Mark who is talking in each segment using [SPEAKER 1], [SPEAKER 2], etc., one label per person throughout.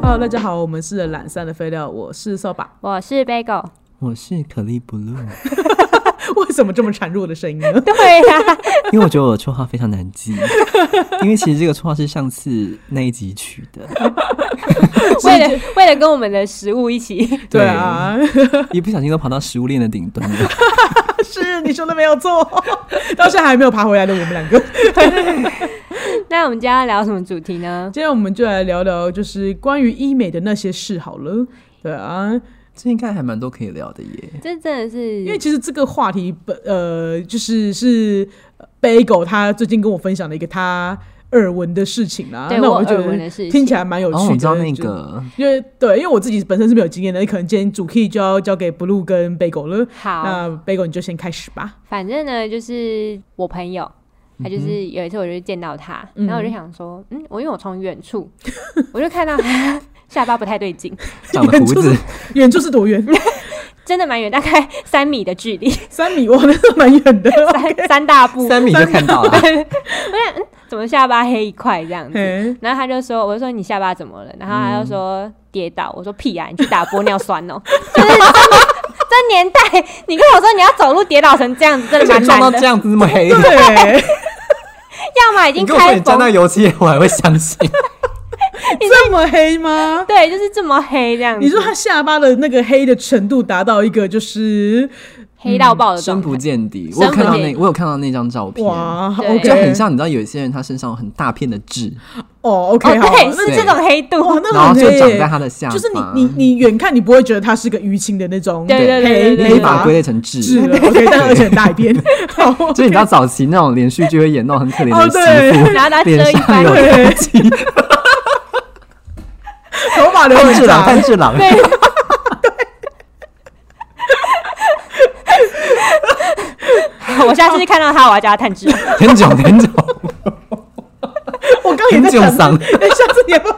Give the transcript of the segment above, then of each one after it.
[SPEAKER 1] Hello，大家好，我们是懒散的废料，我是扫把。
[SPEAKER 2] 我是 Bagel。
[SPEAKER 3] 我是可丽 blue，
[SPEAKER 1] 为什么这么孱弱的声音 呢？
[SPEAKER 2] 对呀、
[SPEAKER 3] 因为我觉得我的绰号非常难记， 因为其实这个绰号是上次那一集取的，
[SPEAKER 2] 为了为了跟我们的食物一起，
[SPEAKER 1] 对啊，
[SPEAKER 3] 一不小心都跑到食物链的顶端了。
[SPEAKER 1] 是你说的没有错， 到现在还没有爬回来的我们两个。
[SPEAKER 2] 那我们今天要聊什么主题呢？
[SPEAKER 1] 今天我们就来聊聊，就是关于医美的那些事好了。对啊，
[SPEAKER 3] 这应该还蛮多可以聊的耶。
[SPEAKER 2] 这真的是
[SPEAKER 1] 因为其实这个话题本呃，就是是呃 Bagel 他最近跟我分享了一个他耳闻的事情啦。
[SPEAKER 2] 对
[SPEAKER 1] 那
[SPEAKER 2] 我
[SPEAKER 1] 就觉
[SPEAKER 2] 耳闻的
[SPEAKER 1] 得
[SPEAKER 2] 事情
[SPEAKER 1] 听起来蛮有
[SPEAKER 3] 然
[SPEAKER 1] 趣
[SPEAKER 3] 后
[SPEAKER 1] 的。
[SPEAKER 3] 哦我知道那
[SPEAKER 1] 就
[SPEAKER 3] 个，
[SPEAKER 1] 因为对，因为我自己本身是没有经验的，可能今天主 key 就要交给 Blue 跟 Bagel 了。
[SPEAKER 2] 好。
[SPEAKER 1] 那 Bagel 你就先开始吧。
[SPEAKER 2] 反正呢，就是我朋友，他就是有一次我就见到他，
[SPEAKER 1] 嗯
[SPEAKER 2] 然后我就想说，嗯，我因为我从远处 我就看到他 下巴不太对劲，
[SPEAKER 3] 长了胡
[SPEAKER 1] 就
[SPEAKER 3] 子
[SPEAKER 1] 是，远处是多远？
[SPEAKER 2] 真的蛮远，大概三米的距离，
[SPEAKER 1] 三米，哇，那是蛮 远的。
[SPEAKER 2] 三三大步。 嗯
[SPEAKER 3] 三米就看到了。
[SPEAKER 2] 怎么下巴黑一块这样子？
[SPEAKER 1] 嘿
[SPEAKER 2] 然后他就说，我就说你下巴怎么了？然后
[SPEAKER 3] 嗯
[SPEAKER 2] 他就说跌倒。我说屁啊，你去打玻尿酸哦、 就是真的这年代，你跟我说你要走路跌倒成这样子，真的
[SPEAKER 3] 而且
[SPEAKER 2] 蛮
[SPEAKER 3] 撞到
[SPEAKER 2] 难
[SPEAKER 3] 这
[SPEAKER 2] 的。
[SPEAKER 3] 样子那么 黑，
[SPEAKER 1] 对，
[SPEAKER 2] 要么已经
[SPEAKER 3] 你跟我说
[SPEAKER 2] 开
[SPEAKER 3] 你沾到
[SPEAKER 2] 缝，
[SPEAKER 3] 油漆，我还会 相信。
[SPEAKER 1] 这么黑吗？
[SPEAKER 2] 对，就是这么黑这样子。
[SPEAKER 1] 你说他下巴的那个黑的程度达到一个就是
[SPEAKER 2] 黑到爆的
[SPEAKER 3] 深
[SPEAKER 2] 状态
[SPEAKER 3] 不，见底，
[SPEAKER 2] 深
[SPEAKER 3] 我有看到
[SPEAKER 2] 不见
[SPEAKER 3] 那，
[SPEAKER 2] 底
[SPEAKER 3] 我有看到那张照片，
[SPEAKER 1] 哇
[SPEAKER 2] 对
[SPEAKER 1] ，OK，
[SPEAKER 3] 就很像你知道有一些人他身上有很大片的痣，
[SPEAKER 1] 哦，OK，好
[SPEAKER 2] 哦，，对，
[SPEAKER 1] 那
[SPEAKER 2] 是这种黑度，
[SPEAKER 1] 哇，那
[SPEAKER 3] 然后
[SPEAKER 1] 很
[SPEAKER 3] 就
[SPEAKER 1] 黑
[SPEAKER 3] 长
[SPEAKER 1] 耶
[SPEAKER 3] 在他的下巴，
[SPEAKER 1] 就是你你你远看你不会觉得它是个淤青的那种
[SPEAKER 2] 对对对对
[SPEAKER 1] 黑
[SPEAKER 2] 对
[SPEAKER 3] 可以
[SPEAKER 1] 黑
[SPEAKER 2] 对
[SPEAKER 3] 把它
[SPEAKER 1] 发
[SPEAKER 3] 归类成痣，
[SPEAKER 1] 啊痣了，OK，但 而且很大一 片，好
[SPEAKER 3] 就是你知道早期那种连续剧会演那种很可怜
[SPEAKER 1] 哦
[SPEAKER 3] 的
[SPEAKER 1] 对
[SPEAKER 3] 媳 妇，
[SPEAKER 2] 然后他遮
[SPEAKER 3] 脸
[SPEAKER 2] 一
[SPEAKER 3] 上
[SPEAKER 2] 半，
[SPEAKER 3] 有
[SPEAKER 2] 对，
[SPEAKER 1] 对
[SPEAKER 3] 油漆，
[SPEAKER 1] 头发留
[SPEAKER 3] 炭
[SPEAKER 1] 很长
[SPEAKER 3] 治郎，炭，治郎，
[SPEAKER 2] 我下次看到他，我要叫他探 知。
[SPEAKER 3] 田炯，田炯，
[SPEAKER 1] 我刚也在想
[SPEAKER 3] 很
[SPEAKER 1] 说，
[SPEAKER 3] 沮
[SPEAKER 1] 哎，下次你要不 要，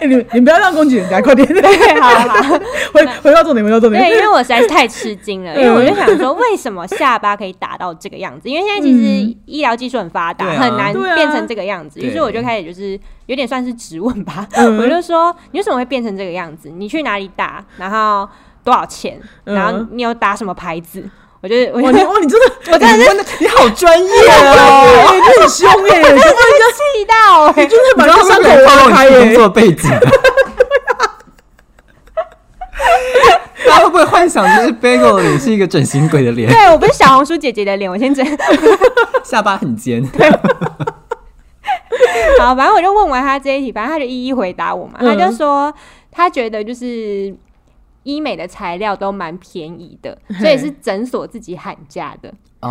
[SPEAKER 1] 哎你你不要这样攻击人家，快点，
[SPEAKER 2] 对，
[SPEAKER 3] 啊
[SPEAKER 2] 好好，
[SPEAKER 1] 回回到重点，回到重点
[SPEAKER 2] 对，因，为我实在是太吃惊了，因为我
[SPEAKER 1] 嗯
[SPEAKER 2] 就想说，为什么下巴可以打到这个样子？因为现在其实医疗技术很发达，
[SPEAKER 3] 对啊
[SPEAKER 2] 很难
[SPEAKER 1] 嗯对啊
[SPEAKER 2] 变成这个样子。
[SPEAKER 3] 对
[SPEAKER 2] 于是我就开始就是有点算是质问吧，
[SPEAKER 1] 嗯
[SPEAKER 2] 我就说你为什么会变成这个样子？你去哪里打？然后多少钱？
[SPEAKER 1] 嗯
[SPEAKER 2] 然后你有打什么牌子？我就 我
[SPEAKER 1] 哇
[SPEAKER 2] 就
[SPEAKER 1] 你哇你真的
[SPEAKER 2] 我真的是
[SPEAKER 3] 你好专业
[SPEAKER 1] 对，
[SPEAKER 3] 哦，
[SPEAKER 1] 你很凶耶，
[SPEAKER 2] 气到 哎、
[SPEAKER 1] 你就是把
[SPEAKER 3] 你
[SPEAKER 1] 那
[SPEAKER 3] 知道
[SPEAKER 1] 个伤口
[SPEAKER 3] 是可以
[SPEAKER 1] 挖
[SPEAKER 3] 透
[SPEAKER 1] 开
[SPEAKER 3] 露你
[SPEAKER 1] 耶
[SPEAKER 3] 工。作背 景的。大家会不会幻想就是 Bagel 脸是一个整形鬼的 脸，
[SPEAKER 2] 对，我不是小红书姐姐的脸，我先整。
[SPEAKER 3] 下巴很尖？
[SPEAKER 2] 好，反正我就问完他这一题，反正他就一一回答我嘛。他
[SPEAKER 1] 嗯
[SPEAKER 2] 就说他觉得就是医美的材料都蛮便宜的，所以是诊所自己喊价的。
[SPEAKER 3] 哦，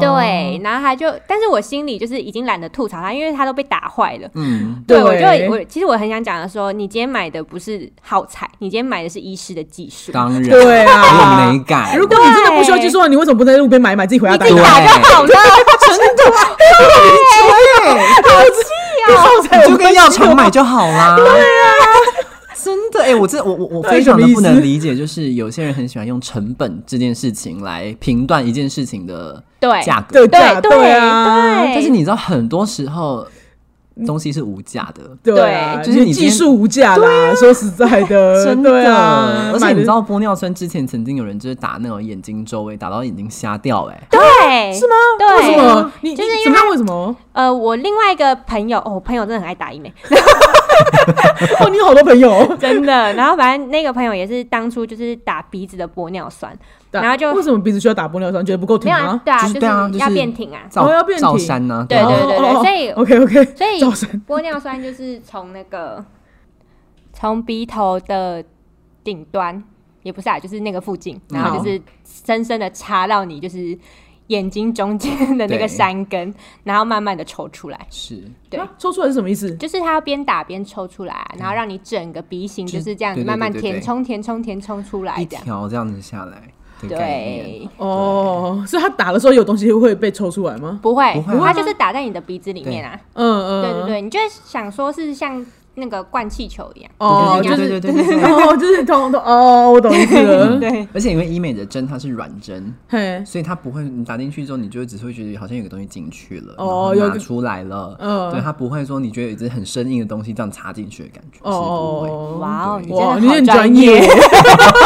[SPEAKER 2] 对，，然后他就，但是我心里就是已经懒得吐槽他，因为他都被打坏了。
[SPEAKER 3] 嗯，
[SPEAKER 2] 对，我
[SPEAKER 1] 对
[SPEAKER 2] 就我其实我很想讲的说，你今天买的不是耗材，你今天买的是医师的技术。
[SPEAKER 3] 当然，
[SPEAKER 1] 对啊
[SPEAKER 3] 还有美感，
[SPEAKER 1] 如果你真的不需要技术的话，你为什么不在路边买买自己回家
[SPEAKER 2] 你
[SPEAKER 1] 打
[SPEAKER 2] 自？己打就好了，哦
[SPEAKER 1] 好
[SPEAKER 3] 你就跟药厂买就好啦。对啊，真的哎、我这我我我
[SPEAKER 1] 到底
[SPEAKER 3] 非
[SPEAKER 1] 什
[SPEAKER 3] 常
[SPEAKER 1] 么
[SPEAKER 3] 的
[SPEAKER 1] 意思
[SPEAKER 3] 不能理解，就是有些人很喜欢用成本这件事情来评断一件事情的
[SPEAKER 2] 对
[SPEAKER 3] 价格，
[SPEAKER 1] 对
[SPEAKER 2] 对
[SPEAKER 1] 对
[SPEAKER 2] 对
[SPEAKER 1] 啊，
[SPEAKER 2] 对
[SPEAKER 3] 但是你知道很多时候东西是无价的。
[SPEAKER 1] 对啊，
[SPEAKER 2] 对
[SPEAKER 3] 就是你
[SPEAKER 1] 技
[SPEAKER 3] 今天
[SPEAKER 1] 术无价
[SPEAKER 2] 啊
[SPEAKER 1] 啦。说实在 的，
[SPEAKER 3] 真
[SPEAKER 1] 对啊，
[SPEAKER 3] 而且
[SPEAKER 1] 买的
[SPEAKER 3] 你知道玻尿酸之前曾经有人就是打那种眼睛周围打到眼睛瞎掉、哎，
[SPEAKER 2] 对，
[SPEAKER 1] 是吗？
[SPEAKER 2] 对
[SPEAKER 1] 为什么？你
[SPEAKER 2] 就是
[SPEAKER 1] 你怎
[SPEAKER 2] 因为
[SPEAKER 1] 么样？为什么？
[SPEAKER 2] 呃，我另外一个朋友，哦，我朋友真的很爱打医美，
[SPEAKER 1] 哦，你有好多朋 友，
[SPEAKER 2] 真的。然后反正那个朋友也是当初就是打鼻子的玻尿酸，然后就
[SPEAKER 1] 啊为什么鼻子需要打玻尿酸？觉得不够
[SPEAKER 2] 没
[SPEAKER 1] 挺
[SPEAKER 2] 有啊
[SPEAKER 1] 吗？
[SPEAKER 2] 对啊，
[SPEAKER 3] 就
[SPEAKER 2] 就是
[SPEAKER 3] 对啊就是
[SPEAKER 2] 要变挺啊。
[SPEAKER 3] 赵
[SPEAKER 1] 哦要变
[SPEAKER 3] 赵
[SPEAKER 1] 挺
[SPEAKER 3] 山呢、
[SPEAKER 2] 对对对
[SPEAKER 1] 哦
[SPEAKER 2] 对，所以
[SPEAKER 1] OK OK，
[SPEAKER 2] 所以
[SPEAKER 1] 造成
[SPEAKER 2] 玻尿酸就是从那个 从鼻头的顶端，也不是啊，就是那个附近，
[SPEAKER 3] 嗯
[SPEAKER 2] 然后就是深深的插到你就是眼睛中间的那个
[SPEAKER 3] 对
[SPEAKER 2] 山根，然后慢慢的抽出来。
[SPEAKER 3] 是
[SPEAKER 2] 对
[SPEAKER 1] 啊抽出来是什么意思？
[SPEAKER 2] 就是它要边打边抽出来啊、然后让你整个鼻型就是这样子
[SPEAKER 3] 对对对
[SPEAKER 2] 慢慢
[SPEAKER 3] 对对
[SPEAKER 2] 填
[SPEAKER 3] 对
[SPEAKER 2] 充、填充、填充出来
[SPEAKER 3] 一
[SPEAKER 2] 这样。
[SPEAKER 3] 条这样子下来的概念
[SPEAKER 2] 对，，
[SPEAKER 1] 哦，所以他打的时候有东西会被抽出来吗？
[SPEAKER 2] 不会，
[SPEAKER 3] 不会啊
[SPEAKER 2] 它就是打在你的鼻子里面啊。
[SPEAKER 1] 嗯嗯，
[SPEAKER 2] 对对对，你就会想说是像那个灌气球一样。
[SPEAKER 1] 哦，
[SPEAKER 2] 就
[SPEAKER 1] 就是是
[SPEAKER 3] 对对对 对对。
[SPEAKER 1] 哦，就是同同哦，我懂意思 了。
[SPEAKER 2] 对，
[SPEAKER 3] 而且因为医美的针它是软针，
[SPEAKER 1] 嘿，
[SPEAKER 3] 所以它不会，你打进去之后，你就会只是会觉得好像有个东西进去了，
[SPEAKER 1] 哦
[SPEAKER 3] 然
[SPEAKER 1] 有
[SPEAKER 3] 后
[SPEAKER 1] 个
[SPEAKER 3] 拿出来了，
[SPEAKER 1] 嗯
[SPEAKER 3] 对，它不会说你觉得有一只很生硬的东西这样插进去的感觉，
[SPEAKER 1] 哦
[SPEAKER 3] 是不会。
[SPEAKER 1] 哦，
[SPEAKER 2] 哇哦，你真
[SPEAKER 1] 哇，
[SPEAKER 2] 的
[SPEAKER 1] 你
[SPEAKER 2] 好
[SPEAKER 1] 很专
[SPEAKER 2] 业哦
[SPEAKER 1] 业，。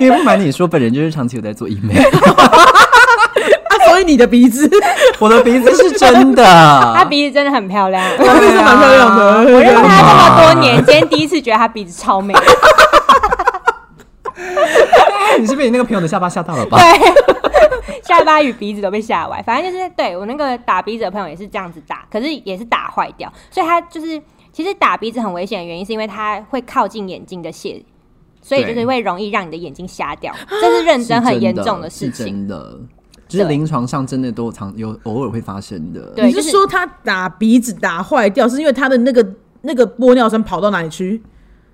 [SPEAKER 3] 因为不瞒你说，本人就是长期有在 做医美，
[SPEAKER 1] 啊，所以你的鼻 子
[SPEAKER 3] 我的鼻子是 真的，
[SPEAKER 2] 她鼻子真的很漂亮，
[SPEAKER 1] 真的是蛮漂亮
[SPEAKER 3] 啊
[SPEAKER 1] 的。我
[SPEAKER 2] 认识她
[SPEAKER 3] 为
[SPEAKER 2] 这么
[SPEAKER 3] 哇
[SPEAKER 2] 多年，今天第一次觉得她鼻子超美。
[SPEAKER 3] 你是被你那个朋友的下巴吓到了吧？
[SPEAKER 2] 对， 下巴与鼻子都被吓歪。反正就是对我那个打鼻子的朋友也是这样子打，可是也是打坏掉，所以他就是其实打鼻子很危险的原因，是因为它会靠近眼睛的血，所以就是
[SPEAKER 3] 对
[SPEAKER 2] 会容易让你的眼睛瞎掉，这是认真很严重的事
[SPEAKER 3] 是
[SPEAKER 2] 情。
[SPEAKER 3] 真的，就是临床上真的都有常有偶尔会发生的。
[SPEAKER 2] 对
[SPEAKER 1] 你
[SPEAKER 2] 就是
[SPEAKER 1] 是说他打鼻子打坏掉，是因为他的那个那个玻尿酸跑到哪里去？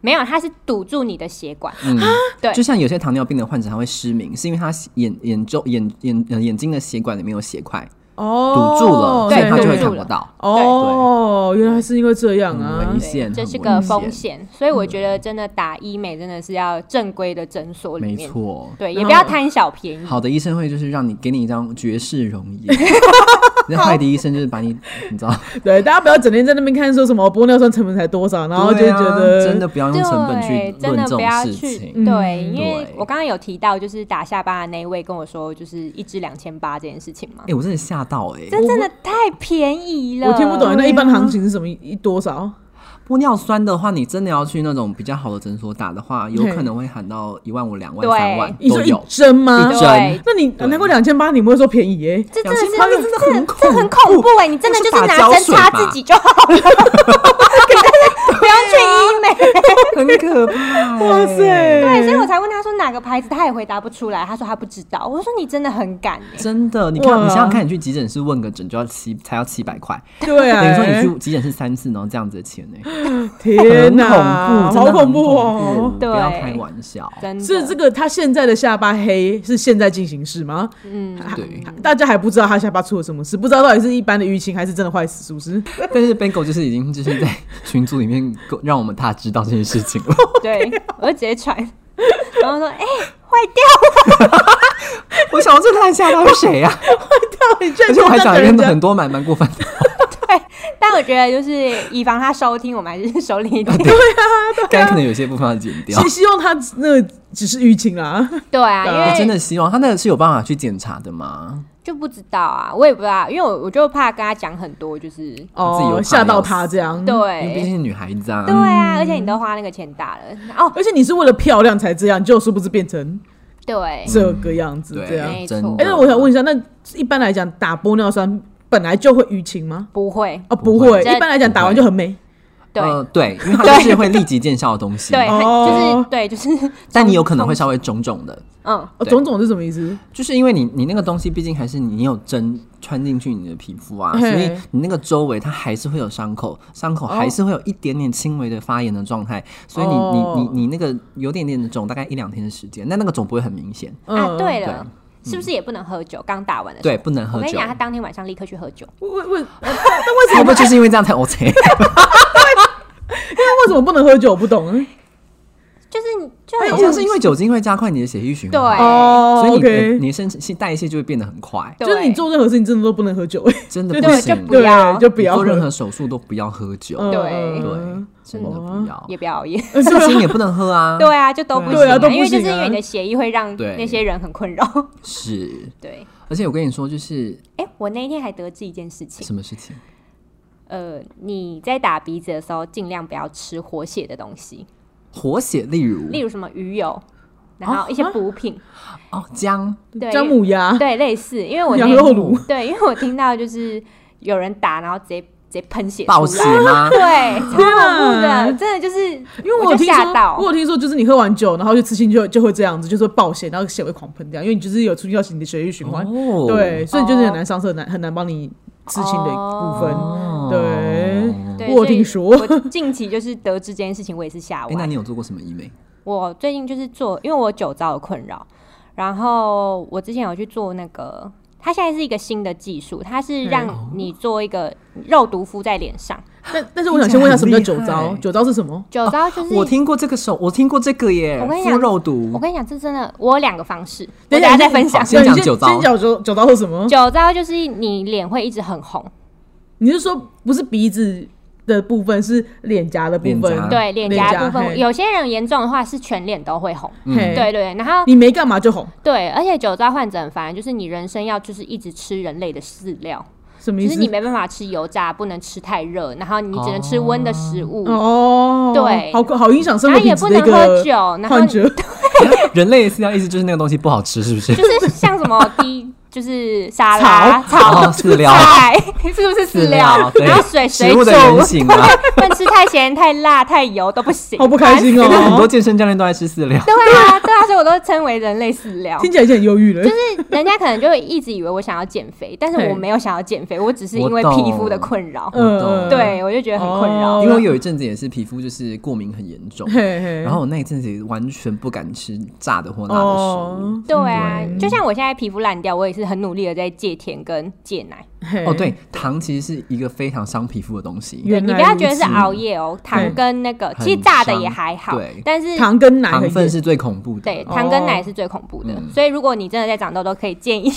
[SPEAKER 2] 没有，它是堵住你的血管，
[SPEAKER 3] 嗯，
[SPEAKER 1] 啊
[SPEAKER 2] 对
[SPEAKER 3] 就像有些糖尿病的患者他会失明，是因为他眼眼周眼眼呃眼睛的血管里面有血块堵
[SPEAKER 1] 哦，
[SPEAKER 3] 住了，所以
[SPEAKER 2] 对
[SPEAKER 3] 他就会
[SPEAKER 2] 堵住
[SPEAKER 3] 看
[SPEAKER 2] 了
[SPEAKER 3] 不到。
[SPEAKER 1] 哦，原来是因为这样啊
[SPEAKER 3] 嗯
[SPEAKER 2] 对，
[SPEAKER 3] 危！险嗯
[SPEAKER 2] 这
[SPEAKER 3] 很
[SPEAKER 2] 是个
[SPEAKER 3] 危
[SPEAKER 2] 风
[SPEAKER 3] 险
[SPEAKER 2] 险。所以我觉得真的打医美真的是要正规的诊所里
[SPEAKER 3] 没
[SPEAKER 2] 面，
[SPEAKER 3] 错，
[SPEAKER 2] 对，
[SPEAKER 1] 然
[SPEAKER 2] 也不要
[SPEAKER 1] 后
[SPEAKER 2] 贪小便宜。
[SPEAKER 3] 好的医生会就是让你给你一张绝世容颜，那坏的医生就是把你，你知道，
[SPEAKER 1] 对，大家不要整天在那边看说什么玻尿酸成本才多少，然后就
[SPEAKER 3] 对
[SPEAKER 1] 觉
[SPEAKER 3] 啊
[SPEAKER 1] 得
[SPEAKER 3] 真的不要用成本去
[SPEAKER 2] 对，真的
[SPEAKER 3] 论
[SPEAKER 2] 不
[SPEAKER 3] 这种
[SPEAKER 2] 要
[SPEAKER 3] 事
[SPEAKER 2] 去
[SPEAKER 3] 情。
[SPEAKER 2] 对，
[SPEAKER 1] 嗯
[SPEAKER 2] 因为
[SPEAKER 3] 对
[SPEAKER 2] 我刚刚有提到，就是打下巴的那一位跟我说，就是一支两千八这件事情嘛
[SPEAKER 3] 哎、，我真的吓到哎、
[SPEAKER 2] 这真的太便宜了，
[SPEAKER 1] 我听不懂，那一般
[SPEAKER 3] 对啊
[SPEAKER 1] 行情是什么？一多少？
[SPEAKER 3] 玻尿酸的话，你真的要去那种比较好的诊所打的话，有
[SPEAKER 1] 嘿
[SPEAKER 3] 可能会喊到一万五、两万、
[SPEAKER 2] 对
[SPEAKER 3] 三万
[SPEAKER 1] 你
[SPEAKER 3] 都
[SPEAKER 1] 说一
[SPEAKER 3] 有。
[SPEAKER 1] 针吗
[SPEAKER 3] 一？针
[SPEAKER 2] 对，
[SPEAKER 1] 那你难怪两千八，你不会说便宜耶？
[SPEAKER 2] 这真的是
[SPEAKER 3] 2800真的很
[SPEAKER 2] 这很恐
[SPEAKER 3] 恐
[SPEAKER 2] 怖哎，你真的
[SPEAKER 3] 那
[SPEAKER 2] 就是是
[SPEAKER 3] 打
[SPEAKER 2] 拿
[SPEAKER 3] 胶
[SPEAKER 2] 针
[SPEAKER 3] 水
[SPEAKER 2] 插
[SPEAKER 3] 吧
[SPEAKER 2] 自己就好 了，可是不要去医美。
[SPEAKER 3] 很可怕、欸
[SPEAKER 1] 哇塞！
[SPEAKER 3] 啊
[SPEAKER 2] 对，所以我才问他说哪个牌子，他也回答不出来，他说他不知道。我说你真的很敢哎，
[SPEAKER 3] 真的，你看，
[SPEAKER 1] 哇
[SPEAKER 3] 你想想看，你去急诊室问个诊就要七，才要七百块，
[SPEAKER 1] 对啊，
[SPEAKER 3] 等于说你去急诊室三次，然后这样子的钱欸呢、
[SPEAKER 1] 天
[SPEAKER 3] 很
[SPEAKER 1] 哪，
[SPEAKER 3] 恐怖，真
[SPEAKER 1] 好
[SPEAKER 3] 的很恐
[SPEAKER 1] 怖哦！
[SPEAKER 3] 不要
[SPEAKER 2] 对
[SPEAKER 3] 开玩笑。
[SPEAKER 2] 真的
[SPEAKER 1] 是这个，他现在的下巴黑是现在进行式吗？
[SPEAKER 2] 嗯，
[SPEAKER 3] 对，
[SPEAKER 1] 大家还不知道他下巴出了什么事，不知道到底是一般的淤青还是真的坏死，是不是？
[SPEAKER 3] 但是 Bengo 就是已经就是在群组里面够让我们大知道这件事情 了，
[SPEAKER 2] 对，
[SPEAKER 3] 啊
[SPEAKER 2] 我就直接传，然后说哎坏掉。
[SPEAKER 3] 我想到这太吓到 谁呀、啊？
[SPEAKER 1] 到底
[SPEAKER 3] 而
[SPEAKER 1] 确
[SPEAKER 3] 且
[SPEAKER 1] 实
[SPEAKER 3] 我还讲了
[SPEAKER 1] 人家
[SPEAKER 3] 很多蛮蛮过分的，
[SPEAKER 2] 但我觉得就是以防他收听，我们还是收敛一点。
[SPEAKER 3] 哦该可能有些部分要剪掉
[SPEAKER 1] 希。希望他那个只是淤青 啦，
[SPEAKER 2] 对啊，因
[SPEAKER 1] 对
[SPEAKER 2] 为、
[SPEAKER 1] 啊
[SPEAKER 3] 哦我真的希望他那个是有办法去检查的吗？
[SPEAKER 2] 就不知道啊，我也不知道，因为我我就怕跟他讲很多，就是
[SPEAKER 3] 自己有
[SPEAKER 1] 哦
[SPEAKER 3] 怕，
[SPEAKER 1] 吓到
[SPEAKER 3] 要死
[SPEAKER 1] 他这样。
[SPEAKER 2] 对、
[SPEAKER 3] 因为毕竟是女孩子啊
[SPEAKER 2] 对。啊，而且你都花那个钱打了哦，
[SPEAKER 1] 而且你是为了漂亮才这样，就殊不知变成
[SPEAKER 2] 对，
[SPEAKER 1] 这个样子这样。
[SPEAKER 2] 没
[SPEAKER 3] 嗯对，真的
[SPEAKER 2] 错。
[SPEAKER 1] 哎、那我想问一下，那一般来讲打玻尿酸本来就会淤青吗？
[SPEAKER 2] 不会，
[SPEAKER 1] 哦，不
[SPEAKER 3] 不
[SPEAKER 1] 会，
[SPEAKER 3] 会
[SPEAKER 1] 一
[SPEAKER 2] 这
[SPEAKER 1] 般来讲打完就很美。
[SPEAKER 2] 对、
[SPEAKER 3] 呃，对，因为它就是会立即见效的东西。
[SPEAKER 2] 对，很
[SPEAKER 1] 哦
[SPEAKER 2] 就是对，就是，
[SPEAKER 3] 但你有可能会稍微肿肿的，
[SPEAKER 2] 嗯，
[SPEAKER 1] 哦，
[SPEAKER 3] 对
[SPEAKER 1] 种种是什么意思？
[SPEAKER 3] 就是因为你你那个东西毕竟还是你有针穿进去你的皮肤啊，
[SPEAKER 1] 嘿
[SPEAKER 3] 所以你那个周围它还是会有伤口，伤口还是会有一点点轻微的发炎的状态，所以你、
[SPEAKER 1] 哦
[SPEAKER 3] 你你你那个有点点的肿，大概一两天的时间，那那个肿不会很明显。
[SPEAKER 2] 啊，
[SPEAKER 1] 嗯，
[SPEAKER 2] 对
[SPEAKER 3] 对
[SPEAKER 2] 了，是不是也不能喝酒？刚打完的时候，
[SPEAKER 3] 对，不能
[SPEAKER 2] 我
[SPEAKER 3] 喝
[SPEAKER 2] 跟你
[SPEAKER 3] 酒
[SPEAKER 2] 讲，。他当天晚上立刻去喝酒，
[SPEAKER 1] 为为为，那为什
[SPEAKER 3] 会
[SPEAKER 1] 么
[SPEAKER 3] 不会就是因为这样才 OK？
[SPEAKER 1] 那为什么不能喝酒？我不懂。
[SPEAKER 2] 就是你就
[SPEAKER 3] 哎好
[SPEAKER 2] 很像
[SPEAKER 3] 像是因为酒精会加快你的血液循环，
[SPEAKER 2] 对
[SPEAKER 1] 哦
[SPEAKER 3] 所以你的、
[SPEAKER 1] ，OK，
[SPEAKER 3] 你的身体代谢就会变得很快，
[SPEAKER 1] 就是你做任何事情真的都不能喝酒，
[SPEAKER 3] 真的
[SPEAKER 1] 对
[SPEAKER 3] 不
[SPEAKER 2] 对
[SPEAKER 3] 行
[SPEAKER 2] 就。不
[SPEAKER 1] 对
[SPEAKER 2] 要，
[SPEAKER 1] 就不要
[SPEAKER 3] 你做任
[SPEAKER 1] 喝
[SPEAKER 3] 何手术都不要喝酒，
[SPEAKER 1] 嗯哦
[SPEAKER 2] 对
[SPEAKER 3] 对，真的不要。
[SPEAKER 2] 也不要熬夜，
[SPEAKER 3] 色情也不能喝啊，
[SPEAKER 2] 对啊，就都不行、
[SPEAKER 1] 对啊都不
[SPEAKER 2] 因为就
[SPEAKER 1] 行
[SPEAKER 2] 是因为
[SPEAKER 1] 啊
[SPEAKER 2] 你的血液会让
[SPEAKER 3] 对
[SPEAKER 2] 那些人很困扰，
[SPEAKER 3] 是。
[SPEAKER 2] 对。
[SPEAKER 3] 而且我跟你说，就是
[SPEAKER 2] 哎、我那一天还得知一件事情，
[SPEAKER 3] 什么事情？
[SPEAKER 2] 呃，你在打鼻子的时候，尽量不要吃活血的东西，
[SPEAKER 3] 活血，例如
[SPEAKER 2] 例如什么鱼油，然后一些补品，
[SPEAKER 3] 哦姜，
[SPEAKER 2] 对，
[SPEAKER 1] 啊姜母鸭、
[SPEAKER 2] 对，类似，因为我
[SPEAKER 1] 羊
[SPEAKER 2] 那
[SPEAKER 1] 肉炉，
[SPEAKER 2] 对，因为我听到就是有人打，然后直接直接喷血
[SPEAKER 3] 暴
[SPEAKER 2] 出
[SPEAKER 3] 血
[SPEAKER 2] 来，
[SPEAKER 3] 吗？
[SPEAKER 2] 对，超恐怖
[SPEAKER 1] 天啊
[SPEAKER 2] 的，真的就是，因
[SPEAKER 1] 因为我
[SPEAKER 2] 我就
[SPEAKER 1] 有听
[SPEAKER 2] 吓
[SPEAKER 1] 说，
[SPEAKER 2] 到
[SPEAKER 1] 我，有听说，就是你喝完酒，然后就吃进去就就会这样子，就是爆血，然后血会狂喷掉，因为你就是有促进到你的血液循环，
[SPEAKER 3] 哦
[SPEAKER 1] 对，所以就是很难上色，很难很难帮你刺青的部分。
[SPEAKER 2] 哦
[SPEAKER 1] 对
[SPEAKER 2] 对
[SPEAKER 1] 我有
[SPEAKER 2] 所以
[SPEAKER 1] 听说
[SPEAKER 2] 我近期就是得知这件事情，我也是吓
[SPEAKER 3] 哎、
[SPEAKER 2] 歪
[SPEAKER 3] 那。你有做过什么医美？
[SPEAKER 2] 我最近就是做，因为我有酒糟的困扰，然后我之前有去做那个，它现在是一个新的技术，它是让你做一个肉毒敷在脸上，
[SPEAKER 1] 但但是我想先问一下，什么叫酒
[SPEAKER 3] 听起来很厉
[SPEAKER 1] 糟？
[SPEAKER 3] 害
[SPEAKER 1] 酒糟是什么？
[SPEAKER 2] 酒糟就是、
[SPEAKER 3] 哦我听过这个手，我听过这个耶，
[SPEAKER 2] 我跟你
[SPEAKER 3] 肤
[SPEAKER 2] 讲
[SPEAKER 3] 肉毒。
[SPEAKER 2] 我跟你讲，这真的我有两个方式，我
[SPEAKER 1] 等
[SPEAKER 2] 等
[SPEAKER 1] 一
[SPEAKER 2] 下
[SPEAKER 1] 下
[SPEAKER 2] 再分享
[SPEAKER 3] 好。先
[SPEAKER 1] 对
[SPEAKER 3] 讲
[SPEAKER 1] 你
[SPEAKER 3] 酒糟
[SPEAKER 1] 先讲酒酒糟是什么？
[SPEAKER 2] 酒糟就是你脸会一直很红，
[SPEAKER 1] 你是说不是鼻子的部分，是脸颊的部
[SPEAKER 3] 脸颊
[SPEAKER 1] 分？
[SPEAKER 2] 对脸颊部分，
[SPEAKER 1] 嗯嘿
[SPEAKER 2] 有些人严重的话是全脸都会红。
[SPEAKER 1] 嘿
[SPEAKER 3] 嗯
[SPEAKER 2] 对对对，然后
[SPEAKER 1] 你没干嘛就红，
[SPEAKER 2] 对，而且酒糟患者很烦，就是你人生要就是一直吃人类的饲料，
[SPEAKER 1] 什么
[SPEAKER 2] 就
[SPEAKER 1] 意
[SPEAKER 2] 是
[SPEAKER 1] 思？
[SPEAKER 2] 你没办法吃油炸，不能吃太热，然后你只能吃温的食物，
[SPEAKER 1] 哦，
[SPEAKER 2] 对
[SPEAKER 1] 好好影响生
[SPEAKER 2] 然
[SPEAKER 1] 活
[SPEAKER 2] 后也
[SPEAKER 1] 品质
[SPEAKER 2] 不
[SPEAKER 1] 的一
[SPEAKER 2] 能喝酒
[SPEAKER 1] 个，
[SPEAKER 2] 然后
[SPEAKER 1] 幻觉。
[SPEAKER 3] 人类的饲料意思就是那个东西不好吃，是不是？
[SPEAKER 2] 就是 像什么低，就是沙拉、
[SPEAKER 3] 哦
[SPEAKER 2] 草、
[SPEAKER 3] 饲料
[SPEAKER 2] 菜，是不是饲料？
[SPEAKER 3] 对
[SPEAKER 2] 然后水水
[SPEAKER 3] 食
[SPEAKER 2] 煮
[SPEAKER 3] 物的原型啊，
[SPEAKER 2] 不能吃太咸、太辣、太油都 不行，
[SPEAKER 1] 好不开心 哦
[SPEAKER 2] 烦死了
[SPEAKER 3] 因为很多健身教练都爱吃饲料。
[SPEAKER 2] 对啊，对啊，所以我都称为人类饲料。
[SPEAKER 1] 听起来就很忧郁了。
[SPEAKER 2] 就是人家可能就会一直以为我想要减肥，但是
[SPEAKER 1] 嘿
[SPEAKER 2] 我没有想要减肥，我只是因为
[SPEAKER 3] 我懂
[SPEAKER 2] 皮肤的困扰，
[SPEAKER 1] 嗯
[SPEAKER 3] 懂
[SPEAKER 2] 对我就觉得很困扰。
[SPEAKER 1] 哦
[SPEAKER 3] 因为我有一阵子也是皮肤就是过敏很严重，
[SPEAKER 1] 嘿嘿，
[SPEAKER 3] 然后我那一阵子也完全不敢吃炸的或辣的食物。
[SPEAKER 2] 对啊，
[SPEAKER 1] 嗯
[SPEAKER 3] 对
[SPEAKER 2] 就像我现在皮肤烂掉，我也是很努力的在戒甜跟戒奶。
[SPEAKER 1] 嘿
[SPEAKER 3] 哦，对，糖其实是一个非常伤皮肤的东西。
[SPEAKER 1] 原
[SPEAKER 2] 你
[SPEAKER 1] 来
[SPEAKER 2] 不要
[SPEAKER 1] 如
[SPEAKER 2] 觉得是
[SPEAKER 1] 此
[SPEAKER 2] 熬夜哦，糖
[SPEAKER 1] 嗯
[SPEAKER 2] 跟那个
[SPEAKER 3] 很
[SPEAKER 2] 其实炸的也
[SPEAKER 3] 伤
[SPEAKER 2] 还好
[SPEAKER 3] 对，
[SPEAKER 2] 但是
[SPEAKER 1] 糖跟奶
[SPEAKER 3] 糖
[SPEAKER 1] 很
[SPEAKER 3] 分
[SPEAKER 1] 严
[SPEAKER 3] 是最恐怖的，
[SPEAKER 2] 对，
[SPEAKER 1] 哦
[SPEAKER 2] 糖跟奶是最恐怖的，
[SPEAKER 3] 嗯
[SPEAKER 2] 所以如果你真的在长痘痘，可以建 议。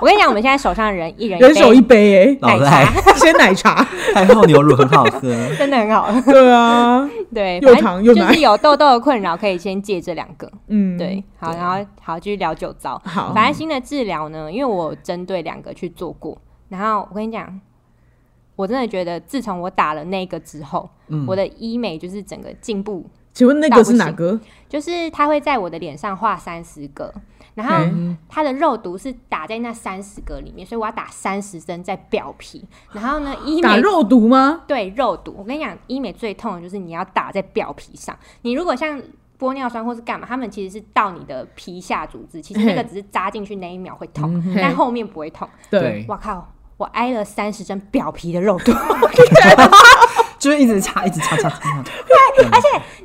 [SPEAKER 2] 我跟你讲，我们现在手上人一人一杯
[SPEAKER 1] 人手一杯
[SPEAKER 3] 老
[SPEAKER 2] 奶
[SPEAKER 3] 赖
[SPEAKER 1] 哎，鲜奶茶，
[SPEAKER 3] 太后牛乳很好喝。
[SPEAKER 2] 真的很好。
[SPEAKER 1] 对啊，
[SPEAKER 2] 对，
[SPEAKER 1] 又
[SPEAKER 2] 反正
[SPEAKER 1] 糖又
[SPEAKER 2] 就
[SPEAKER 1] 奶
[SPEAKER 2] 是有痘痘的困扰，可以先戒这两个。
[SPEAKER 1] 嗯，
[SPEAKER 2] 对，，好，然后好继续聊酒糟。
[SPEAKER 1] 好
[SPEAKER 2] 反正新的治疗呢，因为我有针对两个去做过，然后我跟你讲，我真的觉得自从我打了那个之后，
[SPEAKER 3] 嗯
[SPEAKER 2] 我的医美就是整个进步，
[SPEAKER 1] 请问那个是哪个？
[SPEAKER 2] 就是它会在我的脸上画三十个，然后
[SPEAKER 1] 嗯
[SPEAKER 2] 它的肉毒是打在那三十个里面，所以我要打三十针在表皮。然后呢，医
[SPEAKER 1] 打
[SPEAKER 2] 美
[SPEAKER 1] 肉毒吗？
[SPEAKER 2] 对肉毒，我跟你讲，医美最痛的就是你要打在表皮上。你如果像玻尿酸或是干嘛，他们其实是到你的皮下组织，其实 那个
[SPEAKER 1] 嘿
[SPEAKER 2] 只是扎进去那一秒会痛
[SPEAKER 1] 嗯，
[SPEAKER 2] 但
[SPEAKER 1] 嘿嗯
[SPEAKER 2] 后面不会痛。
[SPEAKER 1] 对，
[SPEAKER 2] 我靠！我挨了三十针表皮的 肉毒，
[SPEAKER 1] 啊
[SPEAKER 3] 就是一直擦，一直擦，擦擦。擦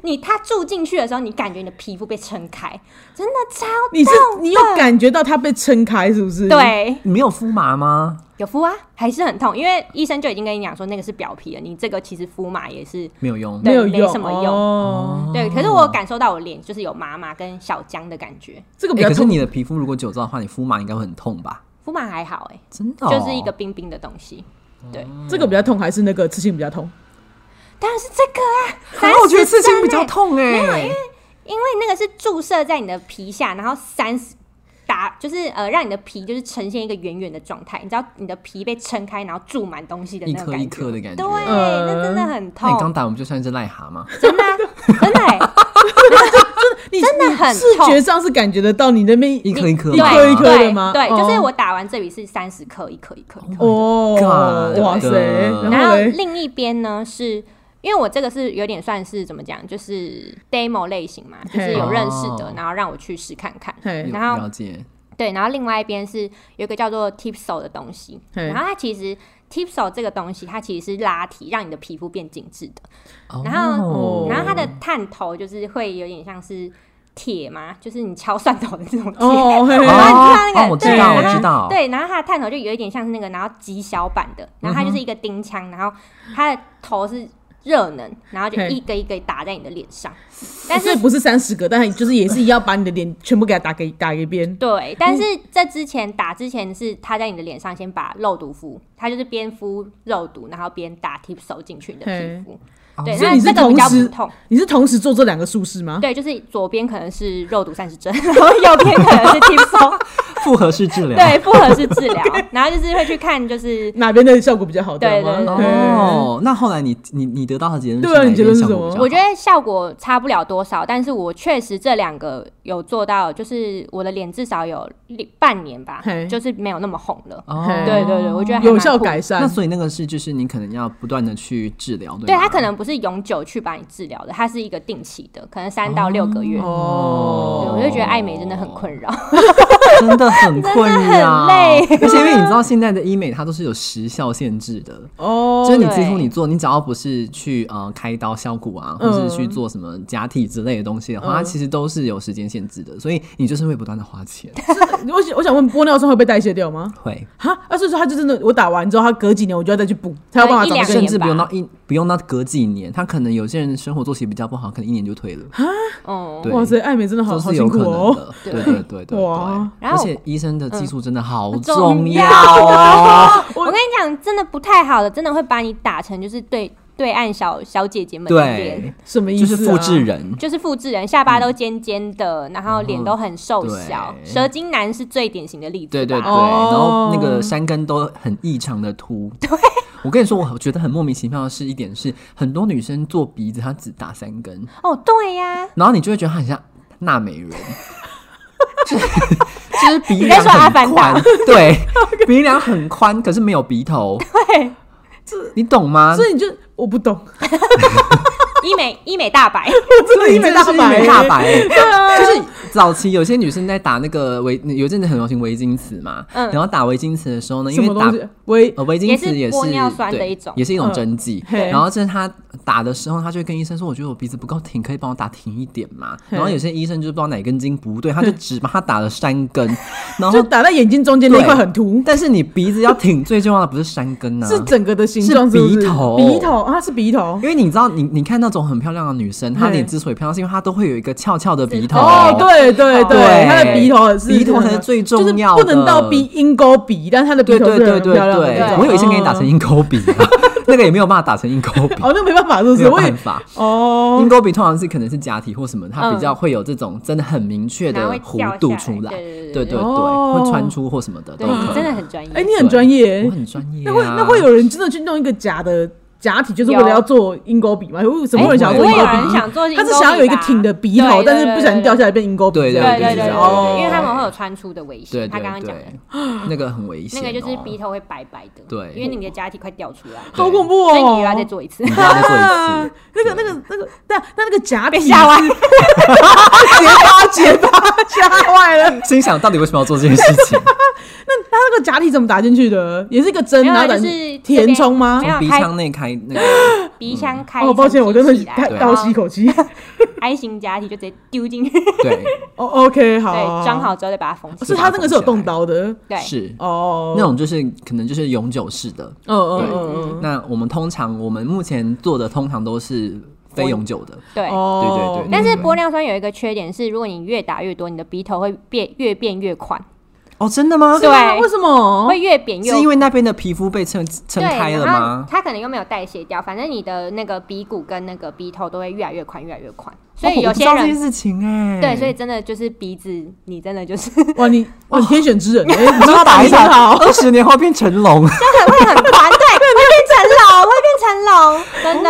[SPEAKER 2] 你它住进去的时候，你感觉你的皮肤被撑开，真的超
[SPEAKER 1] 你是
[SPEAKER 2] 痛
[SPEAKER 1] 你有
[SPEAKER 2] 的
[SPEAKER 1] 感觉到它被撑开是不是？，
[SPEAKER 2] 对，
[SPEAKER 3] 你没有敷麻吗？
[SPEAKER 2] 有敷啊，还是很痛，因为医生就已经跟你讲说那个是表皮了，你这个其实敷麻也是。
[SPEAKER 3] 没有用。
[SPEAKER 1] 没有
[SPEAKER 2] 对没
[SPEAKER 1] 用
[SPEAKER 2] 什么用
[SPEAKER 1] 哦，
[SPEAKER 2] 对，可是我感受到我脸就是有麻麻跟小僵的感觉，
[SPEAKER 1] 这个比
[SPEAKER 3] 欸
[SPEAKER 1] 较
[SPEAKER 3] 可是
[SPEAKER 1] 痛。
[SPEAKER 3] 你的皮肤如果酒糟的话，你敷麻应该会很痛吧？
[SPEAKER 2] 敷麻还好哎、
[SPEAKER 3] 真的哦、哦
[SPEAKER 2] 就是一个冰冰的东西。对，
[SPEAKER 3] 嗯
[SPEAKER 1] 这个比较痛还是那个刺青比较痛？
[SPEAKER 2] 当然是这个啊，
[SPEAKER 3] 啊，我觉得刺青比较
[SPEAKER 2] 33欸，
[SPEAKER 3] 痛哎、
[SPEAKER 2] 因为那个是注射在你的皮下，然后三十打就是呃让你的皮就是呈现一个圆圆的状态，你知道你的皮被撑开，然后注满东西的
[SPEAKER 3] 一
[SPEAKER 2] 那个
[SPEAKER 3] 颗
[SPEAKER 2] 感觉，
[SPEAKER 3] 一颗的感觉。哎
[SPEAKER 2] 对，
[SPEAKER 1] 嗯
[SPEAKER 2] 那真的很
[SPEAKER 3] 那你刚
[SPEAKER 2] 痛，
[SPEAKER 3] 打我们就像一只癞蛤蟆，
[SPEAKER 2] 真的啊、真的、欸。
[SPEAKER 1] 你
[SPEAKER 2] 真的很
[SPEAKER 1] 你视觉上是感觉得到你那边
[SPEAKER 3] 一颗一颗
[SPEAKER 1] 一
[SPEAKER 3] 吗
[SPEAKER 1] 颗一颗
[SPEAKER 2] 对
[SPEAKER 1] 的吗？
[SPEAKER 2] 对，就是
[SPEAKER 1] 哦
[SPEAKER 2] 我打完这里是三十克，一颗一颗一颗。
[SPEAKER 1] 哦，
[SPEAKER 3] Oh God
[SPEAKER 1] 哇塞，
[SPEAKER 3] 的
[SPEAKER 1] 然
[SPEAKER 2] 然
[SPEAKER 1] 后
[SPEAKER 2] 后
[SPEAKER 1] 嘞，哦
[SPEAKER 2] 另一边呢是。因为我这个是有点算是怎么讲，就是 demo 类型嘛，就是有认识的
[SPEAKER 3] 哦，
[SPEAKER 2] 然后让我去试看看。
[SPEAKER 1] 嘿
[SPEAKER 3] 有
[SPEAKER 2] 然后
[SPEAKER 3] 了解。
[SPEAKER 2] 对，然后另外一边是有一个叫做 Tipso 的东西，
[SPEAKER 1] 嘿
[SPEAKER 2] 然后它其实 Tipso 这个东西，它其实是拉提，让你的皮肤变紧致的。然
[SPEAKER 1] 后哦
[SPEAKER 2] 然后它的探头就是会有点像是铁嘛，就是你敲蒜头的这种铁。
[SPEAKER 1] 哦，嘿
[SPEAKER 2] 我
[SPEAKER 1] 嘿
[SPEAKER 2] 知
[SPEAKER 3] 哦
[SPEAKER 2] 道那个，
[SPEAKER 3] 哦我知
[SPEAKER 2] 哎对
[SPEAKER 1] 道我
[SPEAKER 2] 然后
[SPEAKER 3] 知道
[SPEAKER 2] 对，然后它的探头就有一点像是那个，然后极小版的，然后
[SPEAKER 1] 嗯
[SPEAKER 2] 它就是一个钉枪，然后它的头是热能，然后就
[SPEAKER 1] 嘿
[SPEAKER 2] 一个一个打在你的脸上。但
[SPEAKER 1] 所以
[SPEAKER 2] 是
[SPEAKER 1] 不是三十个，但就是也是一样把你的脸全部给它打给打一遍。
[SPEAKER 2] 对，
[SPEAKER 1] 嗯
[SPEAKER 2] 但是这之前打之前是它在你的脸上先把肉毒敷，它就是边敷肉毒，然后边打 tip 手进去你的皮
[SPEAKER 1] 嘿
[SPEAKER 2] 肤。
[SPEAKER 3] 哦
[SPEAKER 2] 对，
[SPEAKER 1] 所以
[SPEAKER 2] 那
[SPEAKER 1] 你是
[SPEAKER 2] 这个比较
[SPEAKER 1] 同
[SPEAKER 2] 不
[SPEAKER 1] 时
[SPEAKER 2] 痛。
[SPEAKER 1] 你是同时做这两个术式吗？
[SPEAKER 2] 对，就是左边可能是肉毒三十针，然后右边可能是 tip 手，
[SPEAKER 3] 复合式治疗。
[SPEAKER 1] 啊
[SPEAKER 2] 对，复合式治疗，然后就是会去看就是
[SPEAKER 1] 哪边的效果比较好？
[SPEAKER 2] 对
[SPEAKER 1] 这样吗嗯
[SPEAKER 2] 对对
[SPEAKER 1] 嘿
[SPEAKER 3] 哦，那后来你你你得到的结论
[SPEAKER 1] 对啊
[SPEAKER 3] 哪
[SPEAKER 1] 你觉得
[SPEAKER 3] 边
[SPEAKER 1] 是
[SPEAKER 3] 效
[SPEAKER 1] 什
[SPEAKER 3] 果
[SPEAKER 1] 么
[SPEAKER 3] 比较好
[SPEAKER 2] 我觉得效果差不了多少，但是我确实这两个有做到，就是我的脸至少有一半年吧
[SPEAKER 1] 嘿，
[SPEAKER 2] 就是没有那么红了。
[SPEAKER 3] 哦
[SPEAKER 1] 嘿
[SPEAKER 2] 对对对，我觉得还蛮
[SPEAKER 1] 有效
[SPEAKER 2] 酷的。
[SPEAKER 1] 改
[SPEAKER 3] 那
[SPEAKER 1] 善。
[SPEAKER 3] 所以那个是就是你可能要不断的去治疗，对
[SPEAKER 2] 对
[SPEAKER 3] 吗
[SPEAKER 2] 它可能不是永久去把你治疗的，它是一个定
[SPEAKER 3] 嗯
[SPEAKER 2] 期的，可能三到六个月。对
[SPEAKER 1] 哦，
[SPEAKER 3] 哦
[SPEAKER 2] 我就觉得爱美真的很困扰，
[SPEAKER 3] 真的的很困
[SPEAKER 2] 真的
[SPEAKER 3] 扰，
[SPEAKER 2] 很累
[SPEAKER 3] 而且因为你知道现在的医美它都是有时效限制的，
[SPEAKER 1] 哦，
[SPEAKER 3] 就是你
[SPEAKER 2] 对
[SPEAKER 3] 几乎你做，你只要不是去呃开刀削骨啊，
[SPEAKER 1] 嗯
[SPEAKER 3] 或是去做什么假体之类的东西的话，它其实都是有时间限制的，所以你就是会不断的 花钱。
[SPEAKER 1] 我想我想问，玻尿酸会被代谢掉吗？
[SPEAKER 3] 会，
[SPEAKER 1] 哈，啊，所以说他就真的，我打完之后，他隔几年我就要再去补，才有办法
[SPEAKER 2] 对
[SPEAKER 1] 长
[SPEAKER 2] 一
[SPEAKER 1] 得
[SPEAKER 2] 两
[SPEAKER 1] 更
[SPEAKER 3] 甚至
[SPEAKER 2] 年吧
[SPEAKER 3] 不用到一不用到隔几年，他可能有些人生活作息比较不好，可能一年就退了。
[SPEAKER 2] 嗯，
[SPEAKER 3] 对，
[SPEAKER 1] 哇塞，爱美真的好
[SPEAKER 3] 都
[SPEAKER 1] 好
[SPEAKER 3] 是
[SPEAKER 1] 辛
[SPEAKER 3] 有
[SPEAKER 1] 苦
[SPEAKER 3] 可能
[SPEAKER 1] 哦。
[SPEAKER 3] 的。对对对对对
[SPEAKER 1] 哇，
[SPEAKER 2] 然
[SPEAKER 3] 而
[SPEAKER 2] 后
[SPEAKER 3] 且医生的技术真的好
[SPEAKER 2] 嗯
[SPEAKER 3] 重
[SPEAKER 2] 重
[SPEAKER 3] 要啊
[SPEAKER 2] 要
[SPEAKER 3] 哦。
[SPEAKER 2] 我跟你讲，真的不太好的，真的会把你打成就是对对岸小小姐姐们的脸
[SPEAKER 3] 对，，
[SPEAKER 1] 什么意
[SPEAKER 3] 就
[SPEAKER 1] 思、
[SPEAKER 3] 是
[SPEAKER 1] 啊？
[SPEAKER 3] 复制人。
[SPEAKER 2] 就是复制人，下巴都尖尖的，然后脸都很瘦小，
[SPEAKER 3] 嗯对
[SPEAKER 2] 蛇精男是最典型的例子吧。
[SPEAKER 3] 对对对，
[SPEAKER 1] 哦
[SPEAKER 3] 然后那个山根都很异常的凸。对，我跟你说，我觉得很莫名其妙的是一点是，很多女生做鼻子她只打三根，
[SPEAKER 2] 哦，对呀、
[SPEAKER 3] 然后你就会觉得她很像娜美人， 就是就是鼻
[SPEAKER 2] 你在
[SPEAKER 3] 梁
[SPEAKER 2] 说阿凡
[SPEAKER 3] 很
[SPEAKER 2] 达
[SPEAKER 3] 宽， 对，鼻梁很宽，可是没有鼻头，
[SPEAKER 2] 对，
[SPEAKER 3] 你懂吗？
[SPEAKER 1] 所以你就我不懂，
[SPEAKER 2] 医美医美大白，
[SPEAKER 1] 真的医美大
[SPEAKER 3] 真的是
[SPEAKER 1] 白、
[SPEAKER 3] 医美大白、
[SPEAKER 1] 对啊，
[SPEAKER 3] 就是早期有些女生在打那个围，有一阵子很流行围巾词嘛，
[SPEAKER 2] 嗯
[SPEAKER 3] 然后打围巾词的时候呢，因
[SPEAKER 1] 什么
[SPEAKER 3] 为打
[SPEAKER 1] 东西？喂，
[SPEAKER 3] 呃，围巾词
[SPEAKER 2] 也
[SPEAKER 3] 也
[SPEAKER 2] 是
[SPEAKER 3] 是
[SPEAKER 2] 玻尿酸的
[SPEAKER 3] 对
[SPEAKER 2] 一种
[SPEAKER 3] 也是一种
[SPEAKER 1] 嗯
[SPEAKER 3] 针剂。
[SPEAKER 1] 嘿
[SPEAKER 3] 然后这是他打的时候，他就会跟医生说：“我觉得我鼻子不够挺，可以帮我打挺一点嘛。”
[SPEAKER 1] 嘿
[SPEAKER 3] 然后有些医生就是不知道哪根筋不对，他 就只帮他打了三根，然
[SPEAKER 1] 就
[SPEAKER 3] 后
[SPEAKER 1] 打在眼睛中间那一块很凸，
[SPEAKER 3] 但是你鼻子要挺，最重要的不是三根啊，
[SPEAKER 1] 是整个的形状
[SPEAKER 3] 是
[SPEAKER 1] 不
[SPEAKER 3] 鼻头
[SPEAKER 1] 鼻头啊，是鼻头
[SPEAKER 3] 因。为你知道，你你看那种很漂亮的女生，她
[SPEAKER 1] 嘿
[SPEAKER 3] 脸之所以漂亮，是因为她都会有一个翘翘的鼻头。
[SPEAKER 1] 哦，对对
[SPEAKER 3] 对
[SPEAKER 1] 他的鼻头是
[SPEAKER 3] 鼻头才是最重要
[SPEAKER 1] 就是不
[SPEAKER 3] 的
[SPEAKER 1] 能到鼻鹰钩鼻，但是他的鼻
[SPEAKER 3] 对
[SPEAKER 1] 头
[SPEAKER 3] 对
[SPEAKER 1] 是
[SPEAKER 3] 对
[SPEAKER 1] 很
[SPEAKER 3] 对
[SPEAKER 1] 漂亮的那
[SPEAKER 3] 对，
[SPEAKER 1] 种。
[SPEAKER 3] 我有一次给你打成
[SPEAKER 1] 哦
[SPEAKER 3] 鹰钩鼻啊， 那个也没有办法打成鹰钩鼻，
[SPEAKER 1] 哦，那没办法，是不
[SPEAKER 3] 没
[SPEAKER 1] 是？
[SPEAKER 3] 有
[SPEAKER 1] 我也
[SPEAKER 3] 办法。
[SPEAKER 1] 哦
[SPEAKER 3] 鹰，钩鼻通常是可能是假体或什么，它
[SPEAKER 2] 嗯
[SPEAKER 3] 比较会有这种真的很明确的
[SPEAKER 2] 然后会掉
[SPEAKER 3] 弧度
[SPEAKER 2] 下来
[SPEAKER 3] 出来，
[SPEAKER 2] 对对对
[SPEAKER 3] 对
[SPEAKER 2] 对
[SPEAKER 3] 对对，
[SPEAKER 1] 哦
[SPEAKER 3] 会穿出或什么的 都
[SPEAKER 2] 对，
[SPEAKER 3] 有可
[SPEAKER 2] 你
[SPEAKER 3] 能。
[SPEAKER 2] 真的很专业。
[SPEAKER 1] 哎，你很专业
[SPEAKER 3] 我，很专业、啊，
[SPEAKER 1] 那会那会有人真的去弄一个假的假体，就是为了要做鹰钩鼻吗？为什么会有人想要
[SPEAKER 2] 不
[SPEAKER 1] 做
[SPEAKER 2] 会
[SPEAKER 3] 哎
[SPEAKER 1] 鹰
[SPEAKER 2] 有
[SPEAKER 1] 钩
[SPEAKER 2] 人
[SPEAKER 1] 鼻？
[SPEAKER 2] 想做，
[SPEAKER 3] 啊
[SPEAKER 1] 他是想要有一个挺的鼻头，
[SPEAKER 2] 对对对
[SPEAKER 1] 但是不小心掉下来变鹰钩鼻
[SPEAKER 3] 对
[SPEAKER 1] 这
[SPEAKER 3] 对
[SPEAKER 1] 样
[SPEAKER 2] 对
[SPEAKER 1] 子。
[SPEAKER 2] 对对对对，
[SPEAKER 1] 哦
[SPEAKER 2] 因为他们会有穿出的危
[SPEAKER 3] 对
[SPEAKER 2] 险。他
[SPEAKER 3] 对
[SPEAKER 2] 刚刚讲的
[SPEAKER 3] 对，那个很危险、
[SPEAKER 2] 那
[SPEAKER 3] 哦，
[SPEAKER 2] 个就是鼻头会白白的，
[SPEAKER 3] 对
[SPEAKER 2] 因为你的假体快掉出来，
[SPEAKER 1] 好恐怖
[SPEAKER 2] 所以你又
[SPEAKER 1] 哦！
[SPEAKER 3] 啊
[SPEAKER 2] 要再做一次
[SPEAKER 3] 你。知道再做一
[SPEAKER 1] 啊
[SPEAKER 3] 次，
[SPEAKER 1] 那个、那个、那个，但那那个假体
[SPEAKER 2] 被吓歪，
[SPEAKER 1] 结巴、结巴，吓坏 了。
[SPEAKER 3] 心想到底为什么要做这件事 情？
[SPEAKER 1] 他那个假体怎么打进去的？也是一个针，
[SPEAKER 2] 没有
[SPEAKER 1] 然
[SPEAKER 2] 啊
[SPEAKER 1] 后打
[SPEAKER 2] 就是
[SPEAKER 1] 填充吗
[SPEAKER 2] 这？边
[SPEAKER 3] 从鼻腔内开那个，
[SPEAKER 2] 鼻腔开一层
[SPEAKER 1] 哦，抱歉，我真的
[SPEAKER 2] 气
[SPEAKER 1] 是
[SPEAKER 2] 起来
[SPEAKER 1] 太
[SPEAKER 3] 对啊
[SPEAKER 1] 倒吸一口气。
[SPEAKER 2] ，I 型假体就直接丢进去，
[SPEAKER 3] 对，
[SPEAKER 1] 哦，OK，好，
[SPEAKER 2] 对，装好之后再把它缝起
[SPEAKER 1] 是
[SPEAKER 2] 来。
[SPEAKER 1] 他那个是有动刀的
[SPEAKER 2] 对，
[SPEAKER 3] 是
[SPEAKER 1] 哦，
[SPEAKER 3] 那种就是可能就是永久式的。
[SPEAKER 1] 嗯，嗯
[SPEAKER 3] 对
[SPEAKER 1] 嗯嗯
[SPEAKER 3] 那我们通常我们目前做的通常都是非永久的，
[SPEAKER 2] 对
[SPEAKER 1] 嗯，。哦
[SPEAKER 3] 对对对
[SPEAKER 2] 但是
[SPEAKER 3] 嗯
[SPEAKER 2] 玻尿酸有一个缺点是，如果你越打越多，你的鼻头会变越变越宽，
[SPEAKER 3] 哦，真的吗？
[SPEAKER 2] 对
[SPEAKER 1] 啊为什么
[SPEAKER 2] 会？越扁越
[SPEAKER 3] 是因为那边的皮肤被撑撑
[SPEAKER 2] 对，
[SPEAKER 3] 开了
[SPEAKER 2] 然后
[SPEAKER 3] 吗？
[SPEAKER 2] 它可能又没有代谢掉，反正你的那个鼻骨跟那个鼻头都会越来越宽，越来越宽。所以
[SPEAKER 3] 哦我
[SPEAKER 2] 有
[SPEAKER 3] 不知
[SPEAKER 2] 些
[SPEAKER 3] 道这
[SPEAKER 2] 人、
[SPEAKER 3] 件事情哎、
[SPEAKER 2] 对，所以真的就是 鼻子，你真的就是
[SPEAKER 1] 哇，你哇，你天选之人，哎，你
[SPEAKER 3] 你
[SPEAKER 1] 知道
[SPEAKER 3] 说
[SPEAKER 1] 打
[SPEAKER 3] 打
[SPEAKER 1] 一
[SPEAKER 3] 一
[SPEAKER 1] 打
[SPEAKER 3] 打
[SPEAKER 1] 好，
[SPEAKER 3] 二十年后变成 龙
[SPEAKER 2] 会很宽，对，会变成龙，会变成龙，真的，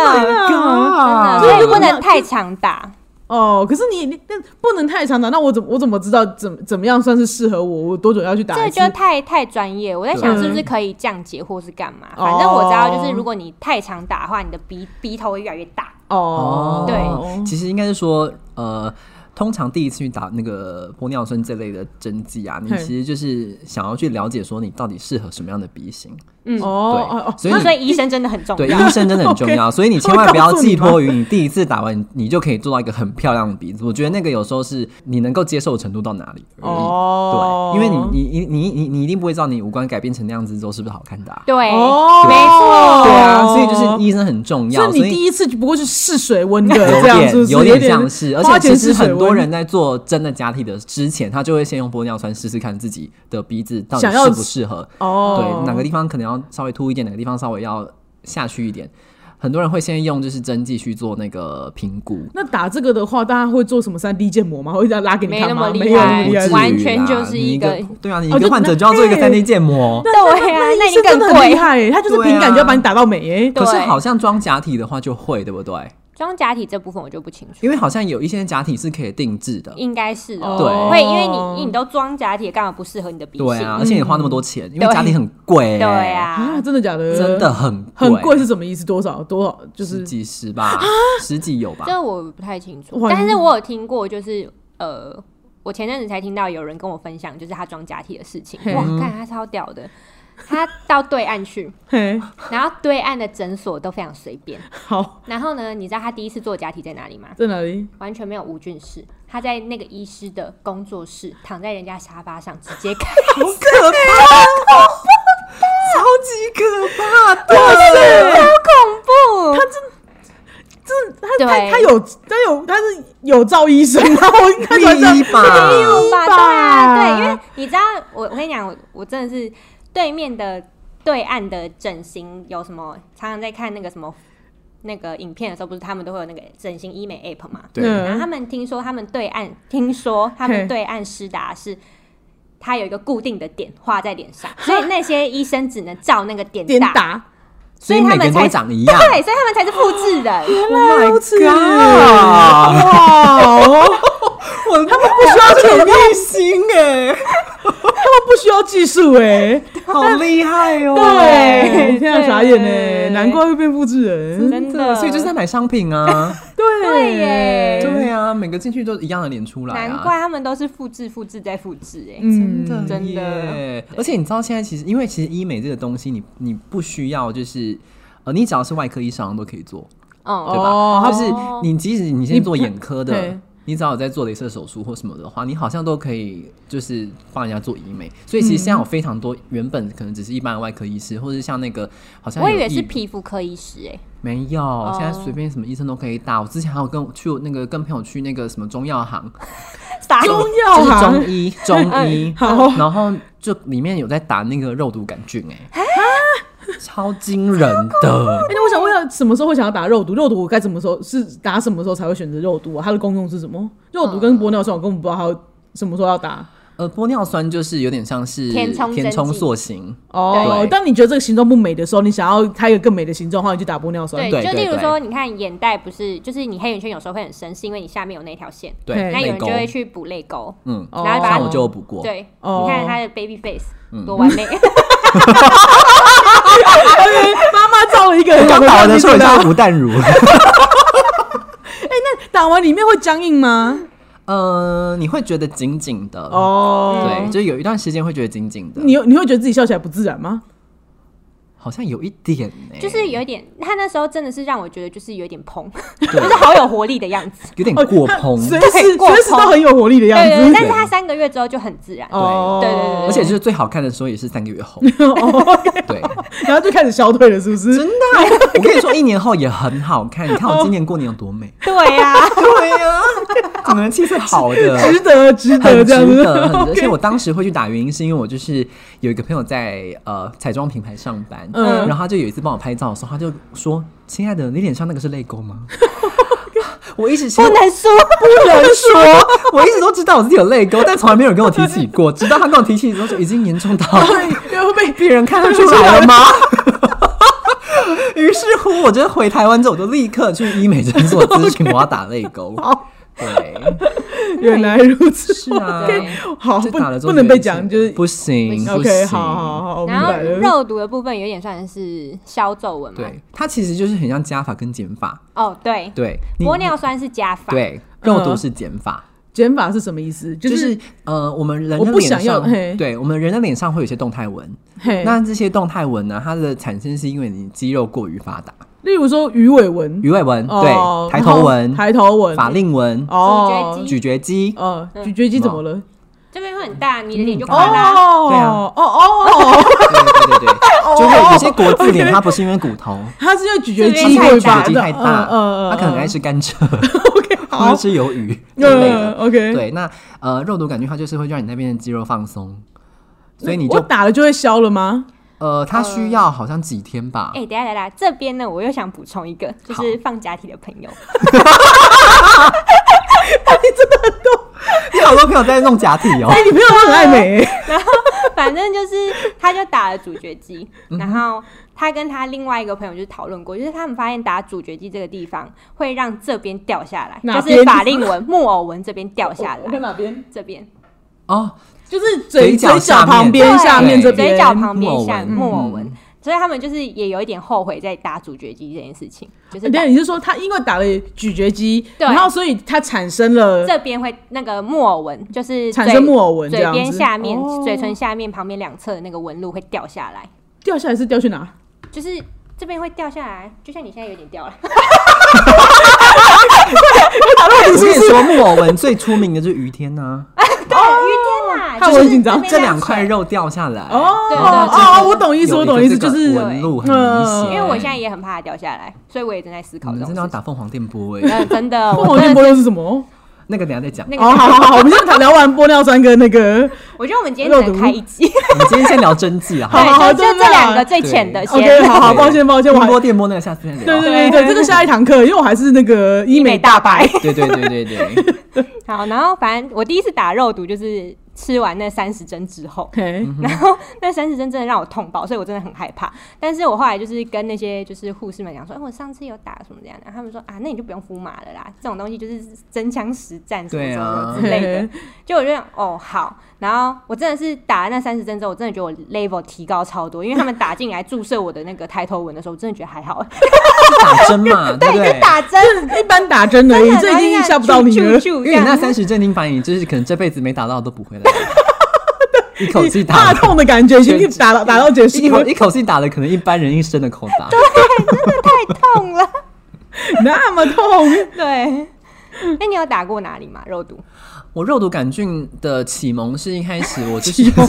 [SPEAKER 2] 真的，
[SPEAKER 3] 啊，God！
[SPEAKER 2] 所以不能太常打。
[SPEAKER 1] 啊哦，可是你你那不能太长打，那我怎么我怎么知道怎怎么样算是适合我？我多久要去打
[SPEAKER 2] 这
[SPEAKER 1] 一次
[SPEAKER 2] 就？太太专业，我在
[SPEAKER 3] 嗯
[SPEAKER 2] 想是不是可以降解或是干嘛？反正我知道，就是如果你太常打的话，你的鼻鼻头会越来越大。
[SPEAKER 1] 哦，
[SPEAKER 2] 对
[SPEAKER 3] 其实应该是说，呃，通常第一次去打那个玻尿酸这类的针剂啊，你
[SPEAKER 1] 嘿
[SPEAKER 3] 其实就是想要去了解说你到底适合什么样的鼻型。
[SPEAKER 1] 哦哦哦，
[SPEAKER 3] 对，
[SPEAKER 2] 那所
[SPEAKER 3] 所以你
[SPEAKER 2] 以医生真的很重
[SPEAKER 3] 对
[SPEAKER 2] 要。
[SPEAKER 3] 医生真的很重要，
[SPEAKER 1] OK，
[SPEAKER 3] 所以你千万不
[SPEAKER 1] 我
[SPEAKER 3] 要
[SPEAKER 1] 告诉你
[SPEAKER 3] 寄
[SPEAKER 1] 吧
[SPEAKER 3] 托于你第一次打完你就可以做到一个很漂亮的鼻子。我觉得那个有时候是你能够接受的程度到哪里而已。
[SPEAKER 1] 哦
[SPEAKER 3] 对，因为你你你你你你一定不会知道你五官改变成那样子之后是不是好看的、啊。
[SPEAKER 2] 对，
[SPEAKER 1] 哦，
[SPEAKER 2] 没错
[SPEAKER 3] 对啊，所以就是医生很重要，
[SPEAKER 1] 所以
[SPEAKER 3] 所
[SPEAKER 1] 你
[SPEAKER 3] 以
[SPEAKER 1] 第一次不过是试水温的
[SPEAKER 3] 有
[SPEAKER 1] 这样，是不
[SPEAKER 3] 点
[SPEAKER 1] 是
[SPEAKER 3] 有点像是，而
[SPEAKER 1] 花
[SPEAKER 3] 且
[SPEAKER 1] 钱
[SPEAKER 3] 其
[SPEAKER 1] 试
[SPEAKER 3] 实
[SPEAKER 1] 水
[SPEAKER 3] 很多
[SPEAKER 1] 温
[SPEAKER 3] 人在做真的假体的之前，他就会先用玻尿酸试试看自己的鼻子到
[SPEAKER 1] 想
[SPEAKER 3] 底
[SPEAKER 1] 要
[SPEAKER 3] 适不适合，
[SPEAKER 1] 哦，
[SPEAKER 3] 对哪个地方可能要稍微凸一点，哪个地方稍微要下去一点。很多人会先用就是针剂去做那个评估，
[SPEAKER 1] 那打这个的话，大家会做什么三 D 建模吗？会这样拉给你
[SPEAKER 2] 没
[SPEAKER 1] 看
[SPEAKER 2] 那
[SPEAKER 1] 吗？
[SPEAKER 2] 么厉
[SPEAKER 1] 没有
[SPEAKER 2] 害
[SPEAKER 1] 那么厉害是
[SPEAKER 2] 不至
[SPEAKER 1] 不是
[SPEAKER 2] 完全
[SPEAKER 3] 哎啦
[SPEAKER 2] 就是
[SPEAKER 3] 你
[SPEAKER 2] 一
[SPEAKER 3] 一
[SPEAKER 2] 个
[SPEAKER 3] 对啊，你
[SPEAKER 1] 哦
[SPEAKER 3] 一个
[SPEAKER 1] 就
[SPEAKER 3] 患者就要做一个
[SPEAKER 1] 嘿
[SPEAKER 3] 三 D 建模，
[SPEAKER 2] 对啊，那
[SPEAKER 1] 医
[SPEAKER 2] 你
[SPEAKER 1] 生真
[SPEAKER 2] 更
[SPEAKER 1] 的很厉
[SPEAKER 2] 贵。
[SPEAKER 1] 害耶，他就是
[SPEAKER 3] 对啊
[SPEAKER 1] 凭感觉要把你打到美耶。
[SPEAKER 2] 对
[SPEAKER 3] 可是好像装假体的话就会，对不对？
[SPEAKER 2] 装假体这部分我就不清楚，
[SPEAKER 3] 因为好像有一些假体是可以定制的，
[SPEAKER 2] 应该是哦，
[SPEAKER 3] 对
[SPEAKER 2] 会因为你你都装假体，干嘛不适合你的鼻型？
[SPEAKER 3] 对啊，而且你花那么多钱，因为
[SPEAKER 2] 对
[SPEAKER 3] 假体很
[SPEAKER 2] 嗯
[SPEAKER 3] 贵、
[SPEAKER 2] 对
[SPEAKER 1] 啊，
[SPEAKER 2] 啊，
[SPEAKER 1] 真的假的？
[SPEAKER 3] 真的很
[SPEAKER 1] 很贵是什么意思？多少多少？就是啊
[SPEAKER 3] 十几十吧，十几有吧
[SPEAKER 2] 这。个我不太清楚
[SPEAKER 1] 哇，
[SPEAKER 2] 但是我有听过，就是呃，我前阵子才听到有人跟我分享，就是他装假体的事情，
[SPEAKER 1] 嘿
[SPEAKER 2] 哇，看他超屌的。他到对岸去，
[SPEAKER 1] 嘿，
[SPEAKER 2] 然后对岸的诊所都非常随便。
[SPEAKER 1] 好，
[SPEAKER 2] 然后呢，你知道他第一次做假体在哪里吗？
[SPEAKER 1] 在哪里？
[SPEAKER 2] 完全没有无菌室，他在那个医师的工作室躺在人家沙发上直接 开，
[SPEAKER 3] 好可怕，超级可怕的，
[SPEAKER 2] 好恐怖！
[SPEAKER 1] 这他
[SPEAKER 2] 对
[SPEAKER 1] 他他有他有他是有照医生，然后看起来像
[SPEAKER 3] 第一吧
[SPEAKER 1] 第一
[SPEAKER 2] 吧，对啊，对，因为你知道，我我跟你讲，我我真的是对面的对岸的整形有什么，常常在看那个什么那个影片的时候，不是他们都会有那个整形医美 app 嘛？
[SPEAKER 3] 对
[SPEAKER 1] 嗯
[SPEAKER 2] 然后他们听说他们对岸，听说他
[SPEAKER 1] 嘿
[SPEAKER 2] 们对岸施达是。它有一个固定的点画在脸上，所以那些医生只能照那个点
[SPEAKER 1] 点打，
[SPEAKER 3] 所以每个人都会长一样。
[SPEAKER 2] 对，所以他们才是复制人。
[SPEAKER 1] 原来如此
[SPEAKER 3] Oh
[SPEAKER 1] 啊哇哦！
[SPEAKER 3] 我他们不需要全明星哎，
[SPEAKER 1] 他们不需要技术 哎，
[SPEAKER 3] 好厉害哦！
[SPEAKER 1] 对，
[SPEAKER 2] 对
[SPEAKER 1] 天啊，傻眼哎，
[SPEAKER 2] 对
[SPEAKER 1] 难怪会变复制人，
[SPEAKER 2] 真
[SPEAKER 3] 对，所以就是在买商品啊，
[SPEAKER 1] 对
[SPEAKER 2] 对耶
[SPEAKER 3] 对啊，每个进去都一样的脸出来啊，
[SPEAKER 2] 难怪他们都是复制、复制再复制、哎、
[SPEAKER 1] 嗯，
[SPEAKER 2] 真的
[SPEAKER 3] 耶而且你知道现在其实，因为其实医美这个东西你，你不需要就是。呃，你只要是外科医生都可以做，对
[SPEAKER 2] 嗯，
[SPEAKER 3] 吧？
[SPEAKER 1] 哦它
[SPEAKER 3] 就是你即使你
[SPEAKER 1] 你
[SPEAKER 3] 先做眼科
[SPEAKER 1] 对
[SPEAKER 3] 的，你只要有在做镭射手术或什么的话，你好像都可以就是帮人家做医美。所以其实现在有非常多原本可能只是一般的外科医师，或者像那个好像
[SPEAKER 2] 我以
[SPEAKER 3] 有
[SPEAKER 2] 为是
[SPEAKER 3] 义
[SPEAKER 2] 皮肤科医师、哎，
[SPEAKER 3] 没有，
[SPEAKER 1] 哦
[SPEAKER 3] 现在随便什么医生都可以打。我之前还有跟我去那个跟朋友去那个什么中药行，
[SPEAKER 2] 傻
[SPEAKER 1] 啊中
[SPEAKER 2] 眼
[SPEAKER 1] 药
[SPEAKER 3] 就是
[SPEAKER 1] 行哎
[SPEAKER 3] 中医，中医，
[SPEAKER 1] 好
[SPEAKER 3] 然后就里面有在打那个肉毒杆菌、哎，超惊人的。
[SPEAKER 1] 哎，那我想问一下，什么时候会想要打肉毒？肉毒我该怎么时候是打什么时候才会选择肉毒啊？它的功用是什么？肉毒
[SPEAKER 3] 嗯
[SPEAKER 1] 跟玻尿酸，我根本不知道它什么时候要打。
[SPEAKER 3] 呃，玻尿酸就是有点像是
[SPEAKER 2] 填充
[SPEAKER 3] 填充
[SPEAKER 2] 针剂
[SPEAKER 3] 塑形，
[SPEAKER 1] 哦，
[SPEAKER 3] 对
[SPEAKER 1] 当你觉得这个形状不美的时候，你想要它有更美的形状的话，你就打玻尿酸。
[SPEAKER 2] 对，
[SPEAKER 3] 对
[SPEAKER 2] 就
[SPEAKER 3] 对
[SPEAKER 2] 例如
[SPEAKER 3] 对
[SPEAKER 2] 说，你看眼袋不是，就是你黑眼圈有时候会很深，是因为你下面有那条线，
[SPEAKER 1] 对
[SPEAKER 3] 对，
[SPEAKER 2] 那有
[SPEAKER 3] 泪
[SPEAKER 2] 人
[SPEAKER 3] 沟
[SPEAKER 2] 就，会去补泪沟，
[SPEAKER 3] 嗯，
[SPEAKER 1] 哦
[SPEAKER 2] 然后把
[SPEAKER 3] 像
[SPEAKER 2] 它
[SPEAKER 3] 我就有补过，
[SPEAKER 2] 对，
[SPEAKER 1] 哦
[SPEAKER 2] 你看他的 baby face 多完美，
[SPEAKER 1] 妈妈造了一 个很好
[SPEAKER 3] 刚打完的时候
[SPEAKER 1] 标
[SPEAKER 3] 很
[SPEAKER 1] 记
[SPEAKER 3] 像吴 淡如。
[SPEAKER 1] 打完里面会僵硬吗？
[SPEAKER 3] 呃，你会觉得紧紧的，
[SPEAKER 1] 哦，
[SPEAKER 3] 对，就有一段时间会觉得紧紧的，
[SPEAKER 1] 你有你会觉得自己笑起来不自然吗？
[SPEAKER 3] 好像有一点哎、
[SPEAKER 2] 就是有一点，他那时候真的是让我觉得就是有点蓬， 就是好有活力的样子。
[SPEAKER 3] 有点过
[SPEAKER 1] 哦它
[SPEAKER 3] 蓬，
[SPEAKER 1] 随
[SPEAKER 2] 对
[SPEAKER 1] 时
[SPEAKER 2] 过
[SPEAKER 1] 随时都
[SPEAKER 2] 棚
[SPEAKER 1] 很有活力的样
[SPEAKER 2] 对对对，但
[SPEAKER 1] 子。
[SPEAKER 2] 是他三个月之后就很自然，
[SPEAKER 1] 哦，
[SPEAKER 2] 对对对对，
[SPEAKER 3] 而且就是最好看的时候也是三个 月后， 对，
[SPEAKER 1] 然后就开始消退了，是不是？
[SPEAKER 3] 真的，我跟你说，一年后也很好看。你看
[SPEAKER 1] 哦
[SPEAKER 3] 我今年过年有多 美
[SPEAKER 2] 对呀、
[SPEAKER 3] 对呀、 整个人气色好 的，
[SPEAKER 1] 值得，值得
[SPEAKER 3] 很
[SPEAKER 1] 这样
[SPEAKER 3] 值
[SPEAKER 1] 子。
[SPEAKER 3] 得，很 值。而且
[SPEAKER 1] OK
[SPEAKER 3] 我当时会去打原因是因为我就是有一个朋友在呃彩妆品牌上班，
[SPEAKER 1] 嗯
[SPEAKER 3] 然后他就有一次帮我拍照的时候，他就说：“亲爱的，你脸上那个是泪沟吗？” 我一直
[SPEAKER 2] 不
[SPEAKER 1] 哦
[SPEAKER 2] 能输，
[SPEAKER 3] 不能说， 我一直都知道我自己有泪沟，但从来没有人跟我提起过。直到他跟我提起的时候，就已经严重到
[SPEAKER 1] 对，会被
[SPEAKER 3] 别人 看得出来了吗？ 于是乎，我就回台湾之后，我就立刻去医美诊所咨询我要打泪 沟。对，
[SPEAKER 1] 原来如此。
[SPEAKER 3] 是啊
[SPEAKER 1] OK，好，
[SPEAKER 3] 就
[SPEAKER 1] 不
[SPEAKER 3] 打了之后
[SPEAKER 1] 不能被
[SPEAKER 3] 觉得
[SPEAKER 1] 讲，
[SPEAKER 3] 是
[SPEAKER 1] 就是
[SPEAKER 3] 不行不
[SPEAKER 1] OK，
[SPEAKER 3] 行。
[SPEAKER 1] 好好好，我明
[SPEAKER 2] 然后
[SPEAKER 1] 白了。
[SPEAKER 2] 肉毒的部分有点算是消皱纹嘛。
[SPEAKER 3] 对，它其实就是很像加法跟减法。
[SPEAKER 2] 哦，对，
[SPEAKER 3] 对，你
[SPEAKER 2] 玻尿酸是加法，，
[SPEAKER 3] 对肉毒是减法。
[SPEAKER 1] 减法是什么意思？嗯就
[SPEAKER 3] 就是
[SPEAKER 1] 是
[SPEAKER 3] 呃，我们人
[SPEAKER 1] 我
[SPEAKER 3] 的
[SPEAKER 1] 不
[SPEAKER 3] 脸
[SPEAKER 1] 想要
[SPEAKER 3] 上
[SPEAKER 1] 嘿，
[SPEAKER 3] 对我们人的脸上会有一些动态纹。
[SPEAKER 1] 嘿，
[SPEAKER 3] 那这些动态纹呢，它的产生是因为你肌肉过于发达，
[SPEAKER 1] 例如说鱼尾纹，
[SPEAKER 3] 鱼尾纹，
[SPEAKER 1] 哦
[SPEAKER 3] 对，抬头
[SPEAKER 1] 然
[SPEAKER 3] 纹
[SPEAKER 1] 后、抬头纹，
[SPEAKER 3] 法令纹、
[SPEAKER 1] 哦
[SPEAKER 2] 咀嚼，肌
[SPEAKER 3] 咀嚼肌，
[SPEAKER 1] 呃，咀嚼肌怎么了？
[SPEAKER 2] 这边会很大，你的脸就
[SPEAKER 1] 哦
[SPEAKER 2] 垮啦。
[SPEAKER 3] 对啊
[SPEAKER 1] 哦 哦哦，
[SPEAKER 3] 对对对对，就会有些国字脸，它不是因为骨头，
[SPEAKER 1] 它是因为咀嚼
[SPEAKER 3] 它是
[SPEAKER 1] 肌
[SPEAKER 3] 因为
[SPEAKER 1] 过
[SPEAKER 3] 咀嚼肌
[SPEAKER 1] 大
[SPEAKER 3] 太大，
[SPEAKER 1] 嗯嗯嗯，
[SPEAKER 3] 它可能爱吃甘蔗，
[SPEAKER 1] OK
[SPEAKER 3] 或
[SPEAKER 1] 好
[SPEAKER 3] 者，吃鱿鱼之类
[SPEAKER 1] 嗯
[SPEAKER 3] 的。
[SPEAKER 1] OK，
[SPEAKER 3] 对，那呃肉毒杆菌它就是会让你那边的肌肉放松，所以你
[SPEAKER 1] 我
[SPEAKER 3] 就
[SPEAKER 1] 打了就会消了吗？
[SPEAKER 3] 呃它需要好像几天吧
[SPEAKER 2] 哎、，等一下，等一下，这边呢，我又想补充一个，就是放假体的朋友，
[SPEAKER 3] 你好多朋友在弄假体哦
[SPEAKER 1] 哎，，你朋友都很爱美，
[SPEAKER 2] 反正就是他就打了咀嚼肌，
[SPEAKER 1] 嗯
[SPEAKER 2] 然后他跟他另外一个朋友就是讨论过，就是他们发现打咀嚼肌这个地方会让这边掉下来，
[SPEAKER 1] 哪
[SPEAKER 2] 就是
[SPEAKER 1] 边
[SPEAKER 2] 法令纹、 木偶纹这边掉下来，
[SPEAKER 1] 哪边？
[SPEAKER 2] 这边
[SPEAKER 3] 哦，
[SPEAKER 1] 就是嘴
[SPEAKER 3] 嘴角
[SPEAKER 1] 角
[SPEAKER 3] 下面
[SPEAKER 1] 旁边
[SPEAKER 2] 对
[SPEAKER 1] 下面这
[SPEAKER 2] 嘴
[SPEAKER 1] 边，
[SPEAKER 2] 角旁边下
[SPEAKER 3] 木偶纹
[SPEAKER 1] 嗯
[SPEAKER 2] 木偶纹，所以他们就是也有一点后悔在打咀嚼肌这件事情，就是
[SPEAKER 1] 等一
[SPEAKER 2] 打
[SPEAKER 1] 下你是说他因为打了咀嚼肌，
[SPEAKER 2] 对
[SPEAKER 1] 然后所以他产生了
[SPEAKER 2] 这边会那个木偶纹，就是
[SPEAKER 1] 产
[SPEAKER 2] 嘴
[SPEAKER 1] 生木偶纹这
[SPEAKER 2] 嘴
[SPEAKER 1] 样
[SPEAKER 2] 边
[SPEAKER 1] 子，
[SPEAKER 2] 下面、
[SPEAKER 1] 哦
[SPEAKER 2] 嘴唇下面旁边两侧的那个纹路会掉下来，
[SPEAKER 1] 掉下来是掉去哪？
[SPEAKER 2] 就是这边会掉下来，就像你现在有点 掉了。
[SPEAKER 3] 我跟你说，木偶纹最出名的就是于天呐、
[SPEAKER 2] 对，于天呐，
[SPEAKER 1] 看
[SPEAKER 2] 就
[SPEAKER 1] 我
[SPEAKER 2] 是
[SPEAKER 1] 紧张
[SPEAKER 2] 边
[SPEAKER 3] 这两
[SPEAKER 2] 水
[SPEAKER 3] 块。肉掉下来，
[SPEAKER 1] 哦
[SPEAKER 2] 对对
[SPEAKER 1] 哦
[SPEAKER 2] 对
[SPEAKER 1] 哦，
[SPEAKER 2] 对
[SPEAKER 1] 我懂意思，我懂意思，就是
[SPEAKER 2] 个
[SPEAKER 3] 纹路很明
[SPEAKER 1] 嗯
[SPEAKER 3] 显。
[SPEAKER 2] 因为我现在也很怕它掉下来，所以我也正在思考
[SPEAKER 3] 你
[SPEAKER 2] 这种
[SPEAKER 3] 们真的要
[SPEAKER 2] 事情。
[SPEAKER 3] 打凤凰电波哎、
[SPEAKER 2] 嗯，真的，
[SPEAKER 1] 凤
[SPEAKER 2] 我
[SPEAKER 1] 凰
[SPEAKER 2] 真
[SPEAKER 1] 电
[SPEAKER 2] 的
[SPEAKER 1] 波又是什么？
[SPEAKER 3] 那个等一下再讲。
[SPEAKER 2] 那
[SPEAKER 1] 哦，好
[SPEAKER 2] 个，
[SPEAKER 1] 好好，我们先聊完玻尿酸跟那个，
[SPEAKER 2] 我觉得我们今天只能开一集，
[SPEAKER 3] 我们今天先聊真迹啊，
[SPEAKER 1] 好好好
[SPEAKER 2] 对，就就
[SPEAKER 1] 真的啊
[SPEAKER 2] 这两个最浅的
[SPEAKER 1] OK，
[SPEAKER 2] 先。
[SPEAKER 1] 好好，抱歉抱歉，我
[SPEAKER 3] 电
[SPEAKER 1] 还
[SPEAKER 3] 波电波那个下次再
[SPEAKER 1] 对
[SPEAKER 3] 聊。
[SPEAKER 1] 对对对，这个下一堂课，因为我还是那个医美
[SPEAKER 2] 大白。
[SPEAKER 3] 对对对对对，
[SPEAKER 2] 好，然后反正我第一次打肉毒就是吃完那三十针之后，
[SPEAKER 1] ，OK，
[SPEAKER 2] 然后 那三十针真的让我痛爆，所以我真的很害怕。但是我后来就是跟那些就是护士们讲说，哎、我上次有打什么这样的，他们说啊，那你就不用敷麻了啦，这种东西就是真枪实战什么
[SPEAKER 3] 对
[SPEAKER 2] 什
[SPEAKER 3] 啊
[SPEAKER 2] 么之类 的。就我就想哦好，然后我真的是打了那三十针之后，我真的觉得我 level 提高超多，因为他们打进来注射我的那个抬头纹的时候，我真的觉得还好，
[SPEAKER 3] 打针嘛，对不
[SPEAKER 2] 对，
[SPEAKER 3] 对
[SPEAKER 2] 就？打针，
[SPEAKER 1] 一般打针而已，
[SPEAKER 2] 真的
[SPEAKER 1] 这已经吓不到你
[SPEAKER 2] 然后
[SPEAKER 1] 了
[SPEAKER 2] 就。这样啾啾啾这
[SPEAKER 3] 因为你
[SPEAKER 2] 样
[SPEAKER 3] 那三十正经把你就是可能这辈子没打到都不会了，一口气打
[SPEAKER 1] 怕
[SPEAKER 3] 了
[SPEAKER 1] 痛的感觉已经打到打到结束
[SPEAKER 3] 一口
[SPEAKER 1] 了，
[SPEAKER 3] 一口气打了可能一般人一生的口打。
[SPEAKER 2] 太痛 了。
[SPEAKER 1] 那么 痛，
[SPEAKER 2] 对，那你有打过哪里吗？肉 毒？
[SPEAKER 3] 我肉毒杆菌的启蒙是一开始我就是
[SPEAKER 2] 启蒙，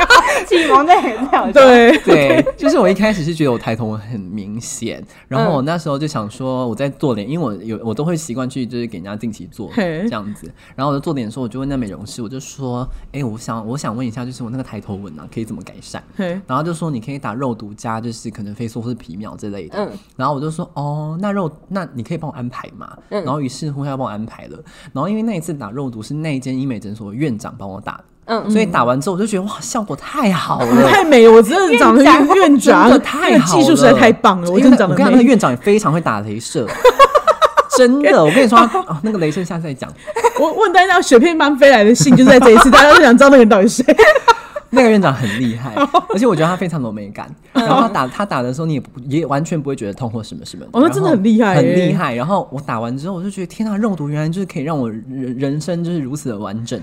[SPEAKER 2] 启蒙这也是好笑。
[SPEAKER 1] 对，
[SPEAKER 3] 对，就是我一开始是觉得我抬头纹很明显，然
[SPEAKER 2] 嗯
[SPEAKER 3] 后我那时候就想说我在做脸，因为我有我都会习惯去就是给人家定期做
[SPEAKER 1] 嘿
[SPEAKER 3] 这样子，然后我就做脸的时候，我就问那美容师，我就说，哎、我想我想问一下，就是我那个抬头纹啊，可以怎么改善？
[SPEAKER 1] 嘿
[SPEAKER 3] 然后就说你可以打肉毒加，就是可能飞梭或是皮秒之类的。
[SPEAKER 2] 嗯
[SPEAKER 3] 然后我就说哦，那肉那你可以帮我安排嘛？
[SPEAKER 2] 嗯
[SPEAKER 3] 然后于是乎他帮我安排了。然后因为那一次打肉毒是那一间医美诊所的院长帮我打的，
[SPEAKER 2] 嗯，
[SPEAKER 3] 所以打完之后我就觉得哇，效果太好了。
[SPEAKER 1] 太美了，我真的长得
[SPEAKER 2] 院长
[SPEAKER 1] 院
[SPEAKER 3] 真的
[SPEAKER 1] 长，
[SPEAKER 3] 太好了，
[SPEAKER 1] 技术实在太棒了，我
[SPEAKER 3] 因
[SPEAKER 1] 真
[SPEAKER 3] 为
[SPEAKER 1] 的
[SPEAKER 3] 那
[SPEAKER 1] 长
[SPEAKER 3] 我
[SPEAKER 1] 得
[SPEAKER 3] 跟你讲那个
[SPEAKER 1] 美。
[SPEAKER 3] 院长也非常会打镭射，真的。我跟你说他，哦、那个雷声下次再讲。
[SPEAKER 1] 我问大家，雪片般飞来的信就是在这 一次，大家都想知道那个人到底是谁。
[SPEAKER 3] 那个院长很 厉害，而且我觉得他非常有美感。
[SPEAKER 1] 嗯
[SPEAKER 3] 然后他打他打的时候，你也不也完全不会觉得痛或什么什么的。
[SPEAKER 1] 哦那真的
[SPEAKER 3] 然后
[SPEAKER 1] 很厉害耶
[SPEAKER 3] 很厉害。然后我打完之后，我就觉得天啊，肉毒原来就是可以让我人人生就是如此的完 整。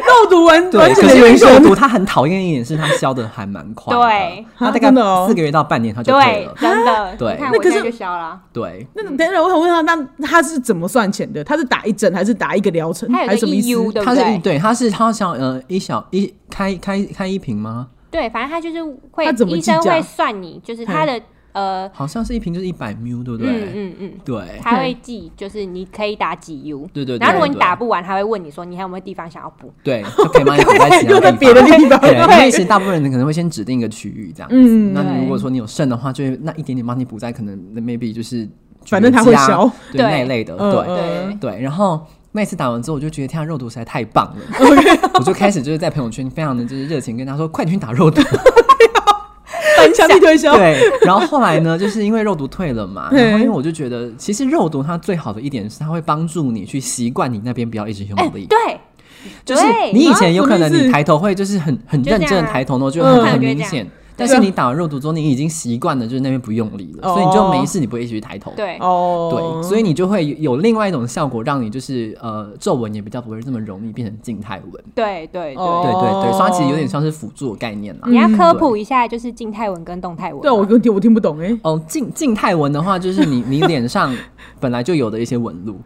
[SPEAKER 1] 肉毒完
[SPEAKER 3] 对，
[SPEAKER 1] 完
[SPEAKER 3] 可
[SPEAKER 1] 整的
[SPEAKER 3] 是
[SPEAKER 1] 人
[SPEAKER 3] 肉
[SPEAKER 1] 生，
[SPEAKER 3] 毒他很讨厌一点是他消的还蛮快的，
[SPEAKER 2] 对
[SPEAKER 3] 他 大
[SPEAKER 1] 啊真的哦
[SPEAKER 3] 概四个月到半年他就退
[SPEAKER 2] 啊对
[SPEAKER 3] 了，。
[SPEAKER 2] 真的，
[SPEAKER 3] 对
[SPEAKER 2] 你看
[SPEAKER 1] 那
[SPEAKER 2] 我
[SPEAKER 1] 可是
[SPEAKER 2] 现在就消了。
[SPEAKER 3] 对，
[SPEAKER 1] 那等等，我想问他，那他是怎么算钱的？他是打一针，还是打一个疗程，
[SPEAKER 2] 它有
[SPEAKER 1] 还
[SPEAKER 2] 个
[SPEAKER 1] 是什么意思？
[SPEAKER 2] EU 对不
[SPEAKER 3] 他 E 是
[SPEAKER 2] 对？
[SPEAKER 3] 一对他是他想呃一小一开开开一瓶吗？
[SPEAKER 2] 对，反正他就是会
[SPEAKER 1] 它怎么
[SPEAKER 2] 医
[SPEAKER 1] 计价
[SPEAKER 2] 生会算你，就是他的呃，
[SPEAKER 3] 好像是一瓶就是一百 ml，对不对？
[SPEAKER 2] 嗯嗯嗯，
[SPEAKER 3] 对
[SPEAKER 2] 他会记，就是你可以打几 U。
[SPEAKER 3] 对对对。
[SPEAKER 2] 然后如果你
[SPEAKER 3] 对
[SPEAKER 2] 打不完，他会问你说你还有没有地方想要补？
[SPEAKER 3] 对，就可以帮你补在其他
[SPEAKER 1] 又在别的地方
[SPEAKER 3] 对，因为其实大部分人可能会先指定一个区域这样子。
[SPEAKER 1] 嗯
[SPEAKER 3] 那
[SPEAKER 2] 对
[SPEAKER 3] 你如果说你有剩的话，就会那一点点帮你补在可能 maybe 就是
[SPEAKER 1] 反正它会消
[SPEAKER 3] 绝交对
[SPEAKER 2] 对
[SPEAKER 3] 那一类的，
[SPEAKER 1] 嗯
[SPEAKER 3] 对
[SPEAKER 1] 嗯
[SPEAKER 3] 对。然后那一次打完之后，我就觉得天啊，肉毒实在太棒 了，我就开始就是在朋友圈非常的就是热情跟他说，快点去打肉毒。
[SPEAKER 1] 反向力推销，
[SPEAKER 3] 对，然后后来呢，就是因为肉毒退了嘛，
[SPEAKER 1] 嗯
[SPEAKER 3] 然后因为我就觉得其实肉毒它最好的一点是它会帮助你去习惯你那边不要一直用
[SPEAKER 2] 哎，
[SPEAKER 3] 力。
[SPEAKER 2] 对，
[SPEAKER 3] 就是
[SPEAKER 2] 对
[SPEAKER 3] 你以前有可能
[SPEAKER 1] 什么意
[SPEAKER 3] 你
[SPEAKER 1] 思
[SPEAKER 3] 抬头会就是很很
[SPEAKER 2] 就这样
[SPEAKER 3] 认
[SPEAKER 2] 啊
[SPEAKER 3] 真的抬头呢，我觉
[SPEAKER 1] 嗯
[SPEAKER 3] 得很很明
[SPEAKER 2] 我觉得这
[SPEAKER 3] 显。但是你打完肉毒之后，你已经习惯了，就是那边不用力了，
[SPEAKER 1] 哦
[SPEAKER 3] 所以你就没事，你不会一直去抬头。
[SPEAKER 2] 对，
[SPEAKER 1] 哦，
[SPEAKER 3] 对，所以你就会有另外一种效果，让你就是呃皱纹也比较不会这么容易变成静态纹。
[SPEAKER 2] 对，对，
[SPEAKER 1] 哦
[SPEAKER 2] 对。
[SPEAKER 3] 对对对，所以它其实有点像是辅助的概念啦。
[SPEAKER 2] 你要科普一下，就是静态纹跟动态纹。
[SPEAKER 1] 对啊我跟听我听不懂哎、
[SPEAKER 3] 哦，静静态纹的话，就 是你你脸上本来就有的一些纹路，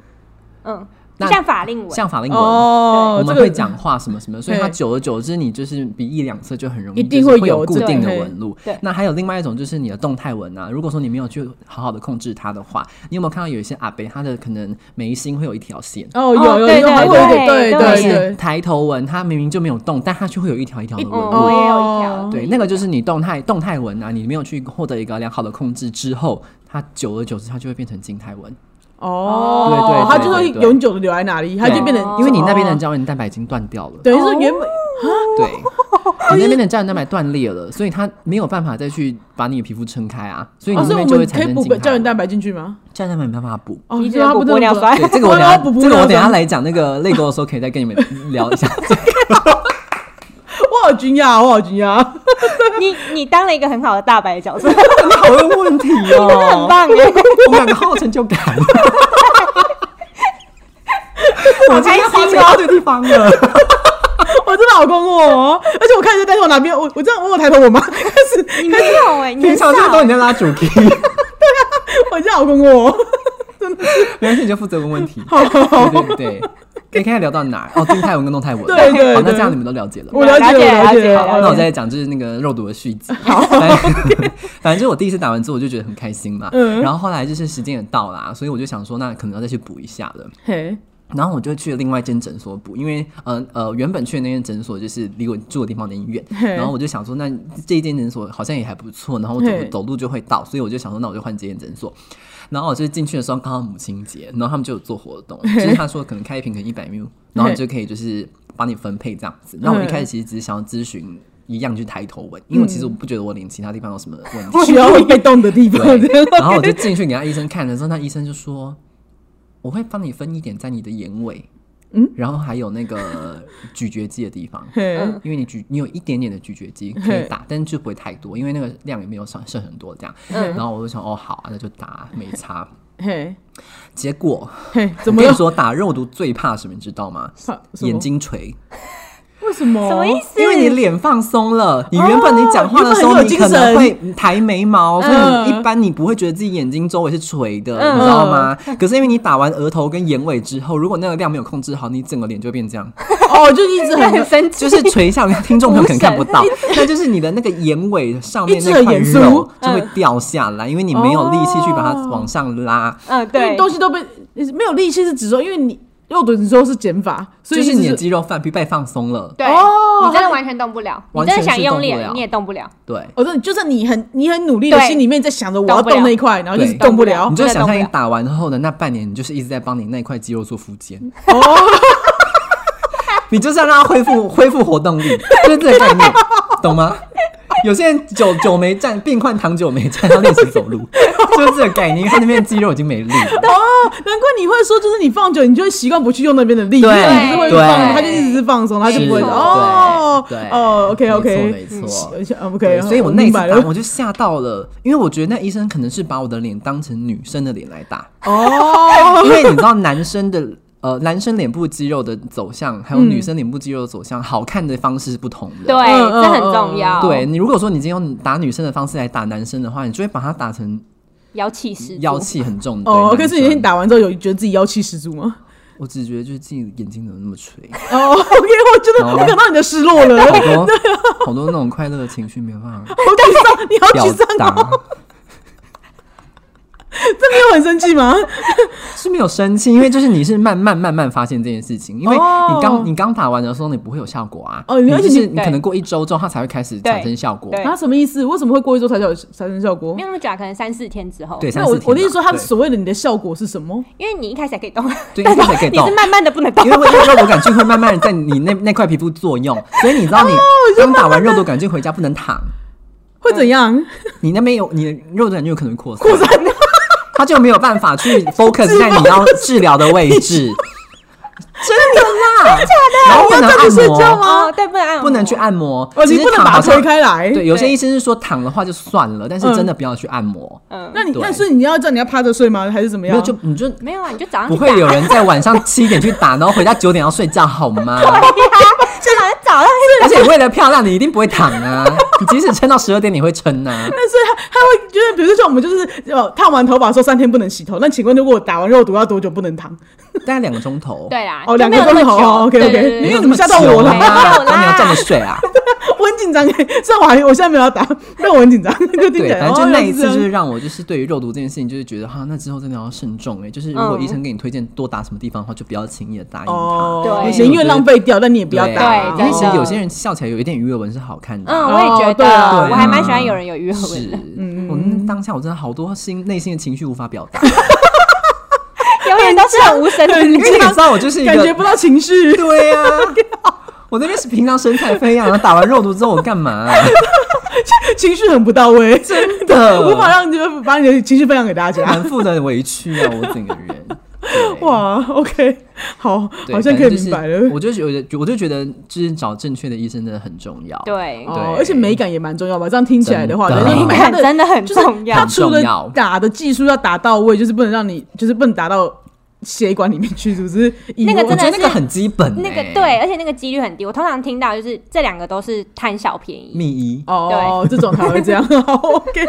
[SPEAKER 2] 嗯，
[SPEAKER 3] 那
[SPEAKER 2] 像法令纹。
[SPEAKER 3] 像法令纹。
[SPEAKER 1] 哦
[SPEAKER 3] 我，
[SPEAKER 1] 这
[SPEAKER 3] 们
[SPEAKER 1] 个
[SPEAKER 3] 会讲话什么什么，所以它
[SPEAKER 1] 对
[SPEAKER 3] 久而久之，你就是鼻翼两侧就很容易
[SPEAKER 1] 一定
[SPEAKER 3] 就是
[SPEAKER 1] 会
[SPEAKER 3] 会
[SPEAKER 1] 有
[SPEAKER 3] 固
[SPEAKER 1] 这
[SPEAKER 3] 定的
[SPEAKER 1] 种
[SPEAKER 3] 纹路
[SPEAKER 2] 对。
[SPEAKER 3] 那还有另外一种就是你的动态纹啊，如果说你没有去好好的控制它的话，你有没有看到有一些阿伯他的可能眉心会有一条线？
[SPEAKER 1] 哦，有
[SPEAKER 2] 哦
[SPEAKER 1] 有
[SPEAKER 2] 对
[SPEAKER 1] 有，
[SPEAKER 2] 对
[SPEAKER 1] 还有一个
[SPEAKER 2] 对
[SPEAKER 1] 对
[SPEAKER 3] 但
[SPEAKER 1] 对
[SPEAKER 2] 对
[SPEAKER 3] 是
[SPEAKER 1] 对，
[SPEAKER 3] 抬头纹，它明明就没有动，但它却会有一条一条的纹
[SPEAKER 2] 嗯，
[SPEAKER 3] 路。
[SPEAKER 2] 我也有一条
[SPEAKER 1] 哦。
[SPEAKER 3] 对，那个就是你动态动态纹啊，你没有去获得一个良好的控制之后，它久而久之它就会变成静态纹。
[SPEAKER 1] 哦，
[SPEAKER 3] 对对对
[SPEAKER 1] 它就会
[SPEAKER 3] 对对
[SPEAKER 1] 永久的留在哪里，它就变成
[SPEAKER 2] 哦
[SPEAKER 3] 因为你那边的
[SPEAKER 1] 哦
[SPEAKER 3] 胶原蛋白已经断掉了。
[SPEAKER 1] 等于说原本
[SPEAKER 3] 哦对，你那边的胶原蛋白断裂了，所以它没有办法再去把你的皮肤撑开啊，所以
[SPEAKER 1] 哦，
[SPEAKER 3] 你那
[SPEAKER 1] 所以我
[SPEAKER 3] 边就会
[SPEAKER 1] 们
[SPEAKER 3] 产
[SPEAKER 1] 可以
[SPEAKER 3] 生
[SPEAKER 1] 补
[SPEAKER 3] 静态
[SPEAKER 1] 个胶原蛋白进去吗？
[SPEAKER 3] 胶原蛋白没办法 补。
[SPEAKER 1] 哦，
[SPEAKER 2] 你只
[SPEAKER 1] 对啊
[SPEAKER 2] 能补
[SPEAKER 1] 不能
[SPEAKER 2] 玻尿酸
[SPEAKER 3] 对， 这个我等下
[SPEAKER 1] 要补，玻
[SPEAKER 3] 这个我
[SPEAKER 1] 尿
[SPEAKER 3] 等下
[SPEAKER 1] 酸，
[SPEAKER 3] 来讲那个泪沟的时候，可以再跟你们聊一下。
[SPEAKER 1] 哇，好惊讶，我好惊讶。
[SPEAKER 2] 你你当了一个很好的大白角色，
[SPEAKER 3] 你好问问题
[SPEAKER 2] 很
[SPEAKER 3] 哦，
[SPEAKER 2] 棒哎！
[SPEAKER 3] 我们两个好有成就感。 我今天花钱到对地方了，
[SPEAKER 1] 啊我真的好困惑哦，而且我看一下担心我哪边，我我这样我有抬头我妈 开始
[SPEAKER 2] 你
[SPEAKER 1] 开
[SPEAKER 2] 没
[SPEAKER 1] 始，
[SPEAKER 2] 有哎，你
[SPEAKER 3] 平
[SPEAKER 2] 很
[SPEAKER 3] 常就
[SPEAKER 2] 少
[SPEAKER 3] 都你在拉主题，
[SPEAKER 1] 我真的好困惑哦。
[SPEAKER 3] 没关系，你就负责问问题。
[SPEAKER 1] 好好好
[SPEAKER 3] 对对对，你看聊到哪儿？哦，丁泰文跟动泰文。
[SPEAKER 1] 对对
[SPEAKER 3] 好，那
[SPEAKER 1] 对
[SPEAKER 3] 这样你们都了解了。
[SPEAKER 1] 我了解了了
[SPEAKER 2] 了解
[SPEAKER 1] 解
[SPEAKER 2] 了解
[SPEAKER 3] 那我
[SPEAKER 1] 了，
[SPEAKER 3] 再讲就是那个肉毒的续 集。好，反正 反正我第一次打完之后我就觉得很开心嘛。
[SPEAKER 1] 嗯
[SPEAKER 3] 然后后来就是时间也到啦，所以我就想说，那可能要再去补一下了。
[SPEAKER 1] 嘿，
[SPEAKER 3] 然后我就去了另外一间诊所补，因为呃呃原本去的那间诊所就是离我住的地方有点远，
[SPEAKER 1] 嘿
[SPEAKER 3] 然后我就想说，那这一间诊所好像也还不错，然后我走
[SPEAKER 1] 嘿
[SPEAKER 3] 走路就会到，所以我就想说，那我就换这间诊所。然后我就进去的时候刚好母亲节，然后他们就有做活动，就是他说可能开一瓶可能一百 ml，然后你就可以就是帮你分配这样子。然后我一开始其实只是想要咨询一样去抬头纹，因为我其实我不觉得我脸其他地方有什么问题，
[SPEAKER 1] 需要会被动的地方，
[SPEAKER 3] 对，然后我就进去给他医生看的时候，那医生就说：“我会帮你分一点在你的眼尾，嗯，然后还有那个咀嚼肌的地 方，
[SPEAKER 1] 嘿
[SPEAKER 2] 嗯
[SPEAKER 3] 因为你咀你有一点点的咀嚼肌可以打，但是就不会太多，因为那个量也没有上剩很多这样。
[SPEAKER 1] 嗯
[SPEAKER 3] 然后我就想，哦，好、啊，那就打，没差。
[SPEAKER 1] 嘿
[SPEAKER 3] 结果
[SPEAKER 1] 嘿，
[SPEAKER 3] 我
[SPEAKER 1] 怎么
[SPEAKER 3] 跟你
[SPEAKER 1] 了？
[SPEAKER 3] 说，打肉毒最怕什么，你知道吗？
[SPEAKER 1] 怕什么
[SPEAKER 3] 眼睛垂，
[SPEAKER 1] 为什么？
[SPEAKER 2] 什么意？思？
[SPEAKER 3] 因为你脸放松了，你原本你讲话的时
[SPEAKER 1] 哦原
[SPEAKER 3] 候，
[SPEAKER 1] 本很有
[SPEAKER 3] 你
[SPEAKER 1] 精
[SPEAKER 3] 可能
[SPEAKER 1] 神
[SPEAKER 3] 会抬眉毛，所
[SPEAKER 1] 嗯
[SPEAKER 3] 以你一般你不会觉得自己眼睛周围是垂的，
[SPEAKER 2] 嗯
[SPEAKER 3] 你知道吗？可是因为你打完额头跟眼尾之后，如果那个量没有控制好，你整个脸就会变这 样，
[SPEAKER 1] 哦，就 一直
[SPEAKER 2] 他很
[SPEAKER 1] 很
[SPEAKER 2] 生气，
[SPEAKER 3] 就是垂下来，听众朋友可能看不 到，那就是你的那个眼尾上面
[SPEAKER 1] 一直
[SPEAKER 3] 那块
[SPEAKER 1] 很严
[SPEAKER 3] 肉
[SPEAKER 1] 肃
[SPEAKER 3] 就会掉下来，因为你没有力气去把
[SPEAKER 1] 哦
[SPEAKER 3] 它往上拉。
[SPEAKER 2] 嗯，
[SPEAKER 1] 因
[SPEAKER 2] 对
[SPEAKER 1] 为，东西都被没有力气是指说，因为你肉毒你说是减法，所
[SPEAKER 3] 就
[SPEAKER 1] 以
[SPEAKER 3] 是你的
[SPEAKER 1] 一直
[SPEAKER 3] 肌肉范皮被放松了，
[SPEAKER 2] 对，
[SPEAKER 1] 哦
[SPEAKER 2] 你真的完全动不了，你
[SPEAKER 3] 完
[SPEAKER 2] 真
[SPEAKER 3] 全
[SPEAKER 2] 的
[SPEAKER 3] 是
[SPEAKER 2] 想用力
[SPEAKER 3] 动不了
[SPEAKER 2] 你也动不了。
[SPEAKER 3] 对，
[SPEAKER 1] 哦，真的就是你很你很努力的
[SPEAKER 2] 对
[SPEAKER 1] 心里面在想着我要
[SPEAKER 2] 动不了
[SPEAKER 1] 动那一块，然后就是
[SPEAKER 3] 对
[SPEAKER 1] 动不了
[SPEAKER 3] 你。就
[SPEAKER 2] 真的动
[SPEAKER 3] 想象
[SPEAKER 2] 不
[SPEAKER 3] 你
[SPEAKER 1] 啊
[SPEAKER 2] 了
[SPEAKER 3] 打完后的那半年，你就是一直在帮你那一块肌肉做 复健。 你就是要让它恢复恢复活动力，就是这个概念，懂吗？有些人久久没站，病患躺久没站，他练习 走路，就是这个概念，因为他那边肌肉已经没力了。
[SPEAKER 1] 哦，难怪你会说，就是你放久，你就会习惯不去用那边的力，
[SPEAKER 3] 对
[SPEAKER 1] 你就是会
[SPEAKER 3] 对
[SPEAKER 1] 放，它就一直是放松，它就不会
[SPEAKER 2] 是
[SPEAKER 1] 哦，
[SPEAKER 3] 对对
[SPEAKER 1] 哦，OK
[SPEAKER 3] 没
[SPEAKER 1] OK，嗯
[SPEAKER 3] 错没错。对，
[SPEAKER 1] OK，哦
[SPEAKER 3] 所以我那一
[SPEAKER 1] 明
[SPEAKER 3] 次
[SPEAKER 1] 白
[SPEAKER 3] 打
[SPEAKER 1] 了
[SPEAKER 3] 我就吓到了，因为我觉得那医生可能是把我的脸当成女生的脸来打，
[SPEAKER 1] 哦，
[SPEAKER 3] 因为你知道男生的呃男生脸部肌肉的走向，还有
[SPEAKER 1] 嗯
[SPEAKER 3] 女生脸部肌肉的走向，好看的方式是不同的。
[SPEAKER 2] 对，
[SPEAKER 1] 嗯嗯
[SPEAKER 2] 这很重要。
[SPEAKER 3] 对，你如果说你今天用打女生的方式来打男生的话，你就会把他打成
[SPEAKER 2] 妖气十足。
[SPEAKER 3] 妖气很重的。
[SPEAKER 1] 哦，
[SPEAKER 3] 对
[SPEAKER 1] 可
[SPEAKER 3] 男
[SPEAKER 1] 是你已经
[SPEAKER 3] 生，
[SPEAKER 1] 打完之后有觉得自己妖气十足吗？
[SPEAKER 3] 我只觉得就是自己眼睛怎么那么垂，
[SPEAKER 1] 哦，OK，我觉得
[SPEAKER 3] 哦
[SPEAKER 1] 我感到你的失落了，
[SPEAKER 3] 好
[SPEAKER 1] 好
[SPEAKER 3] 多好多那种快乐的情绪没有办法
[SPEAKER 1] 沮丧，你好
[SPEAKER 3] 表
[SPEAKER 1] 沮丧
[SPEAKER 3] 达
[SPEAKER 1] 啊哦，，这没有很生气吗？
[SPEAKER 3] 是没有生气，因为就是你是慢慢慢慢发现这件事情，因为
[SPEAKER 1] 哦
[SPEAKER 3] 你刚你刚打完的时候你不会有效果啊，
[SPEAKER 1] 哦
[SPEAKER 3] 你
[SPEAKER 1] 而且
[SPEAKER 3] 就
[SPEAKER 1] 你
[SPEAKER 3] 是你
[SPEAKER 2] 对
[SPEAKER 3] 可能过一周之后它才会开始产生效果，
[SPEAKER 2] 对
[SPEAKER 1] 啊，什么意思？为什么会过一周才有才生效果
[SPEAKER 2] 没？有那么久啊，可能三四天之后。
[SPEAKER 3] 对，
[SPEAKER 1] 那
[SPEAKER 3] 三四
[SPEAKER 1] 我
[SPEAKER 3] 天
[SPEAKER 1] 我的意
[SPEAKER 3] 吧
[SPEAKER 1] 思说，他
[SPEAKER 3] 对
[SPEAKER 1] 所谓的你的效果是什么？
[SPEAKER 2] 因为你一开始还可以动，啊
[SPEAKER 3] 对，一开始可以
[SPEAKER 2] 你
[SPEAKER 3] 动
[SPEAKER 2] 是，慢慢的不能动
[SPEAKER 3] 因。为会肉毒杆菌会慢慢的在你那那块皮肤作用，所以你知道
[SPEAKER 1] 哦
[SPEAKER 3] 你刚打完肉毒杆菌回家不能躺，
[SPEAKER 1] 会怎样？
[SPEAKER 3] 你那边有你的肉毒杆菌有可能扩散，它就没有办 法去 focus 在你要治疗的位置，真的 啦，真的，然后不能
[SPEAKER 1] 你要站着睡觉
[SPEAKER 3] 按
[SPEAKER 1] 吗
[SPEAKER 3] 摩，
[SPEAKER 2] 哦，对，不能按摩，
[SPEAKER 3] 不能去按摩，
[SPEAKER 1] 哦，你
[SPEAKER 3] 其实
[SPEAKER 1] 不能
[SPEAKER 3] 躺
[SPEAKER 1] 把它
[SPEAKER 3] 好像
[SPEAKER 1] 推开来。
[SPEAKER 3] 对，有些
[SPEAKER 2] 对
[SPEAKER 3] 医生是说躺的话就算了，但是真的不要去按摩，
[SPEAKER 2] 嗯，
[SPEAKER 1] 那你
[SPEAKER 3] 对
[SPEAKER 1] 那所以你要叫你要趴着睡吗？还是怎么
[SPEAKER 3] 没有
[SPEAKER 1] 样？
[SPEAKER 3] 就你就
[SPEAKER 2] 没有啊，你就早上
[SPEAKER 3] 不
[SPEAKER 2] 去
[SPEAKER 3] 会
[SPEAKER 2] 打
[SPEAKER 3] 有 人在晚上七点去打，然后回家九点要睡觉好吗？
[SPEAKER 2] 啊就好像早上
[SPEAKER 3] 而且为了漂亮，你一定不会躺啊！ 你即使撑到十二点，你会撑啊。
[SPEAKER 1] 但是他他会觉得，比如说像我们就是呃烫完头发说三天不能洗头，那请问如果我打完肉毒要多久不能躺？
[SPEAKER 3] 大概两个钟头。
[SPEAKER 2] 对啦，
[SPEAKER 1] 哦，
[SPEAKER 2] 就
[SPEAKER 1] 两
[SPEAKER 2] 没
[SPEAKER 1] 个
[SPEAKER 2] 有那
[SPEAKER 1] 钟
[SPEAKER 2] 么
[SPEAKER 1] 头
[SPEAKER 2] 久
[SPEAKER 1] ，OK
[SPEAKER 2] 对
[SPEAKER 1] OK，
[SPEAKER 2] 对对
[SPEAKER 1] 你
[SPEAKER 2] 对
[SPEAKER 1] 怎么吓到
[SPEAKER 3] 久啊
[SPEAKER 1] 我
[SPEAKER 3] 啦
[SPEAKER 1] 了？
[SPEAKER 2] 没有啦
[SPEAKER 3] 那你要站着睡啊。
[SPEAKER 1] 我很紧张哎，虽然我还我现在没有要打，但我很紧张， 就听
[SPEAKER 3] 对
[SPEAKER 1] 起，来
[SPEAKER 3] 反正
[SPEAKER 1] 哦
[SPEAKER 3] 就那
[SPEAKER 1] 原来
[SPEAKER 3] 一
[SPEAKER 1] 是
[SPEAKER 3] 次，
[SPEAKER 1] 这
[SPEAKER 3] 就
[SPEAKER 1] 样
[SPEAKER 3] 是让我就是对于肉毒这件事情，就是觉得哈，那之后真的要慎重哎、就是如果
[SPEAKER 2] 嗯
[SPEAKER 3] 医生给你推荐多打什么地方的话，就不要轻易的答应他。
[SPEAKER 1] 哦，
[SPEAKER 2] 对
[SPEAKER 1] 你宁愿浪费掉，但你也不要
[SPEAKER 3] 对
[SPEAKER 1] 打，
[SPEAKER 2] 对
[SPEAKER 3] 因为其
[SPEAKER 2] 真
[SPEAKER 3] 实
[SPEAKER 2] 的
[SPEAKER 3] 有些人笑起来有一点鱼尾纹是好看的啊。
[SPEAKER 2] 嗯，我也觉
[SPEAKER 1] 哦对啊
[SPEAKER 2] 得，
[SPEAKER 3] 对
[SPEAKER 2] 我
[SPEAKER 3] 啊
[SPEAKER 2] 还蛮喜欢有人有鱼尾纹
[SPEAKER 3] 是
[SPEAKER 2] 的，，
[SPEAKER 3] 我那当下我真的好多心内心的情绪无法表达，
[SPEAKER 2] 永远都是很无神
[SPEAKER 1] 很
[SPEAKER 2] 论
[SPEAKER 3] 因 为你知道我就是一
[SPEAKER 1] 感觉
[SPEAKER 3] 个
[SPEAKER 1] 不到情绪。
[SPEAKER 3] 对呀、我那边是平常神采飞扬，然后打完肉毒之后我干嘛啊、
[SPEAKER 1] 情绪很不到位， 真
[SPEAKER 3] 的
[SPEAKER 1] 无法让你把你的情绪分享给大家。
[SPEAKER 3] 满腹的委屈啊，我整个人。
[SPEAKER 1] 哇，OK，好，
[SPEAKER 3] 对
[SPEAKER 1] 好像
[SPEAKER 3] 反
[SPEAKER 1] 可以
[SPEAKER 3] 正就是
[SPEAKER 1] 明白了。
[SPEAKER 3] 我就觉得，我就觉得，就是找正确的医生真的很重要。
[SPEAKER 2] 对，
[SPEAKER 1] 哦，
[SPEAKER 3] 对
[SPEAKER 1] 而且美感也蛮重要吧？这样听起来的话，
[SPEAKER 3] 真的
[SPEAKER 1] 就是
[SPEAKER 2] 美
[SPEAKER 1] 它
[SPEAKER 2] 感
[SPEAKER 1] 的
[SPEAKER 2] 真的很重要
[SPEAKER 1] 它。除
[SPEAKER 3] 很重要
[SPEAKER 1] 了打的技术要打到位，就是不能让你，就是不能打到血管里面去，是不是？以
[SPEAKER 2] 那个
[SPEAKER 1] 我
[SPEAKER 3] 我
[SPEAKER 2] 真
[SPEAKER 3] 觉
[SPEAKER 2] 的
[SPEAKER 3] 得那个
[SPEAKER 2] 是
[SPEAKER 3] 很基本、欸，
[SPEAKER 2] 那个对，而且那个几率很低。我通常听到就是这两个都是贪小便宜，
[SPEAKER 3] 秘医，
[SPEAKER 1] 哦，这种才会这样。 好 OK，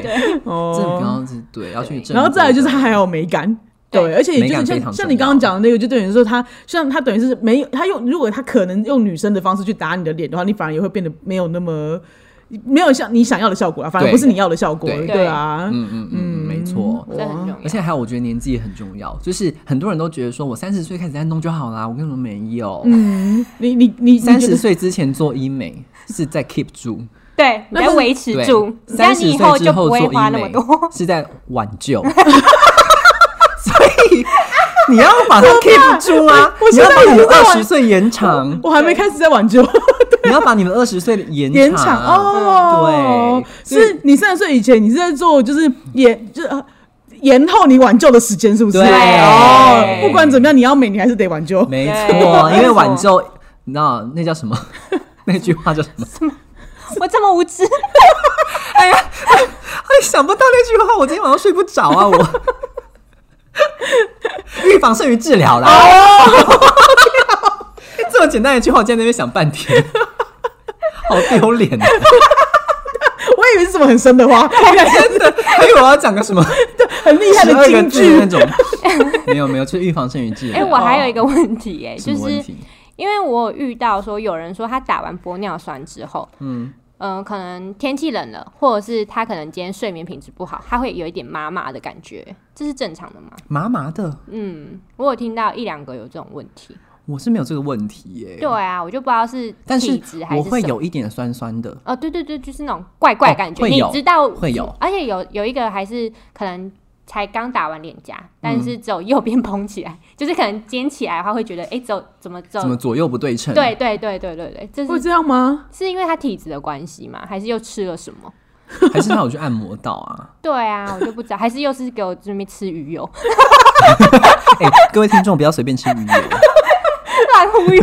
[SPEAKER 3] 这个不
[SPEAKER 1] 哦，
[SPEAKER 3] 要是对，要去正规的。
[SPEAKER 1] 然后再来就是它还有美感。
[SPEAKER 2] 对
[SPEAKER 1] 对，而且也
[SPEAKER 3] 美
[SPEAKER 1] 就
[SPEAKER 3] 感
[SPEAKER 1] 是
[SPEAKER 3] 非
[SPEAKER 1] 像
[SPEAKER 3] 常
[SPEAKER 1] 像
[SPEAKER 3] 重
[SPEAKER 1] 你刚刚
[SPEAKER 3] 要
[SPEAKER 1] 讲的那个，就等于说他像他等于是没有他用，如果他可能用女生的方式去打你的脸的话，你反而也会变得没有那么没有像你想要的效果啊，反而
[SPEAKER 3] 对
[SPEAKER 1] 不是你要的效果，
[SPEAKER 3] 对
[SPEAKER 1] 对啊，
[SPEAKER 3] 嗯嗯嗯，没错。
[SPEAKER 2] 这很重要
[SPEAKER 3] 而。且还有，我觉得年纪也很重要。就是很多人都觉得说，我三十岁开始在弄就好啦，我根本没有。
[SPEAKER 1] 你你你嗯你觉
[SPEAKER 3] 三
[SPEAKER 1] 得
[SPEAKER 3] 十岁之前做医美是在 keep 住，
[SPEAKER 2] 对，你
[SPEAKER 1] 那
[SPEAKER 2] 要
[SPEAKER 1] 不是
[SPEAKER 2] 维持
[SPEAKER 3] 对
[SPEAKER 2] 住，，这
[SPEAKER 3] 三
[SPEAKER 2] 样
[SPEAKER 3] 十
[SPEAKER 2] 你以
[SPEAKER 3] 岁之
[SPEAKER 2] 就不
[SPEAKER 3] 做
[SPEAKER 2] 会
[SPEAKER 3] 医
[SPEAKER 2] 花那么
[SPEAKER 3] 美
[SPEAKER 2] 多。
[SPEAKER 3] 是在挽救，所以 你要马上 keep 住啊
[SPEAKER 1] 我！
[SPEAKER 3] 你
[SPEAKER 1] 现
[SPEAKER 3] 要
[SPEAKER 1] 在
[SPEAKER 3] 把
[SPEAKER 1] 也
[SPEAKER 3] 你的
[SPEAKER 1] 是在
[SPEAKER 3] 二
[SPEAKER 1] 挽
[SPEAKER 3] 十岁延长，
[SPEAKER 1] 我还没开始在挽救
[SPEAKER 3] 你要把你的二十岁延
[SPEAKER 1] 延长哦
[SPEAKER 3] 对，
[SPEAKER 1] 是你三十岁以前，你是在做就是延就是呃延后你挽救的时间，是不是？
[SPEAKER 3] 对
[SPEAKER 1] 哦，不管怎么样，你要美，你还是得挽救。
[SPEAKER 3] 没错，
[SPEAKER 2] 对
[SPEAKER 3] 因为挽救，你知道那叫什么？ 那句话叫什么？
[SPEAKER 2] 我这么无知，
[SPEAKER 3] 哎， 想不到那句话，我今天晚上睡不着啊！我 预防胜于治疗啦。
[SPEAKER 2] 哦
[SPEAKER 3] 这么简单的一句话，我今天在那边想半天， 好丢脸啊！
[SPEAKER 1] 我以为是什么很深的话，
[SPEAKER 3] 真的，还有我要讲 个什么
[SPEAKER 1] 很厉害
[SPEAKER 3] 十
[SPEAKER 1] 的
[SPEAKER 3] 二个
[SPEAKER 1] 金
[SPEAKER 3] 字
[SPEAKER 1] 句
[SPEAKER 3] 那。种？没有没有，就是预防胜于治疗。哦
[SPEAKER 2] 哎，我还有一个问题，哎，
[SPEAKER 3] 什
[SPEAKER 2] 就
[SPEAKER 3] 么问
[SPEAKER 2] 是
[SPEAKER 3] 题？
[SPEAKER 2] 因为我有遇到说有人说他打完玻尿酸之后，嗯。嗯，可能天气冷了，或者是他可能今天睡眠品质不好，他会有一点麻麻的感觉，这是正常的吗？
[SPEAKER 3] 麻麻的，
[SPEAKER 2] 嗯，我有听到一两个有这种问题。
[SPEAKER 3] 我是没有这个问题耶、
[SPEAKER 2] 对啊，我就不知道是
[SPEAKER 3] 但
[SPEAKER 2] 体
[SPEAKER 3] 是
[SPEAKER 2] 质还
[SPEAKER 3] 我
[SPEAKER 2] 是
[SPEAKER 3] 会
[SPEAKER 2] 什么
[SPEAKER 3] 有一点酸酸的。
[SPEAKER 2] 哦，对对对，就是那种怪怪
[SPEAKER 3] 哦
[SPEAKER 2] 感觉，
[SPEAKER 3] 会
[SPEAKER 2] 你
[SPEAKER 3] 有
[SPEAKER 2] 知道
[SPEAKER 3] 会有
[SPEAKER 2] 而且有有一个还是可能才刚打完脸颊，
[SPEAKER 3] 嗯
[SPEAKER 2] 但是只有右边 蓬起来，就是可能尖起来的话会觉得，哎，走怎么走？
[SPEAKER 3] 怎么左右不对称？
[SPEAKER 2] 对对对对对对，这
[SPEAKER 1] 会
[SPEAKER 2] 是
[SPEAKER 1] 这样吗？
[SPEAKER 2] 是因为他体质的关系吗？还是又吃了什么？
[SPEAKER 3] 还是他有去按摩到啊？
[SPEAKER 2] 对啊，我就不知道，还是又是给我这边吃鱼油，
[SPEAKER 3] 哎、各位听众不要随便吃鱼油。
[SPEAKER 2] 乱呼吁。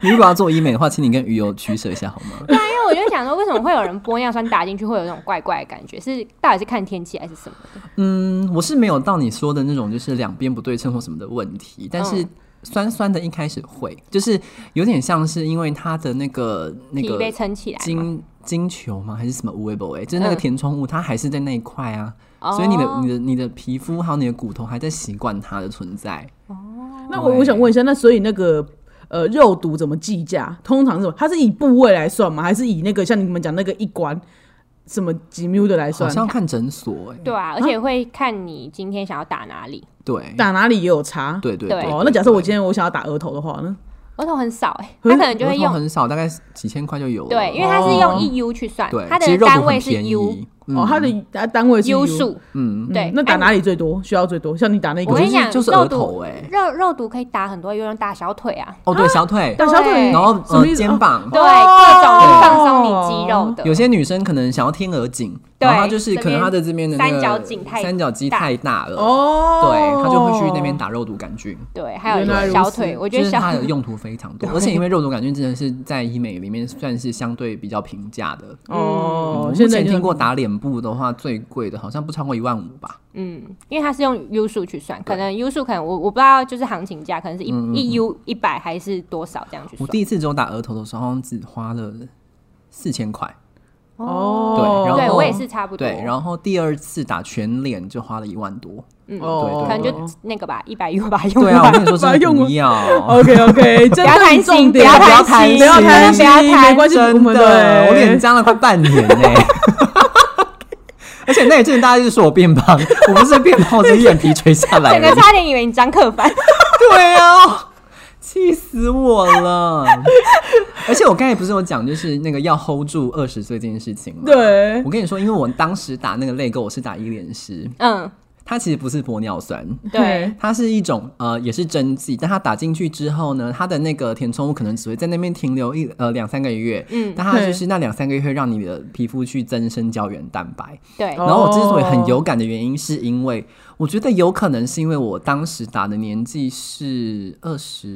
[SPEAKER 3] 你如果要做医美的话，请你跟鱼油取舍一下好吗？
[SPEAKER 2] 对啊，因为我就想说，为什么会有人玻尿酸打进去会有那种怪怪的感觉？是到底是看天气还是什么的？
[SPEAKER 3] 嗯，我是没有到你说的那种就是两边不对称或什么的问题，但是
[SPEAKER 2] 嗯
[SPEAKER 3] 酸酸的一开始会，就是有点像是因为它的那个那
[SPEAKER 2] 皮
[SPEAKER 3] 个
[SPEAKER 2] 被撑起来吗，
[SPEAKER 3] 金金球吗？还是什么无微不微？就是那个
[SPEAKER 2] 嗯
[SPEAKER 3] 填充物，它还是在那一块啊。所以你的
[SPEAKER 2] 哦
[SPEAKER 3] 你的你的皮肤还有你的骨头还在习惯它的存在。
[SPEAKER 1] 那我
[SPEAKER 3] 对
[SPEAKER 1] 我想问一下，那所以那个呃肉毒怎么计价？通常是什么？它是以部位来算吗？还是以那个像你们讲那个一管什么几 m 的来
[SPEAKER 3] 好
[SPEAKER 1] 算？
[SPEAKER 3] 像看诊所哎、欸，
[SPEAKER 2] 对啊，而且会看你今天想要打哪里。
[SPEAKER 3] 对
[SPEAKER 1] 打哪里也有差。
[SPEAKER 3] 对对
[SPEAKER 2] 对
[SPEAKER 3] 对
[SPEAKER 1] 哦，那假设我今
[SPEAKER 3] 天
[SPEAKER 1] 天我想要打额头的话呢？
[SPEAKER 2] 额头很少哎、
[SPEAKER 1] 可
[SPEAKER 2] 他
[SPEAKER 1] 是
[SPEAKER 2] 可能就会用
[SPEAKER 3] 很少，大概几千块就有了。
[SPEAKER 2] 对，因为它是
[SPEAKER 1] 哦
[SPEAKER 2] 用一 U 去算
[SPEAKER 3] 对，，
[SPEAKER 2] 它
[SPEAKER 3] 其
[SPEAKER 2] 的
[SPEAKER 3] 实肉
[SPEAKER 2] 单
[SPEAKER 3] 毒
[SPEAKER 2] 位
[SPEAKER 3] 很
[SPEAKER 2] 是
[SPEAKER 3] 便
[SPEAKER 2] U
[SPEAKER 3] 宜。
[SPEAKER 1] 哦，它的它单位是
[SPEAKER 2] U 数，
[SPEAKER 3] 嗯，
[SPEAKER 1] 嗯
[SPEAKER 2] 对哎
[SPEAKER 1] 那打
[SPEAKER 2] 按
[SPEAKER 1] 哪里最多？需要最多？像你打那
[SPEAKER 2] 我
[SPEAKER 1] 个
[SPEAKER 2] 跟你
[SPEAKER 3] 就是
[SPEAKER 2] 讲，
[SPEAKER 3] 就是
[SPEAKER 2] 肉
[SPEAKER 3] 额头
[SPEAKER 2] 毒
[SPEAKER 3] 欸
[SPEAKER 2] 肉肉毒可以打很多，有人打小腿啊，
[SPEAKER 3] 哦对，小腿，
[SPEAKER 1] 打小腿，
[SPEAKER 2] 对
[SPEAKER 3] 然后
[SPEAKER 1] 什么
[SPEAKER 3] 呃
[SPEAKER 1] 意思
[SPEAKER 3] 肩膀。
[SPEAKER 2] 对，
[SPEAKER 1] 哦
[SPEAKER 2] 各种会放松你肌肉的。
[SPEAKER 3] 有些女生可能想要天鹅颈，
[SPEAKER 2] 对
[SPEAKER 3] 然后她就是可能她的这边的那个
[SPEAKER 2] 三角颈太
[SPEAKER 3] 三角肌太大了，
[SPEAKER 1] 哦，
[SPEAKER 3] 对，她就会去那边。打肉毒杆菌。
[SPEAKER 2] 对，还
[SPEAKER 1] 原来
[SPEAKER 2] 有
[SPEAKER 1] 如
[SPEAKER 2] 小
[SPEAKER 1] 此
[SPEAKER 2] 腿，我觉
[SPEAKER 3] 就
[SPEAKER 2] 得
[SPEAKER 3] 是
[SPEAKER 2] 小
[SPEAKER 3] 它的用途非常多，而且因为肉毒杆菌真的是在医美里面算是相对比较平价的。
[SPEAKER 1] 哦
[SPEAKER 3] 我，嗯目
[SPEAKER 1] 现在
[SPEAKER 3] 前
[SPEAKER 1] 已经
[SPEAKER 3] 听过打脸部的话，最贵的好像不超过一万五吧。
[SPEAKER 2] 嗯，因为它是用 U 数去算，可能 U 数可能我我不知道，就是行情价可能是一一 U 一百还是多少这样去
[SPEAKER 3] 嗯我
[SPEAKER 2] 算。
[SPEAKER 3] 第一次只有打额头的时候，好像只花了四千块。
[SPEAKER 1] 哦，
[SPEAKER 3] 然后
[SPEAKER 2] 对我也是差不多，
[SPEAKER 3] 对，然后第二次打全脸就花了一万多。
[SPEAKER 1] 哦，
[SPEAKER 2] 可能就那个吧，一百 U 吧，用
[SPEAKER 3] 嗯对啊，我
[SPEAKER 2] 完
[SPEAKER 3] 跟你说
[SPEAKER 1] 把它
[SPEAKER 3] 真的
[SPEAKER 1] 用
[SPEAKER 3] 不
[SPEAKER 1] 完
[SPEAKER 3] 要。
[SPEAKER 1] OK OK，真
[SPEAKER 2] 不要
[SPEAKER 1] 的
[SPEAKER 2] 贪
[SPEAKER 1] 重
[SPEAKER 2] 心，不
[SPEAKER 1] 点，
[SPEAKER 2] 要
[SPEAKER 3] 不要贪
[SPEAKER 2] 心，
[SPEAKER 1] 不
[SPEAKER 2] 不
[SPEAKER 1] 要
[SPEAKER 2] 要
[SPEAKER 1] 贪心，
[SPEAKER 2] 心，不要贪
[SPEAKER 1] 没关系，我
[SPEAKER 3] 真
[SPEAKER 1] 们
[SPEAKER 3] 的，
[SPEAKER 1] 对
[SPEAKER 3] 我脸僵了快半年呢、而且那一阵大家就说我变胖，我不是变胖，我是眼皮垂下来
[SPEAKER 2] 整个
[SPEAKER 3] 了。
[SPEAKER 2] 差点以为你张克凡。
[SPEAKER 3] 对啊，气死我了！而且我刚才不是有讲，就是那个要 hold 住二十岁这件事情吗？，
[SPEAKER 1] 对
[SPEAKER 3] 我跟你说，因为我当时打那个泪沟，我是打伊莲师，
[SPEAKER 2] 嗯，
[SPEAKER 3] 它其实不是玻尿酸，
[SPEAKER 2] 对，
[SPEAKER 3] 它是一种呃也是针剂，但它打进去之后呢，它的那个填充物可能只会在那边停留一呃两三个月，
[SPEAKER 2] 嗯
[SPEAKER 3] 但它就是那两三个月会让你的皮肤去增生胶原蛋白。
[SPEAKER 2] 对，
[SPEAKER 1] 哦
[SPEAKER 3] 然后我之所以很有感的原因，是因为我觉得有可能是因为我当时打的年纪是二十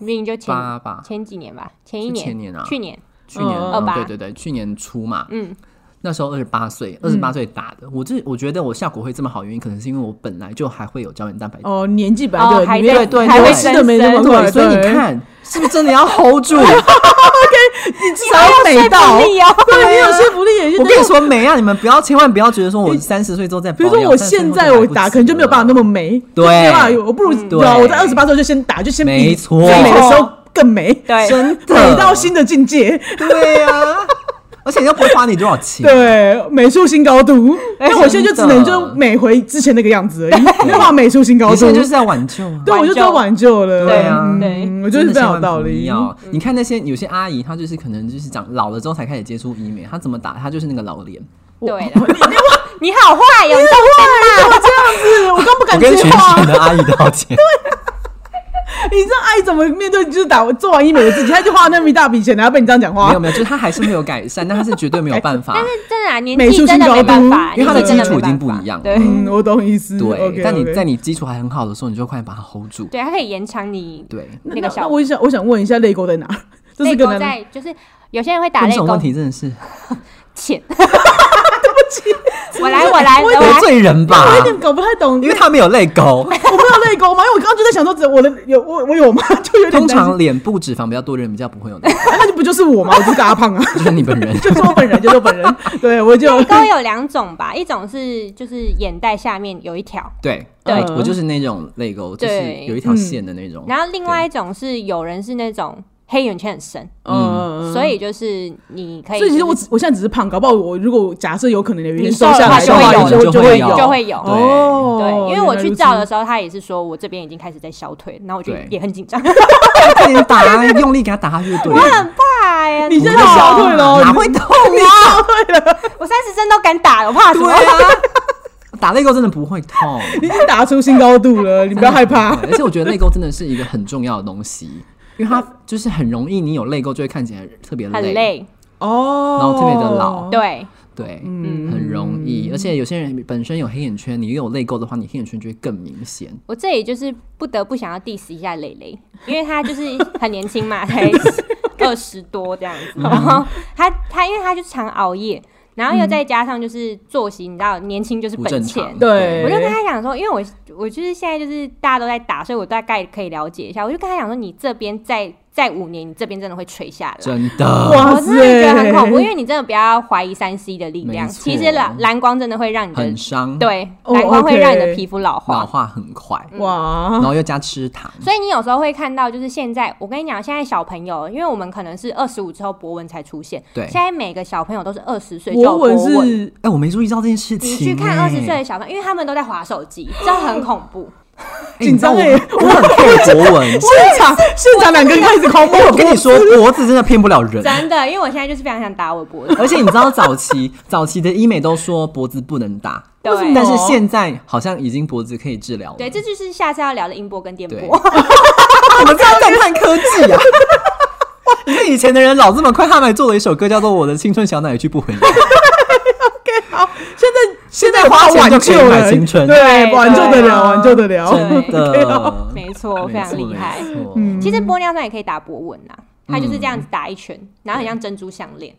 [SPEAKER 2] 明明就前
[SPEAKER 3] 八吧，
[SPEAKER 2] 前几年吧，前一
[SPEAKER 3] 是
[SPEAKER 2] 年，
[SPEAKER 3] 前年啊
[SPEAKER 2] 去年，
[SPEAKER 3] 去年、
[SPEAKER 1] 嗯
[SPEAKER 3] 嗯
[SPEAKER 2] 28
[SPEAKER 3] 对对对，去年初嘛，
[SPEAKER 2] 嗯，
[SPEAKER 3] 那时候二十八岁，二十八岁打的。我这我觉得我效果会这么好，原因可能是因为我本来就还会有胶原蛋白。
[SPEAKER 1] 哦，年纪本来就
[SPEAKER 2] 哦
[SPEAKER 1] 有
[SPEAKER 2] 还
[SPEAKER 1] 没有
[SPEAKER 2] 在对
[SPEAKER 1] 还
[SPEAKER 2] 还
[SPEAKER 1] 会
[SPEAKER 2] 会
[SPEAKER 1] 吃的没
[SPEAKER 2] 增
[SPEAKER 1] 那么
[SPEAKER 2] 生
[SPEAKER 1] 快，
[SPEAKER 3] 哦对，所以
[SPEAKER 1] 哎对
[SPEAKER 3] 你，看，是不是真的要 hold 住？我
[SPEAKER 1] 你至少要美到，
[SPEAKER 2] 好有说服力 哦，
[SPEAKER 1] 对你有说服力也是。
[SPEAKER 3] 跟你说，美啊，你们不要，千万不要觉得说我三十岁之后再保
[SPEAKER 1] 比如
[SPEAKER 3] 养。
[SPEAKER 1] 说我现在我打，可能就没有办法那么美，
[SPEAKER 3] 对
[SPEAKER 1] 就没有办法有，我不如
[SPEAKER 3] 对
[SPEAKER 1] 对啊，我在二十八岁就先打，就先比
[SPEAKER 3] 没错
[SPEAKER 1] 最美的时候更美，
[SPEAKER 2] 对
[SPEAKER 3] 真的
[SPEAKER 1] 美到新的境界，
[SPEAKER 3] 对呀、而且又不会花你多少钱。
[SPEAKER 1] 对，美术新高度。
[SPEAKER 2] 哎
[SPEAKER 1] 那我现在就只
[SPEAKER 3] 真的
[SPEAKER 1] 能就美回之前那个样子而已，没有办法美术新高
[SPEAKER 3] 你
[SPEAKER 1] 度
[SPEAKER 3] 现在，就是在挽救啊。
[SPEAKER 1] 对，我就在挽救了，
[SPEAKER 3] 对啊
[SPEAKER 1] 嗯我觉得是非
[SPEAKER 3] 真的
[SPEAKER 1] 常有道理嗯
[SPEAKER 3] 千。万不要啊你看那些有些阿姨，她就是可能就是长老了之后才开始接触医美，她怎么打，她就是那个老 脸。
[SPEAKER 2] 对了，你好坏哦哟，你到
[SPEAKER 1] 是我刚不
[SPEAKER 3] 我
[SPEAKER 1] 敢
[SPEAKER 3] 跟
[SPEAKER 1] 接
[SPEAKER 3] 全
[SPEAKER 1] 话，啊
[SPEAKER 3] 省的阿姨道 歉。
[SPEAKER 1] 你知道阿姨怎么面对？就是打做完医美的自己，她就花那么一大笔钱，然后被你这样讲
[SPEAKER 3] 没
[SPEAKER 1] 话
[SPEAKER 3] 有，没有，就是她还是会有改善，但她是绝对没有 办法，
[SPEAKER 1] 哎
[SPEAKER 2] 但是真的啊，年
[SPEAKER 1] 美术
[SPEAKER 2] 纪真的
[SPEAKER 1] 性
[SPEAKER 2] 没
[SPEAKER 1] 高
[SPEAKER 2] 办
[SPEAKER 1] 度
[SPEAKER 2] 法，
[SPEAKER 3] 因为它的
[SPEAKER 2] 年纪真
[SPEAKER 3] 基础
[SPEAKER 2] 没
[SPEAKER 3] 已经
[SPEAKER 2] 办法
[SPEAKER 3] 不一样了
[SPEAKER 2] 对
[SPEAKER 1] 嗯，我懂意思。
[SPEAKER 3] 对。
[SPEAKER 1] OK，
[SPEAKER 3] 但你
[SPEAKER 1] OK
[SPEAKER 3] 在你基础还很好的时候，你就快把它 hold 住。
[SPEAKER 2] 对，它可以延长你
[SPEAKER 3] 对，
[SPEAKER 1] 那
[SPEAKER 2] 那
[SPEAKER 1] 那
[SPEAKER 2] 个效果。
[SPEAKER 1] 我想我想问一下，泪沟在哪？ 这是
[SPEAKER 2] 泪
[SPEAKER 1] 个
[SPEAKER 2] 沟
[SPEAKER 1] 男
[SPEAKER 2] 在就是有些人会打
[SPEAKER 3] 问这
[SPEAKER 2] 泪
[SPEAKER 3] 种
[SPEAKER 2] 沟
[SPEAKER 3] 问题真的是
[SPEAKER 2] 浅，对不 起，我来我来
[SPEAKER 1] 我
[SPEAKER 2] 我
[SPEAKER 1] 有
[SPEAKER 3] 得
[SPEAKER 2] 来，
[SPEAKER 3] 罪人吧
[SPEAKER 1] 我？ 有点搞不太懂，
[SPEAKER 3] 因为她没有泪沟，
[SPEAKER 1] 我不知道泪沟吗？因为我刚刚就在想说，只我的有我我有吗？ 就有点
[SPEAKER 3] 通
[SPEAKER 1] 担心
[SPEAKER 3] 常脸部脂肪比较多的人比较不会有泪沟，
[SPEAKER 1] 啊那就不就是我吗？我就是大胖啊，
[SPEAKER 3] 就是你本人。
[SPEAKER 1] 就是我本人，就是我本人。对，我就
[SPEAKER 2] 泪沟有两种吧，一种是就是眼袋下面有一条，
[SPEAKER 3] 对，
[SPEAKER 1] 对
[SPEAKER 3] 我我就是那种泪沟，就是
[SPEAKER 2] 对嗯
[SPEAKER 3] 有一条线的那种。
[SPEAKER 2] 然后另外一种是有人是那种黑眼圈很深，
[SPEAKER 1] 嗯，
[SPEAKER 2] 所以就是你可以
[SPEAKER 1] 所以
[SPEAKER 2] 就是，
[SPEAKER 1] 其实我只我现在只是胖，搞不好我如果假设有可能有
[SPEAKER 2] 你
[SPEAKER 1] 原因
[SPEAKER 2] 瘦的
[SPEAKER 1] 下
[SPEAKER 2] 话
[SPEAKER 1] 来
[SPEAKER 2] 就
[SPEAKER 1] 的话，
[SPEAKER 2] 会
[SPEAKER 3] 有
[SPEAKER 1] 就
[SPEAKER 3] 就
[SPEAKER 1] 会
[SPEAKER 3] 会
[SPEAKER 1] 有
[SPEAKER 3] 有
[SPEAKER 2] 就会有。
[SPEAKER 3] 对
[SPEAKER 1] 哦。
[SPEAKER 2] 对，因为我去照
[SPEAKER 1] 照
[SPEAKER 2] 的时候，他也是说我这边已经开始在消退，然后我就
[SPEAKER 3] 对
[SPEAKER 2] 也很紧张，
[SPEAKER 3] 对快点打，用力给他打下去就对了。
[SPEAKER 2] 很怕呀。
[SPEAKER 1] 你
[SPEAKER 2] 知
[SPEAKER 1] 现在
[SPEAKER 2] 道
[SPEAKER 1] 消退了哦，
[SPEAKER 3] 哪会痛啊？
[SPEAKER 2] 我三十针都敢打了，我怕什么？
[SPEAKER 3] 对啊，打泪沟真的不会痛。
[SPEAKER 1] 你已经打出新高度了，你不要害怕。
[SPEAKER 3] 对而且我觉得泪沟真的是一个很重要的东西，因为它就是很容易，你有泪沟就会看起来特别
[SPEAKER 2] 很
[SPEAKER 3] 累，
[SPEAKER 2] 累，
[SPEAKER 1] 哦，
[SPEAKER 3] 然后特别的老
[SPEAKER 2] 对，
[SPEAKER 3] 对，
[SPEAKER 1] 嗯
[SPEAKER 3] 很容易。而且有些人本身有黑眼圈，你又有泪沟的话，你黑眼圈就会更明显。
[SPEAKER 2] 我这里就是不得不想要 diss 一下蕾蕾，因为她就是很年轻 嘛，才二十多这样
[SPEAKER 1] 嗯
[SPEAKER 2] 子。然后她她因为她就常熬夜，然后又再加上就是作息，你知道，年轻就是
[SPEAKER 3] 不
[SPEAKER 2] 本
[SPEAKER 3] 正
[SPEAKER 2] 钱
[SPEAKER 3] 常。
[SPEAKER 1] 对，
[SPEAKER 2] 我就跟他讲说，因为我我就是现在就是大家都在打，所以我大概可以了解一下。我就跟他讲说，你这边再再五年，你这边真的会垂下来。
[SPEAKER 3] 真的，
[SPEAKER 1] 哇
[SPEAKER 2] 我真的觉得很恐怖，
[SPEAKER 1] 塞
[SPEAKER 2] 因为你真的不要怀疑三 C 的力量。
[SPEAKER 3] 没错
[SPEAKER 2] 其实蓝蓝光真的会让你的
[SPEAKER 3] 很伤，，
[SPEAKER 2] 对
[SPEAKER 1] 哦
[SPEAKER 2] 蓝光会让你的
[SPEAKER 1] OK
[SPEAKER 2] 皮肤老化
[SPEAKER 3] 老。化很快，然
[SPEAKER 1] 哇，
[SPEAKER 3] 后又加吃糖，
[SPEAKER 2] 所以你有时候会看到，就是现在我跟你讲，现在小朋友，因为我们可能是二十五之后博文才出现，
[SPEAKER 3] 对
[SPEAKER 2] 现。在每个小朋友都是二十岁就有
[SPEAKER 1] 博
[SPEAKER 2] 博
[SPEAKER 1] 文
[SPEAKER 2] 文。
[SPEAKER 1] 是
[SPEAKER 3] 哎，我没注意到这件事情。
[SPEAKER 2] 你去看
[SPEAKER 3] 哎
[SPEAKER 2] 二十岁，的小朋友，因为他们都在划手机，这很恐怖。
[SPEAKER 3] 哎你知道
[SPEAKER 1] 紧张
[SPEAKER 3] 我我很 care 博文，
[SPEAKER 1] 现场现场两个人开始狂 摸
[SPEAKER 3] 我跟你说，脖子真的骗不了 人。
[SPEAKER 2] 真的，因为我现在就是非常想打我脖子。
[SPEAKER 3] 而且你知道早期早期的医美都说脖子不能打，
[SPEAKER 2] 对为什么
[SPEAKER 3] 但是现在好像已经脖子可以治疗了。
[SPEAKER 2] 对，这就是下次要聊的音波跟电
[SPEAKER 3] 对
[SPEAKER 2] 波。
[SPEAKER 3] 我们这样赞叹科技 啊！你看以前的人老这么快，他们还做了一首歌叫做《我的青春小奶奶去不回来》，
[SPEAKER 1] 好，现在
[SPEAKER 3] 现在
[SPEAKER 1] 在
[SPEAKER 3] 花钱就
[SPEAKER 1] 挽
[SPEAKER 3] 可
[SPEAKER 1] 救
[SPEAKER 3] 以买
[SPEAKER 1] 了
[SPEAKER 3] 青春，
[SPEAKER 1] 对，挽救得
[SPEAKER 2] 对啊
[SPEAKER 1] 了，挽救得了。
[SPEAKER 3] 真的， 嗯
[SPEAKER 2] 没错，非常厉害。
[SPEAKER 3] 没错
[SPEAKER 2] 其实玻尿酸也可以打波纹呐、它就是这样子打一圈，然后很像珍珠项链，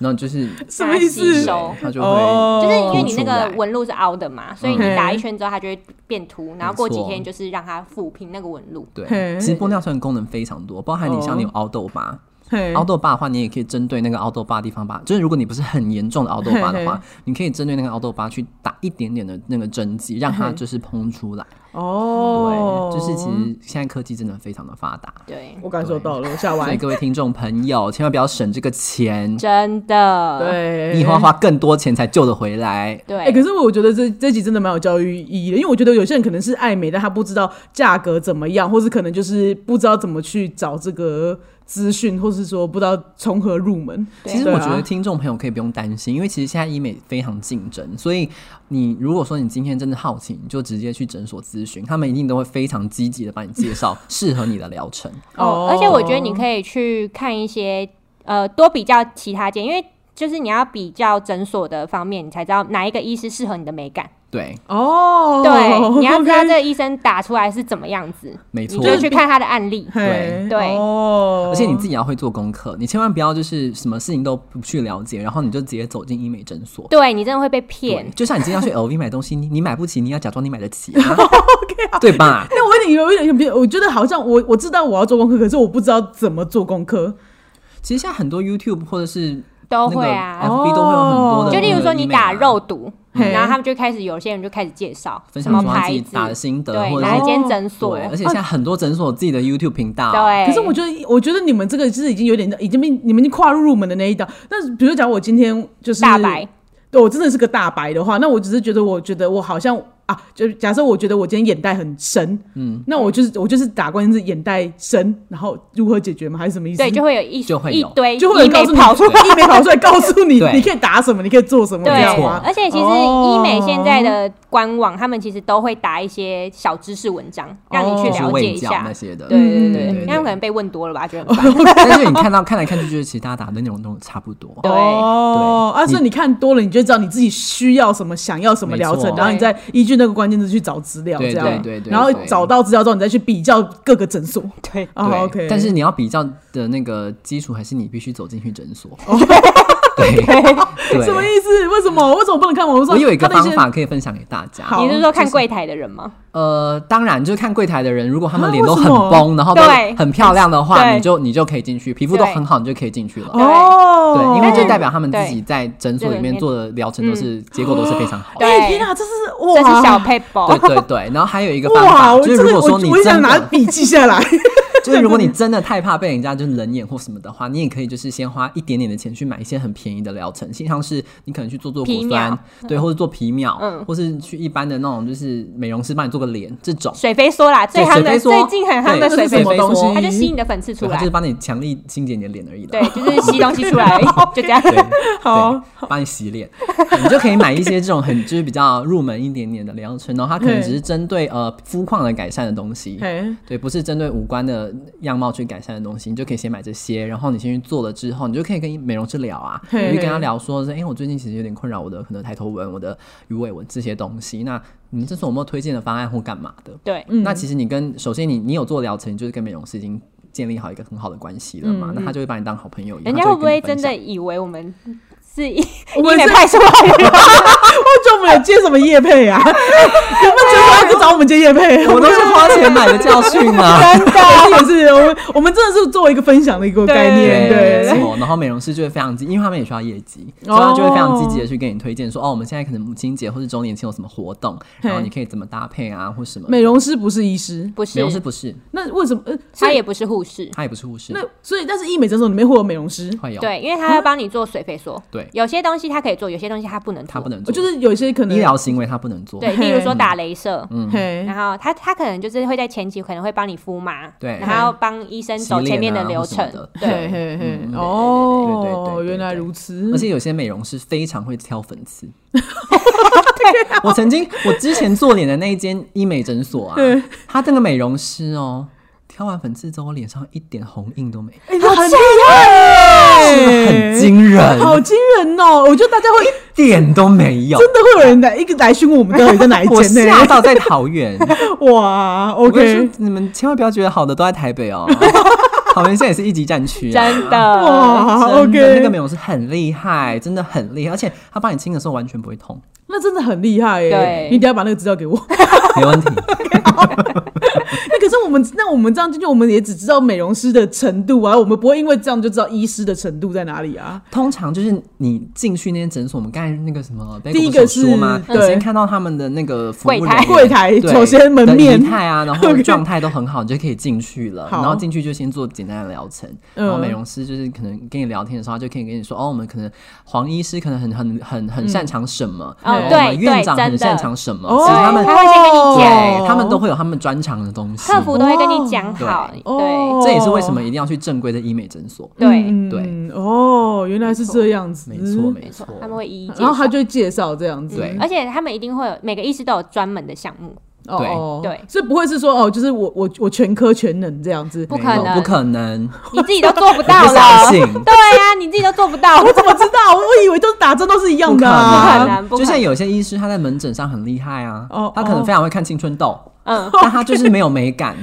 [SPEAKER 3] 然后就是
[SPEAKER 1] 什么意思
[SPEAKER 2] 吸收
[SPEAKER 3] 对它就会
[SPEAKER 1] 哦
[SPEAKER 2] 就是因为你那
[SPEAKER 3] 凸出
[SPEAKER 2] 个
[SPEAKER 3] 来
[SPEAKER 2] 纹路是凹的嘛，所以
[SPEAKER 1] 嗯
[SPEAKER 2] 你打一圈之后它就会变凸，然后过几天就是让它抚平那个纹路。
[SPEAKER 3] 对。
[SPEAKER 1] 嘿
[SPEAKER 3] 其实玻尿酸的功能非常多，包含你像你有凹痘疤，
[SPEAKER 1] 嘿
[SPEAKER 3] 凹痘疤的话，你也可以针对那个凹痘疤的地方把，就是如果你不是很严重的凹痘疤的
[SPEAKER 1] 嘿
[SPEAKER 3] 话，你可以针对那个凹痘疤去打一点点的那个针剂，让它就是膨出来。
[SPEAKER 1] 哦
[SPEAKER 3] 对，，就是其实现在科技真的非常的发达，
[SPEAKER 2] 对，
[SPEAKER 1] 我感受到了，我下
[SPEAKER 3] 所以
[SPEAKER 1] 完
[SPEAKER 3] 各位听众朋友， 千万不要省这个钱，
[SPEAKER 2] 真的，
[SPEAKER 1] 对，
[SPEAKER 3] 你以后要花更多钱才救得回来。
[SPEAKER 2] 对、
[SPEAKER 1] 哎、可是我觉得这这集真的蛮有教育意义的，因为我觉得有些人可能是爱美，但他不知道价格怎么样，或是可能就是不知道怎么去找这个资讯，或是说不知道从何入门。
[SPEAKER 2] 对
[SPEAKER 3] 其实
[SPEAKER 1] 对
[SPEAKER 3] 我
[SPEAKER 1] 啊
[SPEAKER 3] 觉得听众朋友可以不用担心，因为其实现在医美非常竞争，所以你如果说你今天真的好奇，你就直接去诊所咨询，他们一定都会非常积极的帮你介 绍适合你的疗程。
[SPEAKER 2] 哦，而且我觉得你可以去看一些呃，多比较其他间，因为就是你要比较诊所的方面，你才知道哪一个医师适合你的美感。
[SPEAKER 3] 对，
[SPEAKER 1] 哦，
[SPEAKER 2] 对，你要知道
[SPEAKER 1] OK
[SPEAKER 2] 这个医生打出来是怎么样子，
[SPEAKER 3] 没错
[SPEAKER 2] 你。就去看他的案例。
[SPEAKER 1] 嘿
[SPEAKER 2] 对
[SPEAKER 1] 哦，
[SPEAKER 3] 而且你自己要会做功课，你千万不要就是什么事情都不去了解，然后你就直接走进医美诊所。
[SPEAKER 2] 对你真的会被
[SPEAKER 3] 对
[SPEAKER 2] 骗，，
[SPEAKER 3] 就像你今天要去 LV 买东西，你你买不起，你要假装你买 得起、啊对吧？
[SPEAKER 1] 那我有点有一点有点，我觉得好像我我知道我要做功课，可是我不知道怎么做功课。
[SPEAKER 3] 其实现在很多 YouTube 或者是
[SPEAKER 2] 都
[SPEAKER 3] 那
[SPEAKER 2] 会
[SPEAKER 3] 个
[SPEAKER 2] 啊。
[SPEAKER 3] FB 都会有很多的那个医美啊，
[SPEAKER 2] 就例如说你打肉毒，
[SPEAKER 1] 哦嗯嘿
[SPEAKER 2] 然后他们就开始有些人就开始介绍
[SPEAKER 3] 分
[SPEAKER 2] 什
[SPEAKER 3] 享
[SPEAKER 2] 么
[SPEAKER 3] 说他自
[SPEAKER 2] 牌
[SPEAKER 3] 己
[SPEAKER 2] 子，
[SPEAKER 3] 打的心得，
[SPEAKER 2] 对哦
[SPEAKER 3] 或者
[SPEAKER 2] 哪
[SPEAKER 3] 是
[SPEAKER 2] 一间诊所，
[SPEAKER 3] 对，而且现在很多诊所有自己的 YouTube 频道，啊
[SPEAKER 2] 对，
[SPEAKER 1] 可是我觉得，我觉得你们这个就是已经有点，已经被你们已经跨入入门的那一道。那比如说，假如我今天就是
[SPEAKER 2] 大白，
[SPEAKER 1] 对哦我真的是个大白的话，那我只是觉得，我觉得我好像啊，就假设我觉得我今天眼袋很深，嗯，那我就是我就是打关键字眼袋深，然后如何解决吗？还是什么意思？
[SPEAKER 2] 对，就会有一
[SPEAKER 3] 就会
[SPEAKER 2] 一
[SPEAKER 3] 有
[SPEAKER 2] 堆
[SPEAKER 1] 就会有
[SPEAKER 2] 医
[SPEAKER 1] 人告
[SPEAKER 2] 美
[SPEAKER 1] 诉你，
[SPEAKER 2] 跑出来。
[SPEAKER 1] 医美跑出来告诉 你，
[SPEAKER 3] 对
[SPEAKER 1] 你可以打什么，你可以做什么，
[SPEAKER 2] 对
[SPEAKER 1] 你知道
[SPEAKER 3] 没错
[SPEAKER 1] 吗，
[SPEAKER 2] 而且其实医美现在的官网，他们其实都会打一些小知识文章，让你去
[SPEAKER 3] 哦就是
[SPEAKER 2] 了解
[SPEAKER 3] 喂
[SPEAKER 2] 一
[SPEAKER 3] 教
[SPEAKER 2] 下
[SPEAKER 3] 那。些的。
[SPEAKER 2] 对对对
[SPEAKER 3] 嗯
[SPEAKER 2] 对，
[SPEAKER 3] 对
[SPEAKER 2] 那
[SPEAKER 3] 对
[SPEAKER 2] 可能被问多了吧，觉得很烦。
[SPEAKER 3] 但是你看到看来看去，就是其实大家打的内容都差不多。
[SPEAKER 2] 对
[SPEAKER 1] 哦，
[SPEAKER 3] 对
[SPEAKER 1] 啊，
[SPEAKER 3] 你
[SPEAKER 1] 所以你看多了，你就知道你自己需要什么，想要什么疗
[SPEAKER 3] 没
[SPEAKER 1] 程，
[SPEAKER 3] 错
[SPEAKER 1] 然后你再依据那个关键字去找资料，这
[SPEAKER 3] 对
[SPEAKER 1] 样，
[SPEAKER 3] 对对对
[SPEAKER 1] 然后
[SPEAKER 3] 对
[SPEAKER 1] 找到资料之后，你再去比较各个诊所。
[SPEAKER 2] 对，
[SPEAKER 1] 哦，OK，
[SPEAKER 3] 但是你要比较的那个基础，还是你必须走进去诊 所。对对，
[SPEAKER 1] 什么意思？为什么？为什么不能看网络上？
[SPEAKER 3] 我有一个
[SPEAKER 1] 它那
[SPEAKER 3] 方
[SPEAKER 1] 些
[SPEAKER 3] 法可以分享给大家。
[SPEAKER 1] 好
[SPEAKER 2] 你是说看柜台的人吗？
[SPEAKER 3] 呃，当然就是看柜台的人，如果他
[SPEAKER 1] 啊
[SPEAKER 3] 们脸都
[SPEAKER 1] 为
[SPEAKER 3] 很
[SPEAKER 1] 什么
[SPEAKER 3] 崩，然后都
[SPEAKER 2] 对
[SPEAKER 3] 很漂亮的话，
[SPEAKER 2] 对
[SPEAKER 3] 你就你就可以进去，皮肤都
[SPEAKER 2] 对
[SPEAKER 3] 很好，你就可以进去了。
[SPEAKER 1] 哦，
[SPEAKER 3] 对，因为
[SPEAKER 2] 但
[SPEAKER 3] 这
[SPEAKER 2] 是
[SPEAKER 3] 代表他们自
[SPEAKER 2] 对
[SPEAKER 3] 己在诊所里面做的疗程都是结果都是非常好。
[SPEAKER 2] 对
[SPEAKER 1] 哎天啊，这是哇，
[SPEAKER 2] 这是小配宝
[SPEAKER 3] 对，对对，然后还有一个方
[SPEAKER 1] 哇，
[SPEAKER 3] 法，
[SPEAKER 1] 我这
[SPEAKER 3] 就是
[SPEAKER 1] 个
[SPEAKER 3] 如果
[SPEAKER 1] 我
[SPEAKER 3] 说你
[SPEAKER 1] 我想
[SPEAKER 3] 真
[SPEAKER 1] 拿
[SPEAKER 3] 的，
[SPEAKER 1] 笔记下来。
[SPEAKER 3] 就是如果你真的太怕被人家就是冷眼或什么的话，你也可以就是先花一点点的钱去买一些很便宜的疗程，像是你可能去做做
[SPEAKER 2] 皮
[SPEAKER 3] 果酸
[SPEAKER 2] 秒，
[SPEAKER 3] 对，或者做皮秒，
[SPEAKER 2] 嗯
[SPEAKER 3] 或是去一般的那种就是美容师帮你做个脸这种，
[SPEAKER 2] 水飞梭啦，最
[SPEAKER 3] 对
[SPEAKER 2] 夯
[SPEAKER 3] 水
[SPEAKER 2] 的
[SPEAKER 3] 飞梭
[SPEAKER 2] 最近很夯
[SPEAKER 3] 对
[SPEAKER 2] 的
[SPEAKER 3] 这
[SPEAKER 2] 水
[SPEAKER 3] 是
[SPEAKER 2] 飞
[SPEAKER 1] 什么
[SPEAKER 2] 梭，
[SPEAKER 1] 东西
[SPEAKER 2] 它就吸你的粉刺出
[SPEAKER 3] 对，他
[SPEAKER 2] 来
[SPEAKER 3] 就是，帮你强力清洁你的脸而已的。
[SPEAKER 2] 对，就是吸东西出来而已，就这样。
[SPEAKER 3] 对，
[SPEAKER 1] 好
[SPEAKER 3] 对，帮你洗脸，你就可以买一些这种很就是比较入门一点点的疗程，然后 它可能只是针对呃肤况的改善的东西，
[SPEAKER 1] 嘿
[SPEAKER 3] 对，不是针对五官的样貌去改善的东西，你就可以先买这些，然后你先去做了之后，你就可以跟美容师聊 啊，
[SPEAKER 1] 嘿
[SPEAKER 3] 你就跟他聊说，哎、我最近其实有点困扰我的可能抬头纹、我的鱼尾纹这些东西，那你们这次有没有推荐的方案或干嘛的？
[SPEAKER 2] 对，嗯
[SPEAKER 3] 那其实你跟首先你你有做疗程，你就是跟美容师已经建立好一个很好的关系了嘛，那他就会把你当好朋友一
[SPEAKER 2] 嗯人
[SPEAKER 3] 样，他
[SPEAKER 2] 家
[SPEAKER 3] 就
[SPEAKER 2] 会不
[SPEAKER 3] 跟你
[SPEAKER 2] 会
[SPEAKER 3] 分
[SPEAKER 2] 真
[SPEAKER 3] 享
[SPEAKER 2] 的以为我们是医
[SPEAKER 3] 哎
[SPEAKER 1] 我们
[SPEAKER 2] 医美
[SPEAKER 1] 是
[SPEAKER 2] 派出来的人？
[SPEAKER 1] 我就没有接什么叶配 啊，有没有觉得要去找我们接叶配？
[SPEAKER 3] 我都是花钱买哎的教训啊。
[SPEAKER 1] 真的也是，我们我们真的是作为一个分享的一个概念，
[SPEAKER 2] 对
[SPEAKER 1] 对哦
[SPEAKER 3] 没错。然后美容师就会非常积，因为他们也需要业绩，所以他就会非常积极的去给你推荐说，哦，我们现在可能母亲节或是周年庆有什么活动，然后
[SPEAKER 1] 嘿
[SPEAKER 3] 你可以怎么搭配啊，或什么的。
[SPEAKER 1] 美容师不是医师，
[SPEAKER 2] 不
[SPEAKER 3] 美
[SPEAKER 2] 是
[SPEAKER 3] 容，师不是，
[SPEAKER 1] 那为什么？呃，所
[SPEAKER 2] 他
[SPEAKER 1] 以
[SPEAKER 2] 也不是护士，
[SPEAKER 3] 他也不是护士，
[SPEAKER 1] 那所以，但是医美诊所里面会有美容师，
[SPEAKER 3] 会有
[SPEAKER 2] 对，因为他要帮你做水飞梭，
[SPEAKER 3] 对
[SPEAKER 2] 有些东西他可以做，有些东西他不能做，
[SPEAKER 3] 他不能做，
[SPEAKER 1] 就是有一些可能
[SPEAKER 3] 医疗行为他不能做。
[SPEAKER 2] 对，
[SPEAKER 1] 嘿
[SPEAKER 2] 例如说打镭射，
[SPEAKER 3] 嗯
[SPEAKER 1] 嘿
[SPEAKER 2] 然后他他可能就是会在前期可能会帮你敷麻，
[SPEAKER 3] 对
[SPEAKER 2] 然后帮医生
[SPEAKER 3] 洗
[SPEAKER 2] 走前面
[SPEAKER 3] 脸啊
[SPEAKER 2] 的流
[SPEAKER 3] 或什么
[SPEAKER 2] 程
[SPEAKER 3] 的，
[SPEAKER 1] 嘿
[SPEAKER 2] 对，
[SPEAKER 1] 嘿嘿
[SPEAKER 3] 嗯，对对对对
[SPEAKER 1] 哦，
[SPEAKER 3] 对对
[SPEAKER 1] 原来如此，
[SPEAKER 3] 而且有些美容师非常会挑粉 刺。
[SPEAKER 1] 啊
[SPEAKER 3] 我曾经，我之前做脸的那一间医美诊所啊，
[SPEAKER 1] 嗯
[SPEAKER 3] 他那个美容师哦，挑完粉刺之后，我脸上一点红印都没有，
[SPEAKER 1] 哎那很厉害
[SPEAKER 3] 啊是不是
[SPEAKER 1] 耶，
[SPEAKER 3] 很惊人，
[SPEAKER 1] 好惊人哦！我觉得大家会
[SPEAKER 3] 一点都没有。
[SPEAKER 1] 真的会有人来一个来询问我们到底在哪一
[SPEAKER 3] 我
[SPEAKER 1] 间呢？
[SPEAKER 3] 吓到在桃园。
[SPEAKER 1] 哇
[SPEAKER 3] 我跟你
[SPEAKER 1] ，OK，
[SPEAKER 3] 说，你们千万不要觉得好的都在台北哦，桃园现在也是一级战区、啊。
[SPEAKER 2] 真的，
[SPEAKER 1] 哇
[SPEAKER 3] 真的那个
[SPEAKER 1] 啊，OK，
[SPEAKER 3] 美容师很厉害，真的很厉害，而且他帮你清的时候完全不会痛，
[SPEAKER 1] 那真的很厉害耶
[SPEAKER 2] 对！
[SPEAKER 1] 你等一下把那个资料给我。
[SPEAKER 3] 没问题。
[SPEAKER 1] 那可是我们，那我们这样进去，我们也只知道美容师的程度啊，我们不会因为这样就知道医师的程度在哪里啊。
[SPEAKER 3] 通常就是你进去那些诊所，我们刚才那个什么，
[SPEAKER 1] 第一个是
[SPEAKER 3] 说嘛，
[SPEAKER 1] 对
[SPEAKER 3] 你先看到他们的那个服务人员
[SPEAKER 2] 柜台
[SPEAKER 1] 柜台
[SPEAKER 3] 对
[SPEAKER 1] 首先门面
[SPEAKER 3] 的仪态啊，然 后
[SPEAKER 1] OK
[SPEAKER 3] 状态都很好，你就可以进去了。
[SPEAKER 1] 好
[SPEAKER 3] 然后进去就先做简单的疗程，
[SPEAKER 1] 嗯
[SPEAKER 3] 然后美容师就是可能跟你聊天的时候，他就可以跟你说，哦，我们可能黄医师可能很很很很擅长什么，
[SPEAKER 2] 哦
[SPEAKER 3] 然后
[SPEAKER 2] 对
[SPEAKER 3] 我们院长
[SPEAKER 2] 对
[SPEAKER 3] 很
[SPEAKER 2] 真的
[SPEAKER 3] 擅长什么，
[SPEAKER 1] 哦
[SPEAKER 3] 其实他们
[SPEAKER 2] 他会先跟你讲
[SPEAKER 3] 对他们都会有他们专长的东西。
[SPEAKER 2] 特客服都会跟你讲好，对
[SPEAKER 1] 哦
[SPEAKER 3] 这也是为什么一定要去正规的医美诊所。
[SPEAKER 2] 对，
[SPEAKER 1] 嗯
[SPEAKER 3] 对
[SPEAKER 1] 哦，原来是
[SPEAKER 2] 没错
[SPEAKER 1] 这样子，
[SPEAKER 3] 没错，
[SPEAKER 2] 没
[SPEAKER 3] 没
[SPEAKER 2] 错
[SPEAKER 3] 错，，
[SPEAKER 2] 他们会一一介
[SPEAKER 1] 然后他
[SPEAKER 2] 绍
[SPEAKER 1] 就会介绍这样子，
[SPEAKER 3] 对
[SPEAKER 2] 而且他们一定会有每个医师都有专门的项目，
[SPEAKER 1] 哦
[SPEAKER 3] 对
[SPEAKER 1] 哦
[SPEAKER 2] 对
[SPEAKER 1] 所以不会是说哦，就是我我我全科全能这样子，
[SPEAKER 2] 不可
[SPEAKER 3] 没有
[SPEAKER 2] 能
[SPEAKER 3] 不可能，
[SPEAKER 2] 你自己都 做不到
[SPEAKER 3] 我不相
[SPEAKER 2] 了。
[SPEAKER 3] 信。
[SPEAKER 2] 对呀、你自己都做不 到，
[SPEAKER 1] 我怎么知道？我以为都是打针都是一样的、
[SPEAKER 2] 不可
[SPEAKER 1] 啊，
[SPEAKER 2] 能不可能
[SPEAKER 3] 就像有些医师他在门诊上很厉害啊
[SPEAKER 1] 哦，
[SPEAKER 3] 他可能非常会看青春痘，
[SPEAKER 2] 嗯，
[SPEAKER 3] 但他就是没有美感，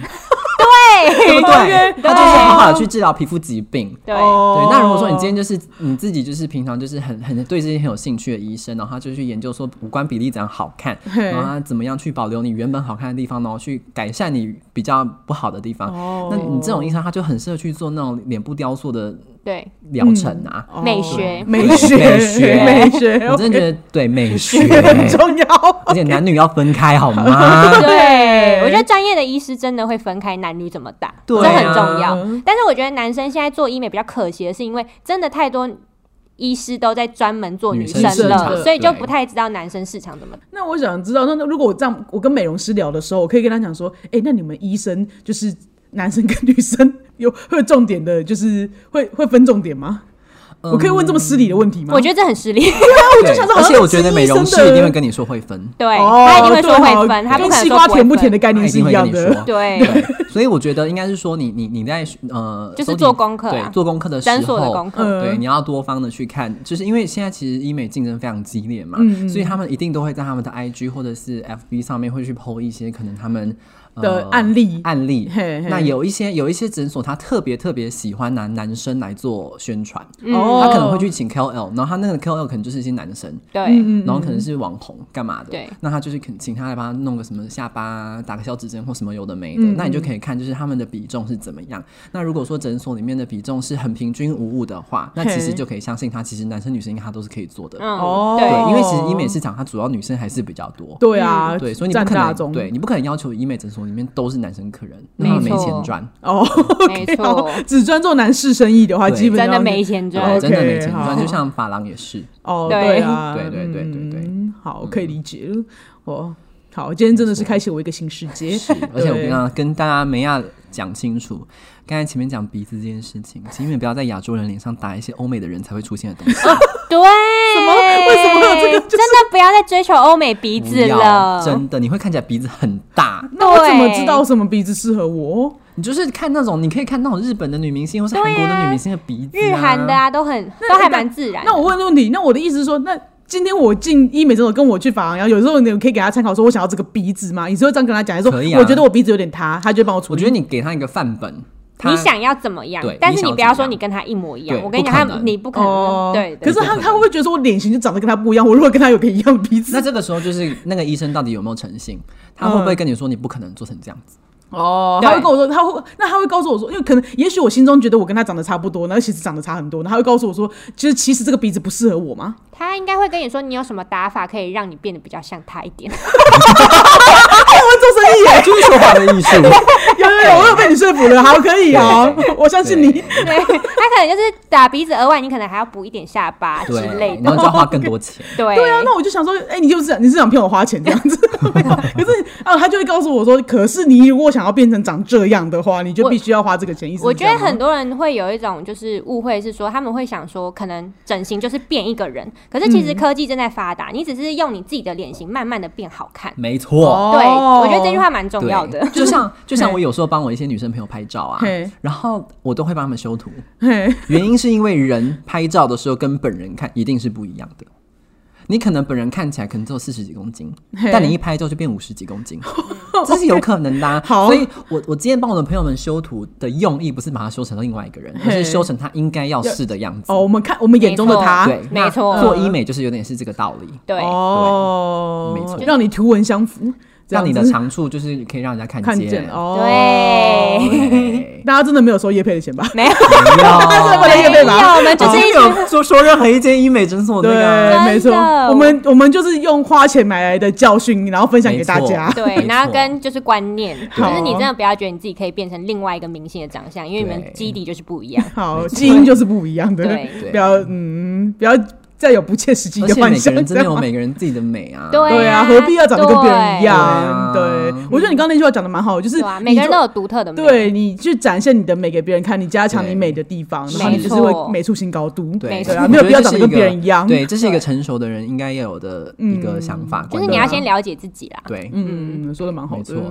[SPEAKER 3] 对不
[SPEAKER 1] OK，
[SPEAKER 3] 对？他就是好好的去治疗皮肤疾病。
[SPEAKER 2] 对，
[SPEAKER 1] 哦
[SPEAKER 3] 对，那如果说你今天就是你自己就是平常就是很很对这些很有兴趣的医生，然后他就去研究说五官比例怎样好看，
[SPEAKER 1] 嘿
[SPEAKER 3] 然后他怎么样去保留你原本好看的地方，然后去改善你比较不好的地方。
[SPEAKER 1] 哦
[SPEAKER 3] 那你这种医生他就很适合去做那种脸部雕塑的
[SPEAKER 2] 对，
[SPEAKER 3] 疗程啊。
[SPEAKER 1] 哦
[SPEAKER 2] 美学
[SPEAKER 1] 美学，
[SPEAKER 3] 美学
[SPEAKER 1] 美学，
[SPEAKER 3] 我真的觉
[SPEAKER 1] 得
[SPEAKER 3] 得 对美学，
[SPEAKER 1] 很哎重要。
[SPEAKER 3] 而且男女要分开 好吗？
[SPEAKER 2] 对，我觉得专业的医师真的会分开男女怎么打，
[SPEAKER 3] 对啊
[SPEAKER 2] 这很重要。但是我觉得男生现在做医美比较可惜的是，因为真的太多医师都在专门做女生
[SPEAKER 1] 女生市
[SPEAKER 2] 了，
[SPEAKER 1] 场
[SPEAKER 2] 所以就
[SPEAKER 3] 对
[SPEAKER 2] 不太知道男生市场怎么打。
[SPEAKER 1] 那我想知道，那那如果我这样，我跟美容师聊的时候，我可以跟他讲说，哎、那你们医生就是男生跟女生有会有重点的，就是会 会分重点吗？
[SPEAKER 3] 嗯
[SPEAKER 1] 我可以问这么失礼的问题吗？
[SPEAKER 2] 我觉得这很失礼，
[SPEAKER 1] 我就想说
[SPEAKER 3] 对而
[SPEAKER 1] 好像
[SPEAKER 3] 且我觉
[SPEAKER 1] 是
[SPEAKER 3] 得
[SPEAKER 1] 医
[SPEAKER 3] 美容
[SPEAKER 1] 生
[SPEAKER 3] 师
[SPEAKER 1] 的
[SPEAKER 3] 一定会跟你说会分，
[SPEAKER 2] 对，
[SPEAKER 1] 哦，
[SPEAKER 2] 他一定会说会
[SPEAKER 1] 对
[SPEAKER 2] 分，
[SPEAKER 1] 哦
[SPEAKER 2] 他不
[SPEAKER 1] 跟
[SPEAKER 2] 可能
[SPEAKER 1] 西
[SPEAKER 2] 说
[SPEAKER 1] 瓜
[SPEAKER 2] 不会
[SPEAKER 1] 甜不甜的
[SPEAKER 2] 分。
[SPEAKER 1] 概
[SPEAKER 3] 他
[SPEAKER 1] 念
[SPEAKER 3] 一
[SPEAKER 1] 是
[SPEAKER 3] 定会跟
[SPEAKER 1] 样
[SPEAKER 3] 你
[SPEAKER 1] 的
[SPEAKER 3] 说。
[SPEAKER 2] 对，
[SPEAKER 3] 所以我觉得应该是说你你你在呃，
[SPEAKER 2] 就是
[SPEAKER 3] 收集
[SPEAKER 2] 做功课啊
[SPEAKER 3] 对，做功课的时候，
[SPEAKER 2] 诊所的功课，
[SPEAKER 1] 嗯
[SPEAKER 3] 对，你要多方的去看，就是因为现在其实医美竞争非常激烈嘛，
[SPEAKER 1] 嗯
[SPEAKER 3] 所以他们一定都会在他们的 IG 或者是 FB 上面会去 PO 一些可能他们、呃
[SPEAKER 1] 的案例
[SPEAKER 3] 案例。
[SPEAKER 1] 嘿嘿
[SPEAKER 3] 那有一些有一些诊所，他特别特别喜欢拿男生来做宣传，
[SPEAKER 1] 哦嗯
[SPEAKER 3] 他可能会去请 KOL，然后他那个 KOL 可能就是一些男生，
[SPEAKER 2] 对，
[SPEAKER 3] 然后可能是网红干嘛的，
[SPEAKER 2] 对
[SPEAKER 3] 那他就是肯请他来帮他弄个什么下巴啊打个小指针或什么有的没的，
[SPEAKER 1] 嗯
[SPEAKER 3] 那你就可以看就是他们的比重是怎么样。那如果说诊所里面的比重是很平均无误的话，那其实
[SPEAKER 1] 嘿
[SPEAKER 3] 就可以相信他，其实男生女生应该他都是可以做的。
[SPEAKER 2] 嗯，
[SPEAKER 1] 哦
[SPEAKER 2] 对，
[SPEAKER 3] 对，因为其实医美市场它主要女生还是比较多。
[SPEAKER 1] 对啊，
[SPEAKER 3] 嗯对，所以你不
[SPEAKER 1] 占
[SPEAKER 3] 可
[SPEAKER 1] 大
[SPEAKER 3] 能
[SPEAKER 1] 宗
[SPEAKER 3] 对你不可能要求医美诊所里面都是男生客人，
[SPEAKER 2] 没
[SPEAKER 3] 那他们没
[SPEAKER 2] 错
[SPEAKER 3] 钱赚。
[SPEAKER 1] 哦，
[SPEAKER 2] 没
[SPEAKER 1] OK，
[SPEAKER 2] 错
[SPEAKER 1] 好哦只专做男士生意的话，
[SPEAKER 3] 对
[SPEAKER 1] 基本上
[SPEAKER 2] 真的没钱
[SPEAKER 3] 对
[SPEAKER 2] 赚，
[SPEAKER 3] 真的没
[SPEAKER 1] OK，
[SPEAKER 3] 钱
[SPEAKER 1] 好
[SPEAKER 3] 赚，就像发廊也是。
[SPEAKER 1] 哦，
[SPEAKER 2] 对
[SPEAKER 1] 对啊，
[SPEAKER 3] 对对对对对
[SPEAKER 1] 嗯，好，可以理解了。哦，好，今天真的是开启我一个新世界，
[SPEAKER 3] 嗯而且我
[SPEAKER 1] 对
[SPEAKER 3] 跟大家跟大家梅亚讲清楚，刚才前面讲鼻子这件事情，请你们不要在亚洲人脸上打一些欧美的人才会出现的东 西，
[SPEAKER 2] 对，什
[SPEAKER 1] 么为什么会有这个就是
[SPEAKER 2] 真的不要再追求欧美鼻
[SPEAKER 3] 不
[SPEAKER 2] 子
[SPEAKER 3] 要
[SPEAKER 2] 了，
[SPEAKER 3] 真的，你会看起来鼻子很大，
[SPEAKER 1] 那我怎么
[SPEAKER 2] 对
[SPEAKER 1] 知道什么鼻子适合我？
[SPEAKER 3] 你就是看那种，你可以看那种日本的女明星或是韩国的女明星的鼻子、啊，
[SPEAKER 2] 日韩的啊都很都还蛮自然的。
[SPEAKER 1] 那我问个问题，那我的意思是说，那今天我进医美诊所跟我去发廊，然后有时候你可以给他参考，说我想要这个鼻子吗？你是会这样跟他讲，还是说
[SPEAKER 3] 可以啊
[SPEAKER 1] 我觉得我鼻子有点塌，他就会帮我处
[SPEAKER 3] 我
[SPEAKER 1] 理？
[SPEAKER 3] 觉得你给他一个范本，他
[SPEAKER 2] 你想要怎么样
[SPEAKER 3] 对？
[SPEAKER 2] 但是你不要说你
[SPEAKER 3] 你
[SPEAKER 2] 跟他一模一样。
[SPEAKER 3] 对
[SPEAKER 2] 我跟你讲，
[SPEAKER 3] 不
[SPEAKER 2] 他
[SPEAKER 3] 可能
[SPEAKER 2] 你不可
[SPEAKER 1] 哦
[SPEAKER 2] 能。，对，
[SPEAKER 1] 可
[SPEAKER 2] 对
[SPEAKER 1] 是他
[SPEAKER 3] 对
[SPEAKER 1] 他会不会觉得说我脸型就长得跟他不一样？我如果跟他有个一样的鼻子，
[SPEAKER 3] 那这个时候就是那个医生到底有没有诚信？他会不
[SPEAKER 2] 嗯
[SPEAKER 3] 会跟你说你不可能做成这样子？
[SPEAKER 1] 哦，
[SPEAKER 2] 对
[SPEAKER 1] 他会跟我说，他会那他会告诉我说，因为可能也许我心中觉得我跟他长得差不多，然后其实长得差很多，然后他会告诉我说，其实其实这个鼻子不适合我 吗？
[SPEAKER 2] 他应该会跟你说你有什么打法可以让你变得比较像他一点。
[SPEAKER 1] 我会做生意耶，
[SPEAKER 3] 就是说话的 艺术，
[SPEAKER 1] 有有有，我有被你说服了，好，可以哦，我相信你
[SPEAKER 3] 对。
[SPEAKER 2] 对，他可能就是打鼻子，额外你可能还要补一点下巴之类
[SPEAKER 3] 对，
[SPEAKER 2] 的。
[SPEAKER 3] 然后就要花更多钱。
[SPEAKER 2] 对，
[SPEAKER 1] 对啊，那我就想说，哎、你就是你是想骗我花钱这样子， 没有可是啊，他就会告诉我说，可是你如果想要变成长这样的话，你就
[SPEAKER 2] 我
[SPEAKER 1] 必须要花这个钱。意思是
[SPEAKER 2] 我觉
[SPEAKER 1] 这
[SPEAKER 2] 得
[SPEAKER 1] 样吗啊
[SPEAKER 2] 很多人会有一种就是误会，是说他们会想说，可能整形就是变一个人，可是其实科技正在发达，你只是用你自己的脸型慢慢的变好看。
[SPEAKER 3] 没错，
[SPEAKER 1] 哦
[SPEAKER 2] 对，我觉得这句话蛮重
[SPEAKER 3] 对，
[SPEAKER 2] 要的。
[SPEAKER 3] 就像就像我有时候帮我一些女生朋友拍照啊
[SPEAKER 1] 嘿，
[SPEAKER 3] 然后我都会帮她们修图，
[SPEAKER 1] 嘿，
[SPEAKER 3] 原因是因为人拍照的时候跟本人看一定是不一样的。你可能本人看起来可能只有四十几公斤，
[SPEAKER 1] 嘿
[SPEAKER 3] 但你一拍照就变五十几公 斤，这是有可能的、啊。
[SPEAKER 1] 好
[SPEAKER 3] 所以我我今天帮我的朋友们修图的用意，不是把它修成另外一个人，而
[SPEAKER 1] 嘿
[SPEAKER 3] 是修成他应该要是的样子。
[SPEAKER 1] 哦，我们看我们眼中的他，
[SPEAKER 3] 对，那
[SPEAKER 2] 没错
[SPEAKER 3] 做医美就是有点是这个道理，
[SPEAKER 2] 对，
[SPEAKER 1] 哦，
[SPEAKER 3] 对没错
[SPEAKER 1] 让你图文相符，这样
[SPEAKER 3] 让你
[SPEAKER 1] 子
[SPEAKER 3] 的长处就是可以让人家看
[SPEAKER 1] 看
[SPEAKER 3] 见
[SPEAKER 1] 见。哦，
[SPEAKER 2] 对
[SPEAKER 3] 对
[SPEAKER 1] 大家真的没有收叶配的 钱吧？
[SPEAKER 2] 没有，
[SPEAKER 3] 不 要
[SPEAKER 1] 我的叶配
[SPEAKER 2] 没有
[SPEAKER 1] 吧，
[SPEAKER 2] 我们就是一直
[SPEAKER 1] 哦
[SPEAKER 3] 没有说说任何一间医美诊所那个啊、
[SPEAKER 1] 对，没错
[SPEAKER 2] 真的，
[SPEAKER 1] 我们我们就是用花钱买来的教训，然后分享给
[SPEAKER 3] 没
[SPEAKER 1] 大
[SPEAKER 3] 错
[SPEAKER 1] 家。
[SPEAKER 3] 没
[SPEAKER 2] 对，
[SPEAKER 3] 错
[SPEAKER 2] 然后跟就是观念，就
[SPEAKER 1] 好。
[SPEAKER 2] 是你真的不要觉得你自己可以变成另外一个明星的长相，因为你们
[SPEAKER 3] 对
[SPEAKER 2] 基底就是不一样
[SPEAKER 1] 好，基因就是不一样的
[SPEAKER 2] 对，
[SPEAKER 3] 对
[SPEAKER 1] 不要嗯，不要再有不切实际
[SPEAKER 3] 而
[SPEAKER 1] 的
[SPEAKER 3] 且
[SPEAKER 1] 幻
[SPEAKER 3] 每个
[SPEAKER 1] 想，
[SPEAKER 3] 人真的
[SPEAKER 1] 这样
[SPEAKER 3] 有
[SPEAKER 1] 吗
[SPEAKER 3] 每个人自己的美啊。
[SPEAKER 2] 对
[SPEAKER 1] 对
[SPEAKER 2] 啊
[SPEAKER 1] 啊，何必要长得跟别人一样？
[SPEAKER 3] 对啊
[SPEAKER 1] 对，我觉得你刚刚那句话讲的蛮好，就是
[SPEAKER 2] 对啊，每个人
[SPEAKER 1] 你
[SPEAKER 2] 都
[SPEAKER 1] 就
[SPEAKER 2] 有独特的美。
[SPEAKER 1] 对你去展现你的美给别人看，你加强你
[SPEAKER 3] 对
[SPEAKER 1] 美的地方，
[SPEAKER 3] 是
[SPEAKER 1] 然后你就是会美出新高度。
[SPEAKER 3] 对
[SPEAKER 1] 对
[SPEAKER 2] 没错
[SPEAKER 1] 啊，
[SPEAKER 3] 我
[SPEAKER 1] 没有
[SPEAKER 3] 觉
[SPEAKER 1] 必要
[SPEAKER 3] 得这
[SPEAKER 1] 长
[SPEAKER 3] 是
[SPEAKER 1] 得跟
[SPEAKER 3] 个
[SPEAKER 1] 别人一样。
[SPEAKER 3] 对，这是一个
[SPEAKER 2] 对
[SPEAKER 3] 成熟的人应该要有的一个想法。
[SPEAKER 2] 就是
[SPEAKER 3] 观
[SPEAKER 2] 你
[SPEAKER 3] 点
[SPEAKER 2] 要先了解自己啦。
[SPEAKER 3] 对，
[SPEAKER 1] 嗯，说的蛮好
[SPEAKER 3] 没
[SPEAKER 1] 的
[SPEAKER 3] 错。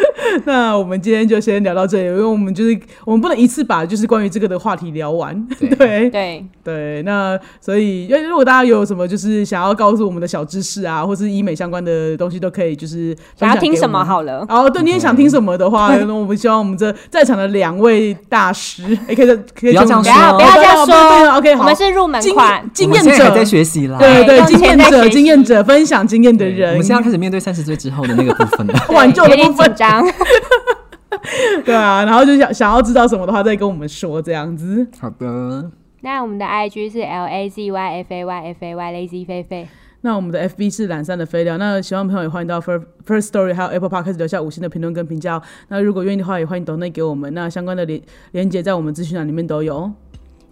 [SPEAKER 1] 那我们今天就先聊到这里，因为我们就是我们不能一次把就是关于这个的话题聊完。
[SPEAKER 3] 对
[SPEAKER 1] 对
[SPEAKER 2] 对，
[SPEAKER 1] 对，那所以，因为如果大家有什么就是想要告诉我们的小知识啊，或是医美相关的东西，都可以就是
[SPEAKER 2] 想
[SPEAKER 1] 分享
[SPEAKER 2] 要
[SPEAKER 1] 给
[SPEAKER 2] 听什
[SPEAKER 1] 我
[SPEAKER 2] 么
[SPEAKER 1] 们
[SPEAKER 2] 好了？
[SPEAKER 1] 哦，对，你也想听什么的话，那我们希望我们这在场的两位大师， 哎、可以可以
[SPEAKER 3] 不要这样
[SPEAKER 2] 不
[SPEAKER 1] 说哦
[SPEAKER 3] 说，
[SPEAKER 2] 要不要
[SPEAKER 1] 不要
[SPEAKER 2] 这样
[SPEAKER 1] 不要不要
[SPEAKER 2] 说
[SPEAKER 1] ，OK，好
[SPEAKER 2] 我们是入门
[SPEAKER 1] 经
[SPEAKER 2] 款
[SPEAKER 1] 验。经
[SPEAKER 3] 我们
[SPEAKER 1] 验
[SPEAKER 3] 现在还在
[SPEAKER 1] 者，
[SPEAKER 3] 学习啦。
[SPEAKER 1] 对对，
[SPEAKER 2] 用
[SPEAKER 1] 经
[SPEAKER 2] 钱
[SPEAKER 1] 验
[SPEAKER 2] 在
[SPEAKER 1] 者，
[SPEAKER 2] 学习
[SPEAKER 1] 经验者分享经验的
[SPEAKER 3] 我
[SPEAKER 1] 人，
[SPEAKER 3] 们现在要开始面对三十岁之后的那个部分了。
[SPEAKER 2] 对
[SPEAKER 1] 挽救的
[SPEAKER 2] 有
[SPEAKER 1] 部
[SPEAKER 2] 点
[SPEAKER 1] 分
[SPEAKER 2] 紧张，
[SPEAKER 1] 对啊，然后就想想要知道什么的话，再跟我们说这样子。
[SPEAKER 3] 好的，
[SPEAKER 2] 那我们的 IG 是 L A Z Y F A Y F A Y Lazy 菲菲，
[SPEAKER 1] 那我们的 FB 是懒散的飞聊，那喜欢的朋友也欢迎到 First First Story 还有 Apple Podcast 留下五星的评论跟评价哦。那如果愿意的话，也欢迎抖内给我们，那相关的连连接在我们资讯栏里面都有哦。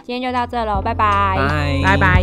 [SPEAKER 2] 今天就到这喽，拜
[SPEAKER 3] 拜
[SPEAKER 1] 拜拜。